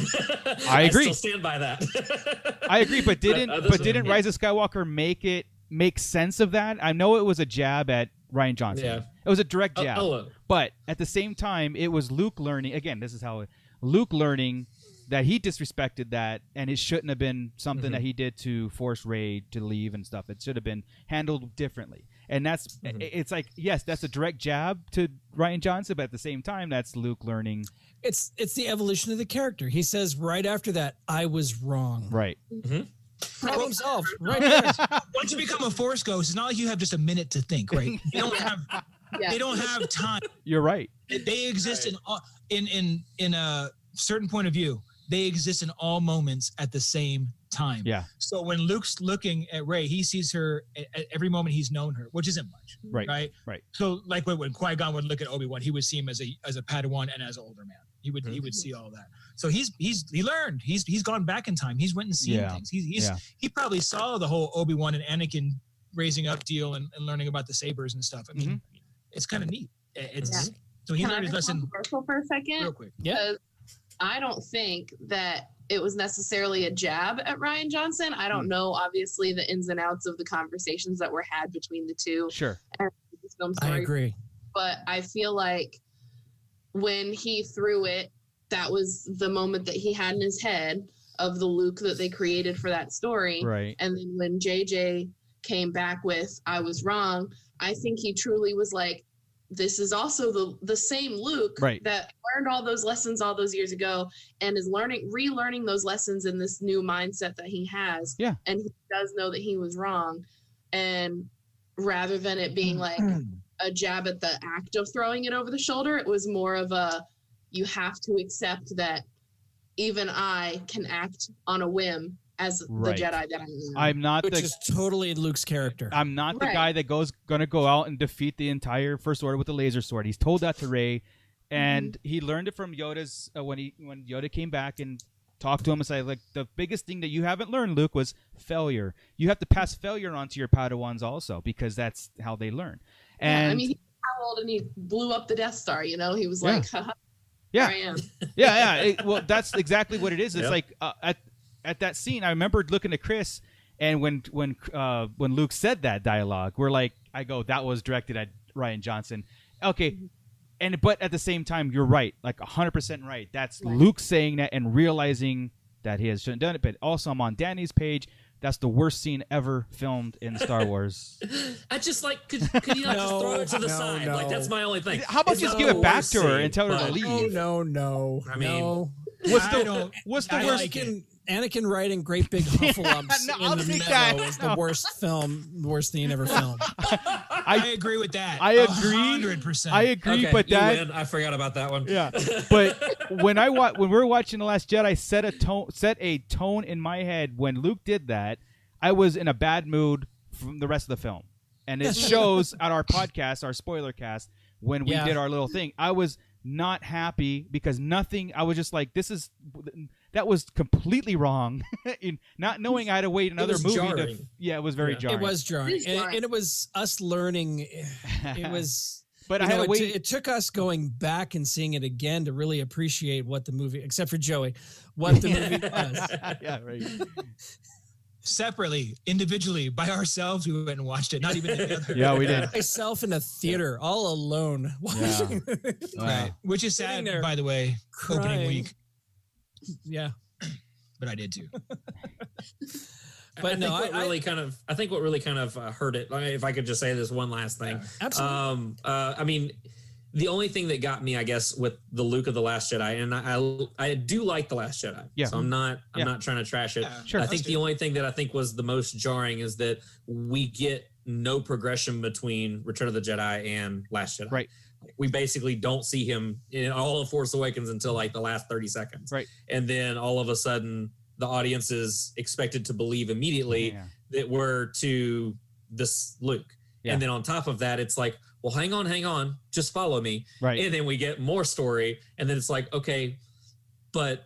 Speaker 4: I
Speaker 8: agree.
Speaker 4: still stand by that. uh,
Speaker 8: I agree. But didn't
Speaker 4: other
Speaker 8: but
Speaker 4: than-
Speaker 8: didn't Rise of Skywalker make it make sense of that? I know it was a jab at Ryan Johnson.
Speaker 4: Yeah.
Speaker 8: It was a direct
Speaker 4: Oh,
Speaker 8: jab.
Speaker 4: oh, uh,
Speaker 8: But at the same time, it was Luke learning. Again, this is how it, Luke learning that he disrespected that, and it shouldn't have been something
Speaker 9: Mm-hmm.
Speaker 8: that he did to force Ray to leave and stuff. It should have been handled differently. And that's
Speaker 9: Mm-hmm.
Speaker 8: i- it's like yes, that's a direct jab to Ryan Johnson, but at the same time, that's Luke learning.
Speaker 9: It's it's the evolution of the character. He says right after that, I was wrong.
Speaker 8: Right.
Speaker 9: Problem solved. Right there.
Speaker 3: once you become a force ghost, it's not like you have just a minute to think, right? They don't have
Speaker 11: Yeah.
Speaker 3: they don't have time.
Speaker 8: You're right.
Speaker 3: They exist in all, in in in a certain point of view. They exist in all moments at the same time.
Speaker 8: Yeah.
Speaker 3: So when Luke's looking at Ray, he sees her at, at every moment he's known her, which isn't much,
Speaker 8: Right.
Speaker 3: right?
Speaker 8: right.
Speaker 3: So like when, when Qui Gon would look at Obi Wan, he would see him as a as a Padawan and as an older man. He would he would see all that. So he's he's he learned. He's he's gone back in time. He's went and seen
Speaker 8: Yeah.
Speaker 3: things. He's, he's
Speaker 8: Yeah.
Speaker 3: he probably saw the whole Obi Wan and Anakin raising up deal and, and learning about the sabers and stuff. I mean,
Speaker 8: Mm-hmm.
Speaker 3: it's kind of neat. It- It's so he
Speaker 11: Can I
Speaker 3: learned his
Speaker 11: be
Speaker 3: lesson
Speaker 11: controversial for a second?
Speaker 3: real quick.
Speaker 9: Yeah.
Speaker 11: because I don't think that it was necessarily a jab at Ryan Johnson. I
Speaker 9: Hmm.
Speaker 11: don't know, obviously, the ins and outs of the conversations that were had between the two.
Speaker 8: Sure.
Speaker 11: This film
Speaker 9: I
Speaker 11: story,
Speaker 9: agree.
Speaker 11: but I feel like when he threw it, that was the moment that he had in his head of the Luke that they created for that story.
Speaker 8: Right.
Speaker 11: And then when JJ came back with I was wrong, I think he truly was like, This is also the the same Luke
Speaker 8: Right.
Speaker 11: that learned all those lessons all those years ago and is learning relearning those lessons in this new mindset that he has.
Speaker 8: Yeah.
Speaker 11: And he does know that he was wrong. And rather than it being like a jab at the act of throwing it over the shoulder, it was more of a you have to accept that even I can act on a whim as
Speaker 8: Right.
Speaker 11: the Jedi that I am.
Speaker 8: I'm not
Speaker 9: Which
Speaker 8: the
Speaker 9: is totally Luke's character.
Speaker 8: I'm not the
Speaker 11: Right.
Speaker 8: guy that goes gonna go out and defeat the entire first order with a laser sword. He's told that to Ray, and
Speaker 11: Mm-hmm.
Speaker 8: he learned it from Yoda's uh, when he when Yoda came back and talked to him and said like the biggest thing that you haven't learned, Luke, was failure. You have to pass failure on to your Padawans also because that's how they learn. And
Speaker 11: yeah, I mean, he howled and he blew up the Death Star. You know, he was
Speaker 8: Yeah.
Speaker 11: like, Haha,
Speaker 8: Yeah.
Speaker 11: here I am.
Speaker 8: yeah, yeah. It, well, that's exactly what it is. It's
Speaker 4: Yep.
Speaker 8: like uh, at at that scene, I remember looking at Chris, and when when uh, when Luke said that dialogue, we're like, I go, that was directed at Ryan Johnson. Okay, and but at the same time, you're right, like 100 percent right. That's
Speaker 11: Right.
Speaker 8: Luke saying that and realizing that he has shouldn't done it. But also, I'm on Danny's page. That's the worst scene ever filmed in Star Wars.
Speaker 4: I just like could, could you not just throw it to the
Speaker 9: No,
Speaker 4: side?
Speaker 9: no,
Speaker 4: Like
Speaker 9: no.
Speaker 4: that's my only thing.
Speaker 8: How about
Speaker 4: It's
Speaker 8: just
Speaker 4: not
Speaker 8: give
Speaker 4: the
Speaker 8: it back
Speaker 4: worst
Speaker 8: to her
Speaker 4: scene,
Speaker 8: and tell her to
Speaker 4: but-
Speaker 9: no,
Speaker 8: leave?
Speaker 9: Oh, no, no.
Speaker 4: I mean-
Speaker 9: no.
Speaker 8: What's
Speaker 3: I
Speaker 8: the
Speaker 3: don't-
Speaker 8: what's the
Speaker 3: I
Speaker 8: worst?
Speaker 3: like
Speaker 9: Anakin, Anakin riding great big huffalumps
Speaker 8: no,
Speaker 9: in
Speaker 8: I'll
Speaker 9: the
Speaker 8: take
Speaker 9: meadow
Speaker 8: that.
Speaker 9: is the worst film, worst thing ever filmed.
Speaker 3: I, agree with that.
Speaker 8: I
Speaker 3: A
Speaker 8: agree.
Speaker 3: hundred percent.
Speaker 8: I agree,
Speaker 4: Okay,
Speaker 8: but
Speaker 4: you
Speaker 8: that
Speaker 4: win. I forgot about that one.
Speaker 8: Yeah, but when I wa- when we were watching the Last Jedi, set a tone set a tone in my head when Luke did that. I was in a bad mood from the rest of the film, and it shows at our podcast, our spoiler cast, when we
Speaker 9: Yeah.
Speaker 8: did our little thing. I was not happy because nothing. I was just like, this is that was completely wrong. in not knowing I had to wait another
Speaker 4: was
Speaker 8: movie. To,
Speaker 4: jarring.
Speaker 8: yeah, it was very
Speaker 4: Yeah. It
Speaker 8: jarring.
Speaker 9: It was jarring,
Speaker 11: It is
Speaker 9: And,
Speaker 11: jarring.
Speaker 9: and it was us learning. It was.
Speaker 8: but I
Speaker 9: you
Speaker 8: had to
Speaker 9: know, it,
Speaker 8: wait.
Speaker 9: t- it took us going back and seeing it again to really appreciate what the movie, except for Joey, what the movie was.
Speaker 8: yeah, right.
Speaker 3: Separately, individually, by ourselves, we went and watched it. Not even together.
Speaker 8: Yeah, we did.
Speaker 9: Myself in a theater, all alone, watching,
Speaker 3: Right. Which is
Speaker 9: Sitting
Speaker 3: sad,
Speaker 9: there
Speaker 3: by the way.
Speaker 9: crying.
Speaker 3: Opening week,
Speaker 9: Yeah.
Speaker 3: but I did too.
Speaker 4: But
Speaker 9: But
Speaker 4: I
Speaker 9: no,
Speaker 4: think what
Speaker 9: I- I-
Speaker 4: really kind of I think what really kind of uh, hurt it. like, If I could just say this one last thing,
Speaker 9: Absolutely.
Speaker 4: Um, uh, I mean, the only thing that got me, I guess, with the Luke of the Last Jedi, and I I, I do like the Last Jedi.
Speaker 8: Yeah.
Speaker 4: So I'm not I'm
Speaker 8: Yeah.
Speaker 4: not trying to trash it.
Speaker 3: Yeah,
Speaker 8: Sure.
Speaker 4: I
Speaker 3: that's
Speaker 4: think the
Speaker 3: good.
Speaker 4: only thing that I think was the most jarring is that we get no progression between Return of the Jedi and Last Jedi.
Speaker 8: Right.
Speaker 4: We basically don't see him in all of Force Awakens until like the last 30 seconds.
Speaker 8: Right.
Speaker 4: And then all of a sudden the audience is expected to believe immediately
Speaker 8: Yeah.
Speaker 4: that we're to this Luke.
Speaker 8: Yeah.
Speaker 4: And then on top of that, it's like, well, hang on, hang on, just follow me.
Speaker 8: Right.
Speaker 4: And then we get more story. And then it's like, okay, but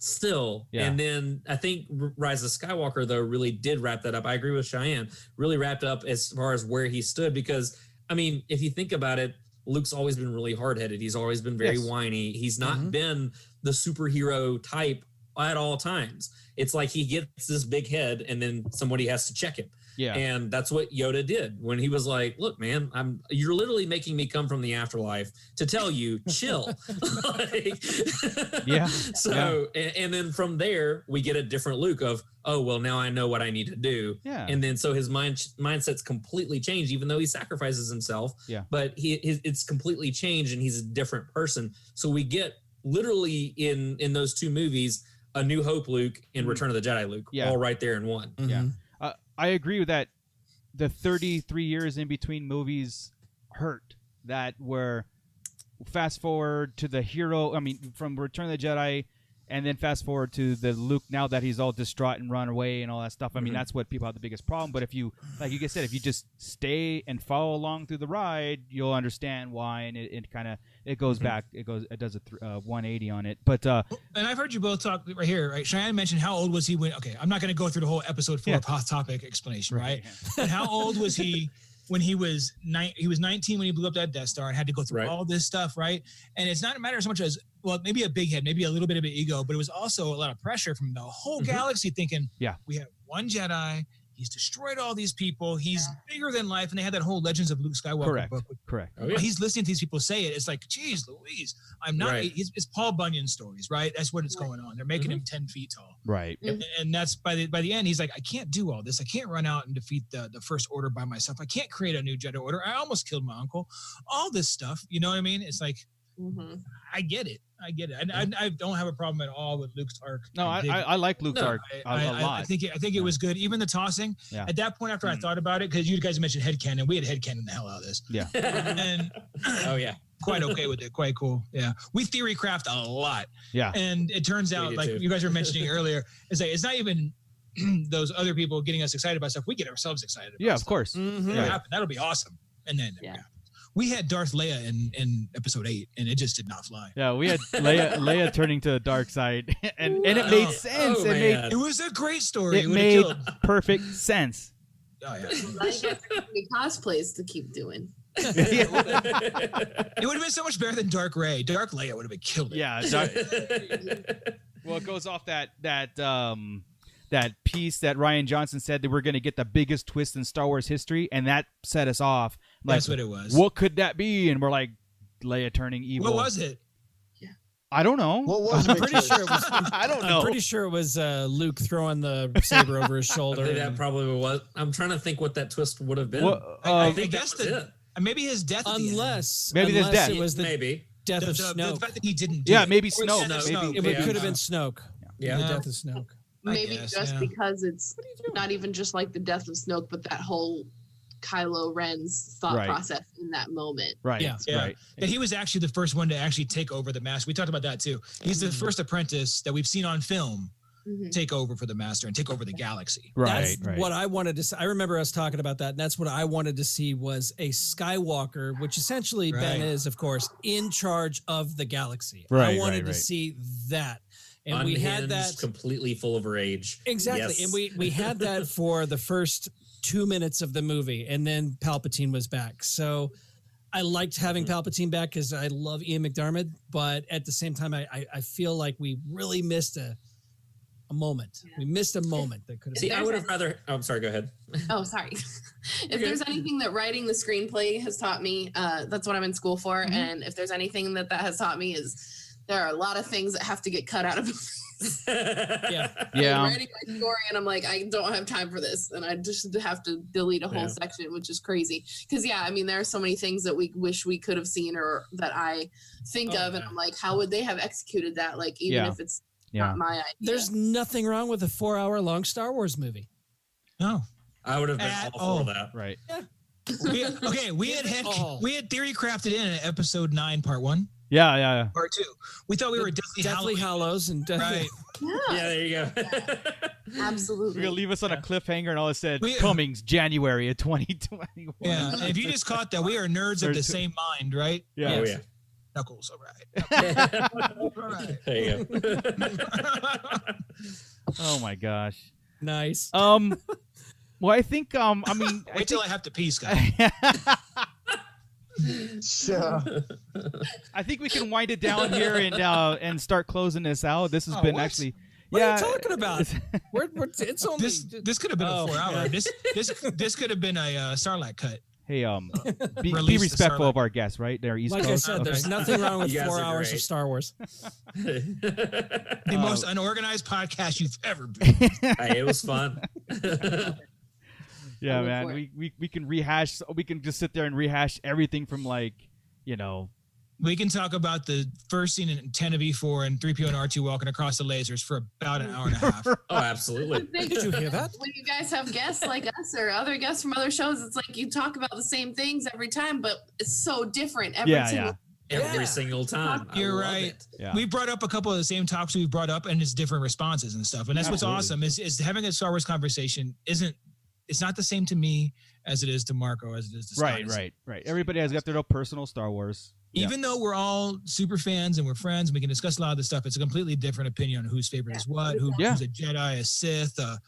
Speaker 4: still.
Speaker 8: Yeah.
Speaker 4: And then I think R- Rise of Skywalker, though, really did wrap that up. I agree with Cheyenne, really wrapped up as far as where he stood. Because, I mean, if you think about it, Luke's always been really hard headed. He's always been very
Speaker 8: Yes. Mm-hmm.
Speaker 4: whiny. He's not
Speaker 9: Mhm.
Speaker 4: been the superhero type at all times. It's like he gets this big head and then somebody has to check him.
Speaker 8: yeah.
Speaker 4: And that's what Yoda did when he was like, "Look, man, I'm you're literally making me come from the afterlife to tell you, chill." Like-
Speaker 8: Yeah,
Speaker 4: So, And, and then from there, we get a different Luke of, "Oh, well, now I know what I need to do."
Speaker 8: yeah.
Speaker 4: And then so his mind mindset's completely changed, even though he sacrifices himself.
Speaker 8: Yeah.
Speaker 4: But he his, it's completely changed, and he's a different person. So we get literally in in those two movies, a New Hope Luke and Return of the Jedi Luke,
Speaker 8: Mm. Yeah.
Speaker 4: all right there in one.
Speaker 8: Yeah. uh, I agree with that. The 33 years in between movies hurt that were fast forward to the hero. I mean, from Return of the Jedi, and then fast forward to the Luke now that he's all distraught and run away and all that stuff. I
Speaker 3: Mm-hmm.
Speaker 8: mean,
Speaker 4: Mhm.
Speaker 8: that's what people have the biggest problem. But if you, like you guys said, if you just stay and follow along through the ride, you'll understand why, and it, it kind of it goes
Speaker 3: Mm-hmm.
Speaker 8: back. It goes. It does a th- uh, 180 on it. But uh,
Speaker 3: And I've heard you both talk right here. Right? Cheyenne mentioned how old was he when? Okay, I'm not going to go through the whole episode four
Speaker 8: Yeah.
Speaker 3: hot topic explanation, right? But how old was he when he was nine? He was 19 when he blew up that Death Star and had to go through
Speaker 4: Right.
Speaker 3: all this stuff, right? And it's not a matter so much as well, maybe a big head, maybe a little bit of an ego, but it was also a lot of pressure from the whole
Speaker 4: Mhm.
Speaker 3: galaxy thinking,
Speaker 8: Mm-hmm. Yeah.
Speaker 3: we have one Jedi. He's destroyed all these people. He's bigger than life, and they had that whole Legends of Luke Skywalker
Speaker 8: Correct.
Speaker 3: book, which
Speaker 8: correct.
Speaker 4: Oh, yeah.
Speaker 3: he's listening to these people say it. It's like, geez, Louise, I'm not.
Speaker 4: Right.
Speaker 3: He's, it's Paul Bunyan stories, right? That's what it's
Speaker 11: Right.
Speaker 3: going on. They're making
Speaker 8: Mm-hmm.
Speaker 3: him ten feet tall,
Speaker 8: Right.
Speaker 3: and, and that's by the by the end. He's like, I can't do all this. I can't run out and defeat the the first order by myself. I can't create a new Jedi order. I almost killed my uncle. All this stuff, you know what I mean? It's like
Speaker 11: hmm
Speaker 3: I get it. I get it. And I, I don't have a problem at all with Luke's arc.
Speaker 8: No, I,
Speaker 3: dig
Speaker 8: I,
Speaker 3: it.
Speaker 8: I like Luke's
Speaker 4: No,
Speaker 8: arc a
Speaker 3: I-
Speaker 8: a
Speaker 3: I-
Speaker 8: lot.
Speaker 3: I think it, I think it
Speaker 8: Yeah.
Speaker 3: was good. Even the tossing
Speaker 8: Yeah.
Speaker 3: at that point, after I
Speaker 8: Mm.
Speaker 3: thought about it, because you guys mentioned headcanon, we had headcanon the hell out of this, and
Speaker 4: oh yeah.
Speaker 3: quite okay with it. Quite cool. Yeah. We theory craft a lot.
Speaker 8: yeah.
Speaker 3: And it turns
Speaker 4: We
Speaker 3: out,
Speaker 4: do
Speaker 3: like
Speaker 4: too.
Speaker 3: you guys were mentioning earlier, it's like it's not even those other people getting us excited about stuff. We get ourselves excited. About
Speaker 8: Yeah, of
Speaker 3: stuff.
Speaker 8: course.
Speaker 3: It'll
Speaker 8: Yeah.
Speaker 3: happen. That'll be awesome. And then
Speaker 11: Yeah.
Speaker 3: we had Darth Leia in, in episode eight, and it just did not fly.
Speaker 8: Yeah, we had Leia, Leia turning to the dark side, and and it made
Speaker 4: Oh,
Speaker 8: sense.
Speaker 4: oh,
Speaker 8: it made
Speaker 4: man.
Speaker 3: It was a great story.
Speaker 8: it
Speaker 3: would've
Speaker 8: made
Speaker 3: killed.
Speaker 8: perfect sense.
Speaker 3: Oh, yeah.
Speaker 11: I get the cosplays to keep doing.
Speaker 3: It would have been so much better than Dark Ray. Dark Leia would have been killed. it.
Speaker 8: Yeah. dark- well, it goes off that that um that piece that Ryan Johnson said that we're going to get the biggest twist in Star Wars history, and that set us off. Like,
Speaker 3: that's what it was.
Speaker 8: what could that be? And we're like, Leia turning
Speaker 3: What
Speaker 8: evil.
Speaker 3: was it?
Speaker 8: I don't know.
Speaker 10: What was
Speaker 8: I'm
Speaker 10: it?
Speaker 8: pretty sure. It was, I don't know.
Speaker 9: I'm pretty sure it was uh, Luke throwing the saber over his
Speaker 4: I
Speaker 9: shoulder.
Speaker 4: think that
Speaker 9: and
Speaker 4: probably was. I'm trying to think what that twist would have been.
Speaker 8: What-
Speaker 3: I- I
Speaker 8: um,
Speaker 3: think
Speaker 4: that
Speaker 3: that's
Speaker 4: was
Speaker 3: the-
Speaker 4: it.
Speaker 3: Maybe his death. at the end.
Speaker 9: unless
Speaker 8: Maybe there's
Speaker 9: unless
Speaker 8: death.
Speaker 9: it was the
Speaker 4: maybe.
Speaker 9: death
Speaker 3: the,
Speaker 9: of
Speaker 3: the- the
Speaker 9: Snoke.
Speaker 3: fact that he didn't. Do
Speaker 8: Yeah,
Speaker 3: it.
Speaker 8: maybe
Speaker 3: Or
Speaker 8: Snoke.
Speaker 3: Snoke.
Speaker 4: Maybe-
Speaker 3: Snoke.
Speaker 9: It
Speaker 4: Yeah.
Speaker 9: could have been Snoke.
Speaker 4: Yeah.
Speaker 9: The death of Snoke.
Speaker 3: I
Speaker 11: Maybe
Speaker 3: guess,
Speaker 11: just
Speaker 3: yeah.
Speaker 11: because it's not even just like the death of Snoke, but that whole Kylo Ren's thought
Speaker 8: Right.
Speaker 11: process in that moment.
Speaker 8: Right.
Speaker 9: Yeah.
Speaker 3: Yeah.
Speaker 8: Right.
Speaker 3: that he was actually the first one to actually take over the master. We talked about that too. He's the first apprentice that we've seen on film
Speaker 11: Mhm.
Speaker 3: take over for the master and take over the galaxy.
Speaker 8: Right.
Speaker 9: That's
Speaker 8: right.
Speaker 9: what I wanted to see. I remember us talking about that, and that's what I wanted to see was a Skywalker, which essentially Ben
Speaker 3: Right.
Speaker 9: is, of course, in charge of the galaxy.
Speaker 8: Right,
Speaker 9: I wanted
Speaker 8: right,
Speaker 9: to
Speaker 8: right.
Speaker 9: see that. And we had
Speaker 4: Unhinged,
Speaker 9: that
Speaker 4: completely full of rage.
Speaker 9: exactly.
Speaker 4: Yes.
Speaker 9: And we we had that for the first two minutes of the movie, and then Palpatine was back. So I liked having
Speaker 4: Mhm.
Speaker 9: Palpatine back because I love Ian McDermott, but at the same time, I I, I feel like we really missed a a moment. We missed a moment that could have
Speaker 4: See,
Speaker 9: been.
Speaker 4: I would have rather. Oh, I'm sorry. Go ahead.
Speaker 11: Oh, sorry. if
Speaker 4: Okay.
Speaker 11: there's anything that writing the screenplay has taught me, uh, that's what I'm in school
Speaker 3: Mm-hmm.
Speaker 11: for. And if there's anything that that has taught me is there are a lot of things that have to get cut out of movies. yeah.
Speaker 8: Yeah.
Speaker 11: I'm writing my story and I'm like, I don't have time for this. And I just have to delete a whole
Speaker 8: Yeah.
Speaker 11: section, which is crazy. Because, yeah, I mean, there are so many things that we wish we could have seen or that I think
Speaker 9: Oh,
Speaker 11: of. And I'm like, how would they have executed that? Like, even
Speaker 8: Yeah.
Speaker 11: if it's
Speaker 8: Yeah.
Speaker 11: not my idea.
Speaker 9: There's nothing wrong with a four hour long Star Wars movie.
Speaker 3: No.
Speaker 4: I would have been
Speaker 3: At
Speaker 4: all for
Speaker 3: all.
Speaker 4: that.
Speaker 8: Right.
Speaker 3: We, okay, we had, had
Speaker 9: all.
Speaker 3: we had theory crafted in at episode nine, part one,
Speaker 8: Yeah, yeah, yeah.
Speaker 3: part two. We thought we were Deathly,
Speaker 9: Deathly
Speaker 3: Hallows.
Speaker 9: Hollows and Deathly.
Speaker 3: Right.
Speaker 11: yeah,
Speaker 4: Yeah, there you go.
Speaker 11: absolutely.
Speaker 8: You're gonna leave us on a cliffhanger, and all it said
Speaker 3: We-
Speaker 8: Cummings, January of 2021.
Speaker 3: Yeah. And if you just caught that, we are nerds of the
Speaker 8: There's two-
Speaker 3: same mind, right?
Speaker 8: yeah.
Speaker 4: Oh yeah.
Speaker 3: Knuckles, all right. All right.
Speaker 4: Oh, there you go.
Speaker 8: Oh my gosh.
Speaker 9: Nice.
Speaker 8: Um. Well, I think. Um. I mean. I
Speaker 3: Wait till I have to pee, Scott.
Speaker 8: think-
Speaker 10: Yeah.
Speaker 8: I think we can wind it down here and uh and start closing this out. This has
Speaker 3: Oh,
Speaker 8: been
Speaker 3: what?
Speaker 8: actually.
Speaker 9: What
Speaker 8: yeah.
Speaker 9: are you talking about? we're, we're, it's only
Speaker 3: This this could have been
Speaker 9: Oh,
Speaker 3: a four hour.
Speaker 9: yeah.
Speaker 3: This this this could have been a uh, Starlight cut.
Speaker 8: Hey, um, be, be
Speaker 3: Release the
Speaker 8: respectful
Speaker 3: Starlight.
Speaker 8: of our guests, right? They're East
Speaker 9: like I
Speaker 8: Coast.
Speaker 9: said.
Speaker 8: Okay.
Speaker 9: There's nothing wrong with
Speaker 4: Oh, You guys
Speaker 9: four
Speaker 4: are
Speaker 9: hours of
Speaker 4: great.
Speaker 9: Star Wars.
Speaker 3: The
Speaker 8: Uh,
Speaker 3: most unorganized podcast you've ever been.
Speaker 4: hey, it was fun.
Speaker 8: yeah,
Speaker 11: look
Speaker 8: man.
Speaker 11: for it.
Speaker 8: We, we we can rehash. We can just sit there and rehash everything from like, you know,
Speaker 3: We can talk about the first scene in 10 of E4 and 3PO and R2 walking across the lasers for about an hour and a half.
Speaker 4: oh, absolutely.
Speaker 9: Did you hear that?
Speaker 11: when you guys have guests like us or other guests from other shows, it's like you talk about the same things every time, but it's so different every
Speaker 8: Yeah,
Speaker 11: single
Speaker 8: yeah.
Speaker 4: Every
Speaker 9: Yeah.
Speaker 4: single time. I
Speaker 3: You're
Speaker 4: love
Speaker 3: right.
Speaker 4: it.
Speaker 8: yeah.
Speaker 3: We brought up a couple of the same topics we've brought up, and it's different responses and stuff. And that's
Speaker 8: Absolutely.
Speaker 3: what's awesome is is having a Star Wars conversation isn't it's not the same to me as it is to Marco as it is to Scott.
Speaker 8: right,
Speaker 3: It's-
Speaker 8: right, right. Everybody has got their own personal Star Wars. Yeah.
Speaker 3: Even though we're all super fans and we're friends and we can discuss a lot of this stuff, it's a completely different opinion on whose favorite is what, who,
Speaker 8: Yeah.
Speaker 3: who's a Jedi, a Sith, a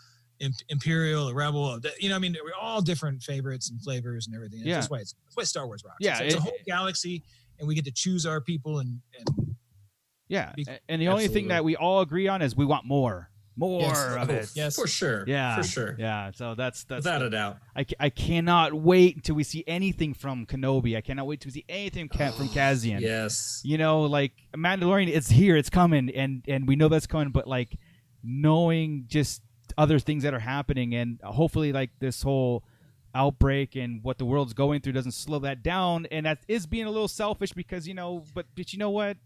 Speaker 3: Im- Imperial, a Rebel. a- You know, I mean, we're all different favorites and flavors and everything. It's
Speaker 8: Yeah.
Speaker 3: That's why it's that's why Star Wars rocks.
Speaker 8: Yeah,
Speaker 3: It's, it's
Speaker 8: it-
Speaker 3: a whole galaxy, and we get to choose our people. And, and
Speaker 8: Yeah,
Speaker 3: Be-
Speaker 8: a- and the only thing
Speaker 4: Absolutely.
Speaker 8: that we all agree on is we want more, more of it.
Speaker 9: Yes.
Speaker 4: For sure.
Speaker 8: Yeah.
Speaker 4: For sure.
Speaker 8: Yeah, so that's that's
Speaker 4: Without a doubt.
Speaker 8: I, ca- I cannot wait until we see anything from Kenobi. I cannot wait to see anything ca- from Kazian.
Speaker 4: Yes.
Speaker 8: You know, like Mandalorian, it's here, it's coming, and and we know that's coming. But like knowing just other things that are happening, and hopefully, like this whole outbreak and what the world's going through doesn't slow that down. And that is being a little selfish because you know, but but you know what,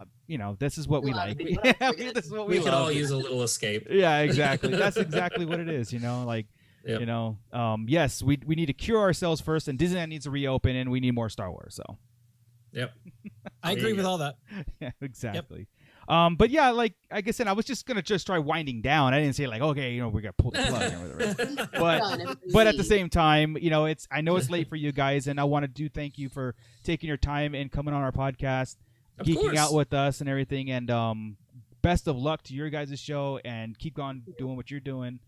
Speaker 8: Uh, you know, this is what we,
Speaker 11: We love
Speaker 8: like.
Speaker 11: it.
Speaker 8: yeah, we- this is what we,
Speaker 4: We could
Speaker 8: love.
Speaker 4: all use a little escape.
Speaker 8: Yeah, exactly. That's exactly what it is. You know, like
Speaker 4: Yep.
Speaker 8: you know, um, yes, we we need to cure ourselves first, and Disneyland needs to reopen, and we need more Star Wars. So
Speaker 4: Yep.
Speaker 9: I
Speaker 4: There
Speaker 9: agree
Speaker 4: you
Speaker 9: with
Speaker 4: go.
Speaker 9: all that.
Speaker 8: yeah, exactly. Um, but yeah, like like I said, I was just gonna just try winding down. I didn't say like, okay, you know, we're gonna pull the plug, or whatever. but
Speaker 11: Done every
Speaker 8: but at the
Speaker 11: week.
Speaker 8: same time, you know, it's I know it's late for you guys, and I want to do thank you for taking your time and coming on our podcast,
Speaker 4: Of
Speaker 8: geeking
Speaker 4: course.
Speaker 8: out with us and everything. And um, best of luck to your guys' show, and keep on doing what you're doing.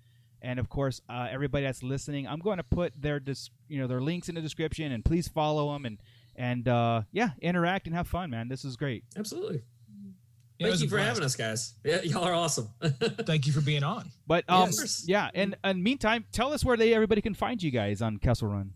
Speaker 8: And of course, uh, everybody that's listening, I'm going to put their dis- you know their links in the description, and please follow them and and uh, yeah, interact and have fun, man. This is great.
Speaker 4: Absolutely.
Speaker 3: you know, it was
Speaker 4: Thank
Speaker 3: a
Speaker 4: you for
Speaker 3: blast.
Speaker 4: having us, guys. Yeah, y'all are awesome.
Speaker 3: Thank you for being on.
Speaker 8: But um,
Speaker 4: Yes.
Speaker 8: yeah, and and meantime, tell us where they everybody can find you guys on Castle Run.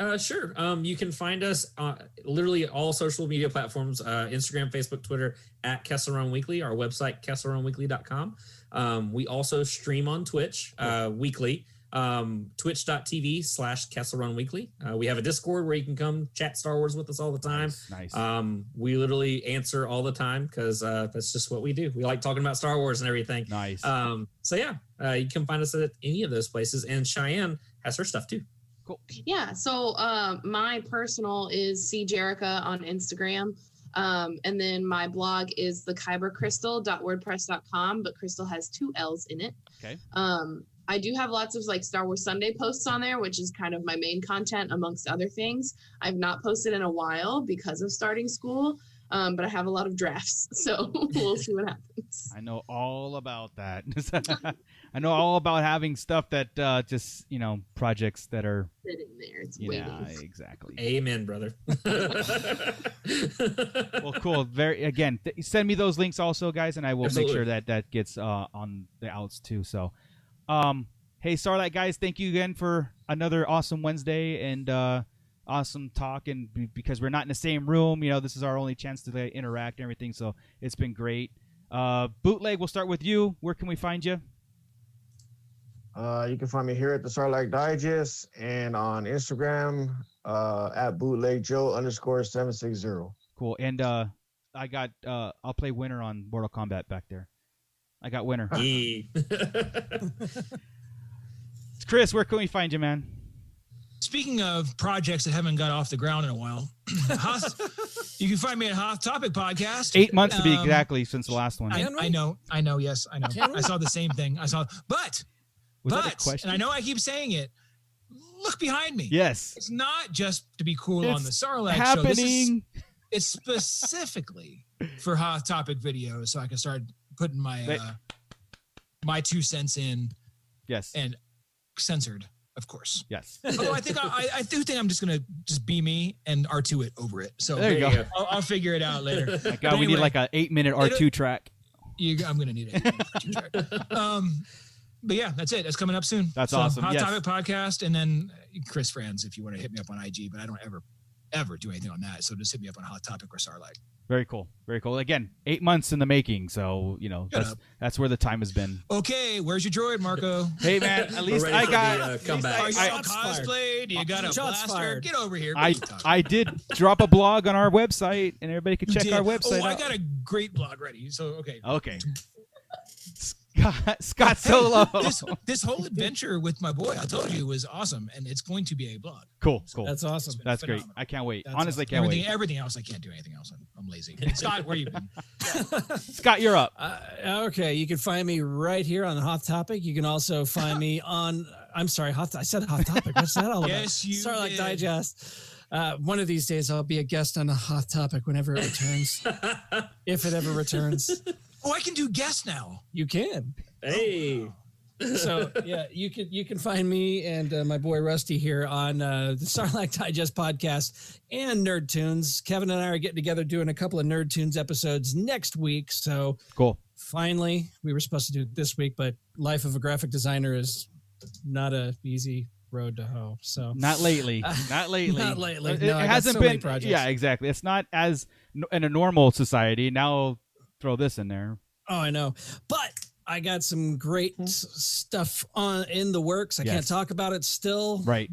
Speaker 4: Uh, sure. Um, you can find us on literally all social media platforms uh, Instagram, Facebook, Twitter, at Kessel Run Weekly, our website, kesselrunweekly.com. Um, we also stream on Twitch uh, weekly, um, twitch.tv slash Kessel Run Weekly. Uh, we have a Discord where you can come chat Star Wars with us all the time.
Speaker 8: Nice, nice.
Speaker 4: Um, we literally answer all the time because uh, that's just what we do. We like talking about Star Wars and everything.
Speaker 8: nice.
Speaker 4: Um, so, yeah, uh, you can find us at any of those places. And Cheyenne has her stuff too.
Speaker 11: Yeah. So um, my personal is C Jerica on Instagram. Um, and then my blog is the kybercrystal.wordpress.com, but crystal has two L's in it.
Speaker 8: Okay.
Speaker 11: Um, I do have lots of like Star Wars Sunday posts on there, which is kind of my main content amongst other things. I've not posted in a while because of starting school, um, but I have a lot of drafts. So we'll see what happens.
Speaker 8: I know all about that. I know all about having stuff that uh, just you know projects that are
Speaker 11: Sitting there, it's waiting.
Speaker 8: yeah exactly.
Speaker 4: Amen, brother.
Speaker 8: well, cool. Very again. Th- send me those links also, guys, and I will
Speaker 4: Absolutely.
Speaker 8: make sure that that gets uh, on the outs too. So, um, hey, Starlight guys, thank you again for another awesome Wednesday and uh, awesome talk. And be- because we're not in the same room, you know, this is our only chance to like, interact and everything. So it's been great. Uh, Bootleg, we'll start with you. Where can we find you?
Speaker 10: Uh, you can find me here at the Sarlacc Digest and on Instagram uh, at bootleg Joe underscore seven six zero.
Speaker 8: Cool. And uh, I got uh, I'll play winner on Mortal Kombat back there. I got winner.
Speaker 4: Yee.
Speaker 8: Chris, where can we find you, man?
Speaker 3: Speaking of projects that haven't got off the ground in a while, Hoth, you can find me at Hoth Topic Podcast.
Speaker 8: Eight months to be
Speaker 3: Um,
Speaker 8: exactly since the last one.
Speaker 3: I, I know, I know, yes, I know. I saw the same thing. I saw, but,
Speaker 8: Was that a
Speaker 3: but,
Speaker 8: question?
Speaker 3: and I know I keep saying it. Look behind me.
Speaker 8: Yes.
Speaker 3: It's not just to be cool on the
Speaker 8: It's
Speaker 3: Sarlacc show. This is
Speaker 8: happening.
Speaker 3: it's specifically for hot topic videos so i can start putting my
Speaker 8: Wait.
Speaker 3: uh, my two cents in
Speaker 8: Yes.
Speaker 3: and censored of course
Speaker 8: yes.
Speaker 3: although i think I, I- I do think i'm just gonna just be me and r2 it over it so
Speaker 8: There you go.
Speaker 3: I'll, I'll figure it out later
Speaker 8: My God, we need
Speaker 3: anyway-
Speaker 8: like an eight-minute R two track.
Speaker 3: you, i'm gonna need it um but yeah that's it that's coming up soon
Speaker 8: That's awesome.
Speaker 3: hot
Speaker 8: Yes.
Speaker 3: topic podcast and then chris franz if you want to hit me up on ig but i don't ever ever do anything on that so just hit me up on hot topic or sarlacc
Speaker 8: Very cool. Very cool. Again, eight months in the making. So you know
Speaker 3: Shut
Speaker 8: that's that's where the time has been.
Speaker 3: okay where's your droid marco
Speaker 8: Hey man, at least
Speaker 4: ready
Speaker 8: I
Speaker 4: for the,
Speaker 8: got.
Speaker 4: uh,
Speaker 8: at least
Speaker 4: comeback.
Speaker 8: I-
Speaker 3: Are you
Speaker 8: I-
Speaker 3: all cosplay? Do you got a
Speaker 9: Shots
Speaker 3: blaster?
Speaker 9: fired.
Speaker 3: Get over here.
Speaker 8: I,
Speaker 3: What are you talking
Speaker 8: I did drop a blog on our website, and everybody can
Speaker 3: about?
Speaker 8: check
Speaker 3: You
Speaker 8: our
Speaker 3: did.
Speaker 8: website.
Speaker 3: Oh, I
Speaker 8: out.
Speaker 3: got a great blog ready. So okay.
Speaker 8: okay. Scott, Scott Solo.
Speaker 3: This this whole adventure with my boy, I told you, was awesome, and it's going to be a blog.
Speaker 8: cool, cool. That's,
Speaker 9: That's awesome.
Speaker 3: It's
Speaker 8: great.
Speaker 3: phenomenal.
Speaker 8: I can't wait.
Speaker 3: That's
Speaker 8: Honestly,
Speaker 3: awesome.
Speaker 8: can't
Speaker 3: everything,
Speaker 8: wait.
Speaker 3: Everything else, I can't do anything else. I'm, I'm lazy. Scott, where you been?
Speaker 8: Scott, you're up.
Speaker 9: Uh, okay, you can find me right here on Hot Topic. You can also find me on. I'm sorry, Hot. I said Hot Topic. What's that all about?
Speaker 3: Yes, you
Speaker 9: Sarlacc
Speaker 3: did.
Speaker 9: Digest. Uh, one of these days, I'll be a guest on a Hot Topic whenever it returns, if it ever returns.
Speaker 3: Oh, I can do guests now.
Speaker 9: You can.
Speaker 4: hey.
Speaker 9: So yeah, you can you can find me and uh, my boy Rusty here on uh, the Sarlacc Digest podcast and Nerd Tunes. Kevin and I are getting together doing a couple of Nerd Tunes episodes next week. So
Speaker 8: Cool.
Speaker 9: finally we were supposed to do it this week but life of a graphic designer is not a easy road to hoe so
Speaker 8: Not lately.
Speaker 9: Uh,
Speaker 8: Not lately.
Speaker 9: not lately.
Speaker 8: It,
Speaker 9: No,
Speaker 8: it
Speaker 9: I got
Speaker 8: hasn't
Speaker 9: so many
Speaker 8: been.
Speaker 9: projects.
Speaker 8: Yeah, exactly. It's not as n- in a normal society. Now throw this in there.
Speaker 9: oh i know but i got some great s- stuff on in the works i can't
Speaker 8: Hmm. Yes.
Speaker 9: talk about it still
Speaker 8: Right.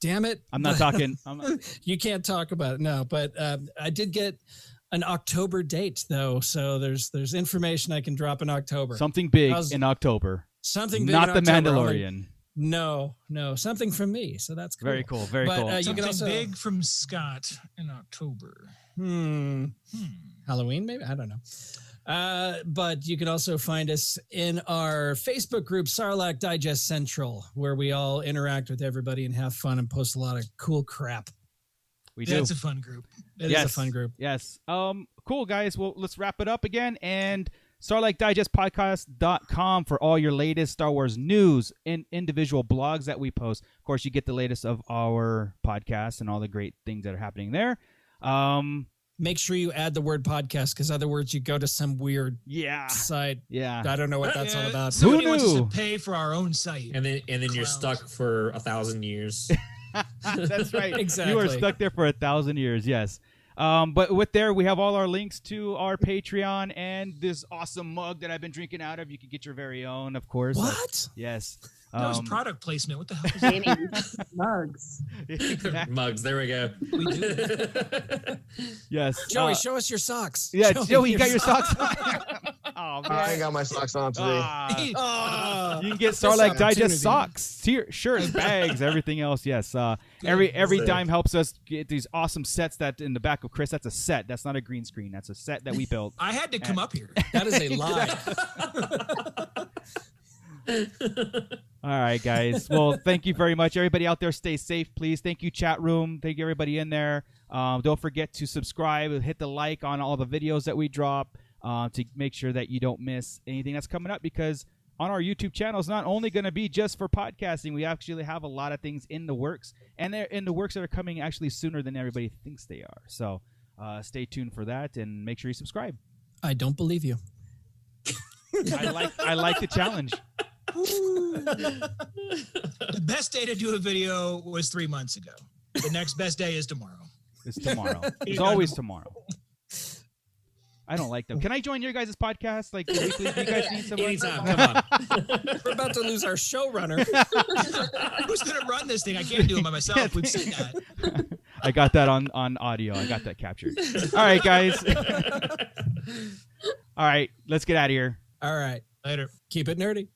Speaker 9: damn it
Speaker 8: I'm not talking. I'm,
Speaker 9: you can't talk about it no but um, i did get an october date though so there's there's information i can drop in october
Speaker 8: something big
Speaker 9: How's-
Speaker 8: in October.
Speaker 9: something big
Speaker 8: Not
Speaker 9: in
Speaker 8: the
Speaker 9: October. I'm like,
Speaker 8: Mandalorian.
Speaker 9: no no something from me so that's cool.
Speaker 8: Very cool. Very
Speaker 9: But,
Speaker 8: cool.
Speaker 9: uh, you
Speaker 3: Something
Speaker 9: can also-
Speaker 3: big from Scott in October.
Speaker 9: hmm
Speaker 3: Hmm.
Speaker 9: Halloween, maybe? I don't know. Uh, but you can also find us in our Facebook group, Sarlacc Digest Central, where we all interact with everybody and have fun and post a lot of cool crap.
Speaker 8: we do.
Speaker 3: That's a fun group.
Speaker 9: It is
Speaker 8: Yes.
Speaker 9: a fun group.
Speaker 8: Yes. Um, cool, guys. Well, let's wrap it up again. And Starlight Digest Podcast.com for all your latest Star Wars news and individual blogs that we post. Of course, you get the latest of our podcast and all the great things that are happening there. Um,
Speaker 9: Make sure you add the word podcast because other words you go to some weird
Speaker 8: yeah.
Speaker 9: site.
Speaker 8: Yeah.
Speaker 9: I don't know what that's all
Speaker 3: Yeah,
Speaker 9: about.
Speaker 3: Uh, Somebody
Speaker 8: Ah. Who
Speaker 3: wants us to
Speaker 8: knew?
Speaker 3: pay for our own site.
Speaker 4: And then and then you're
Speaker 3: Clowns.
Speaker 4: stuck for a thousand years.
Speaker 8: That's right.
Speaker 9: Exactly.
Speaker 8: You were stuck there for a thousand years. Yes. Um, but with there, we have all our links to our Patreon and this awesome mug that I've been drinking out of. You can get your very own, of course.
Speaker 9: What?
Speaker 8: Yes.
Speaker 3: That was
Speaker 8: Um,
Speaker 3: product placement. What the hell? Is that?
Speaker 11: Danny mugs.
Speaker 8: exactly.
Speaker 4: Mugs, there we go.
Speaker 3: We do.
Speaker 8: Yes.
Speaker 9: Joey,
Speaker 8: uh,
Speaker 9: show us your socks.
Speaker 8: Yeah,
Speaker 9: Show
Speaker 8: Joey,
Speaker 9: me
Speaker 8: you got your socks on. oh,
Speaker 10: I ain't
Speaker 8: man.
Speaker 10: got my socks on today.
Speaker 8: Ah,
Speaker 9: Ah.
Speaker 8: you can get
Speaker 9: an
Speaker 8: Sarlacc
Speaker 9: opportunity.
Speaker 8: Digest socks, tier, shirts, bags, everything else. Yes. Uh, every every dime helps us get these awesome sets that in the back of Chris. That's a set. That's not a green screen. That's a set that we built.
Speaker 3: I had to come up here.
Speaker 9: That is a lie.
Speaker 8: All right, guys. Well, thank you very much. Everybody out there, stay safe, please. Thank you, chat room. Thank you, everybody in there. Um, don't forget to subscribe, hit the like on all the videos that we drop uh, to make sure that you don't miss anything that's coming up because on our YouTube channel is not only going to be just for podcasting, we actually have a lot of things in the works, and they're in the works that are coming actually sooner than everybody thinks they are. So uh, stay tuned for that and make sure you subscribe.
Speaker 9: I don't believe you.
Speaker 8: I like I like the challenge.
Speaker 3: The best day to do a video was three months ago. The next best day is tomorrow.
Speaker 8: It's tomorrow. It's always tomorrow. I don't like them. Can I join your guys' podcast? Like, weekly? Do you guys need someone?
Speaker 3: Anytime, come
Speaker 9: on. We're about to lose our showrunner.
Speaker 3: Who's going to run this thing? I can't do it by myself. We've seen that.
Speaker 8: I got that on on audio. I got that captured. All right, guys. All right, let's get out of here.
Speaker 9: All right.
Speaker 3: Later.
Speaker 9: Keep it nerdy.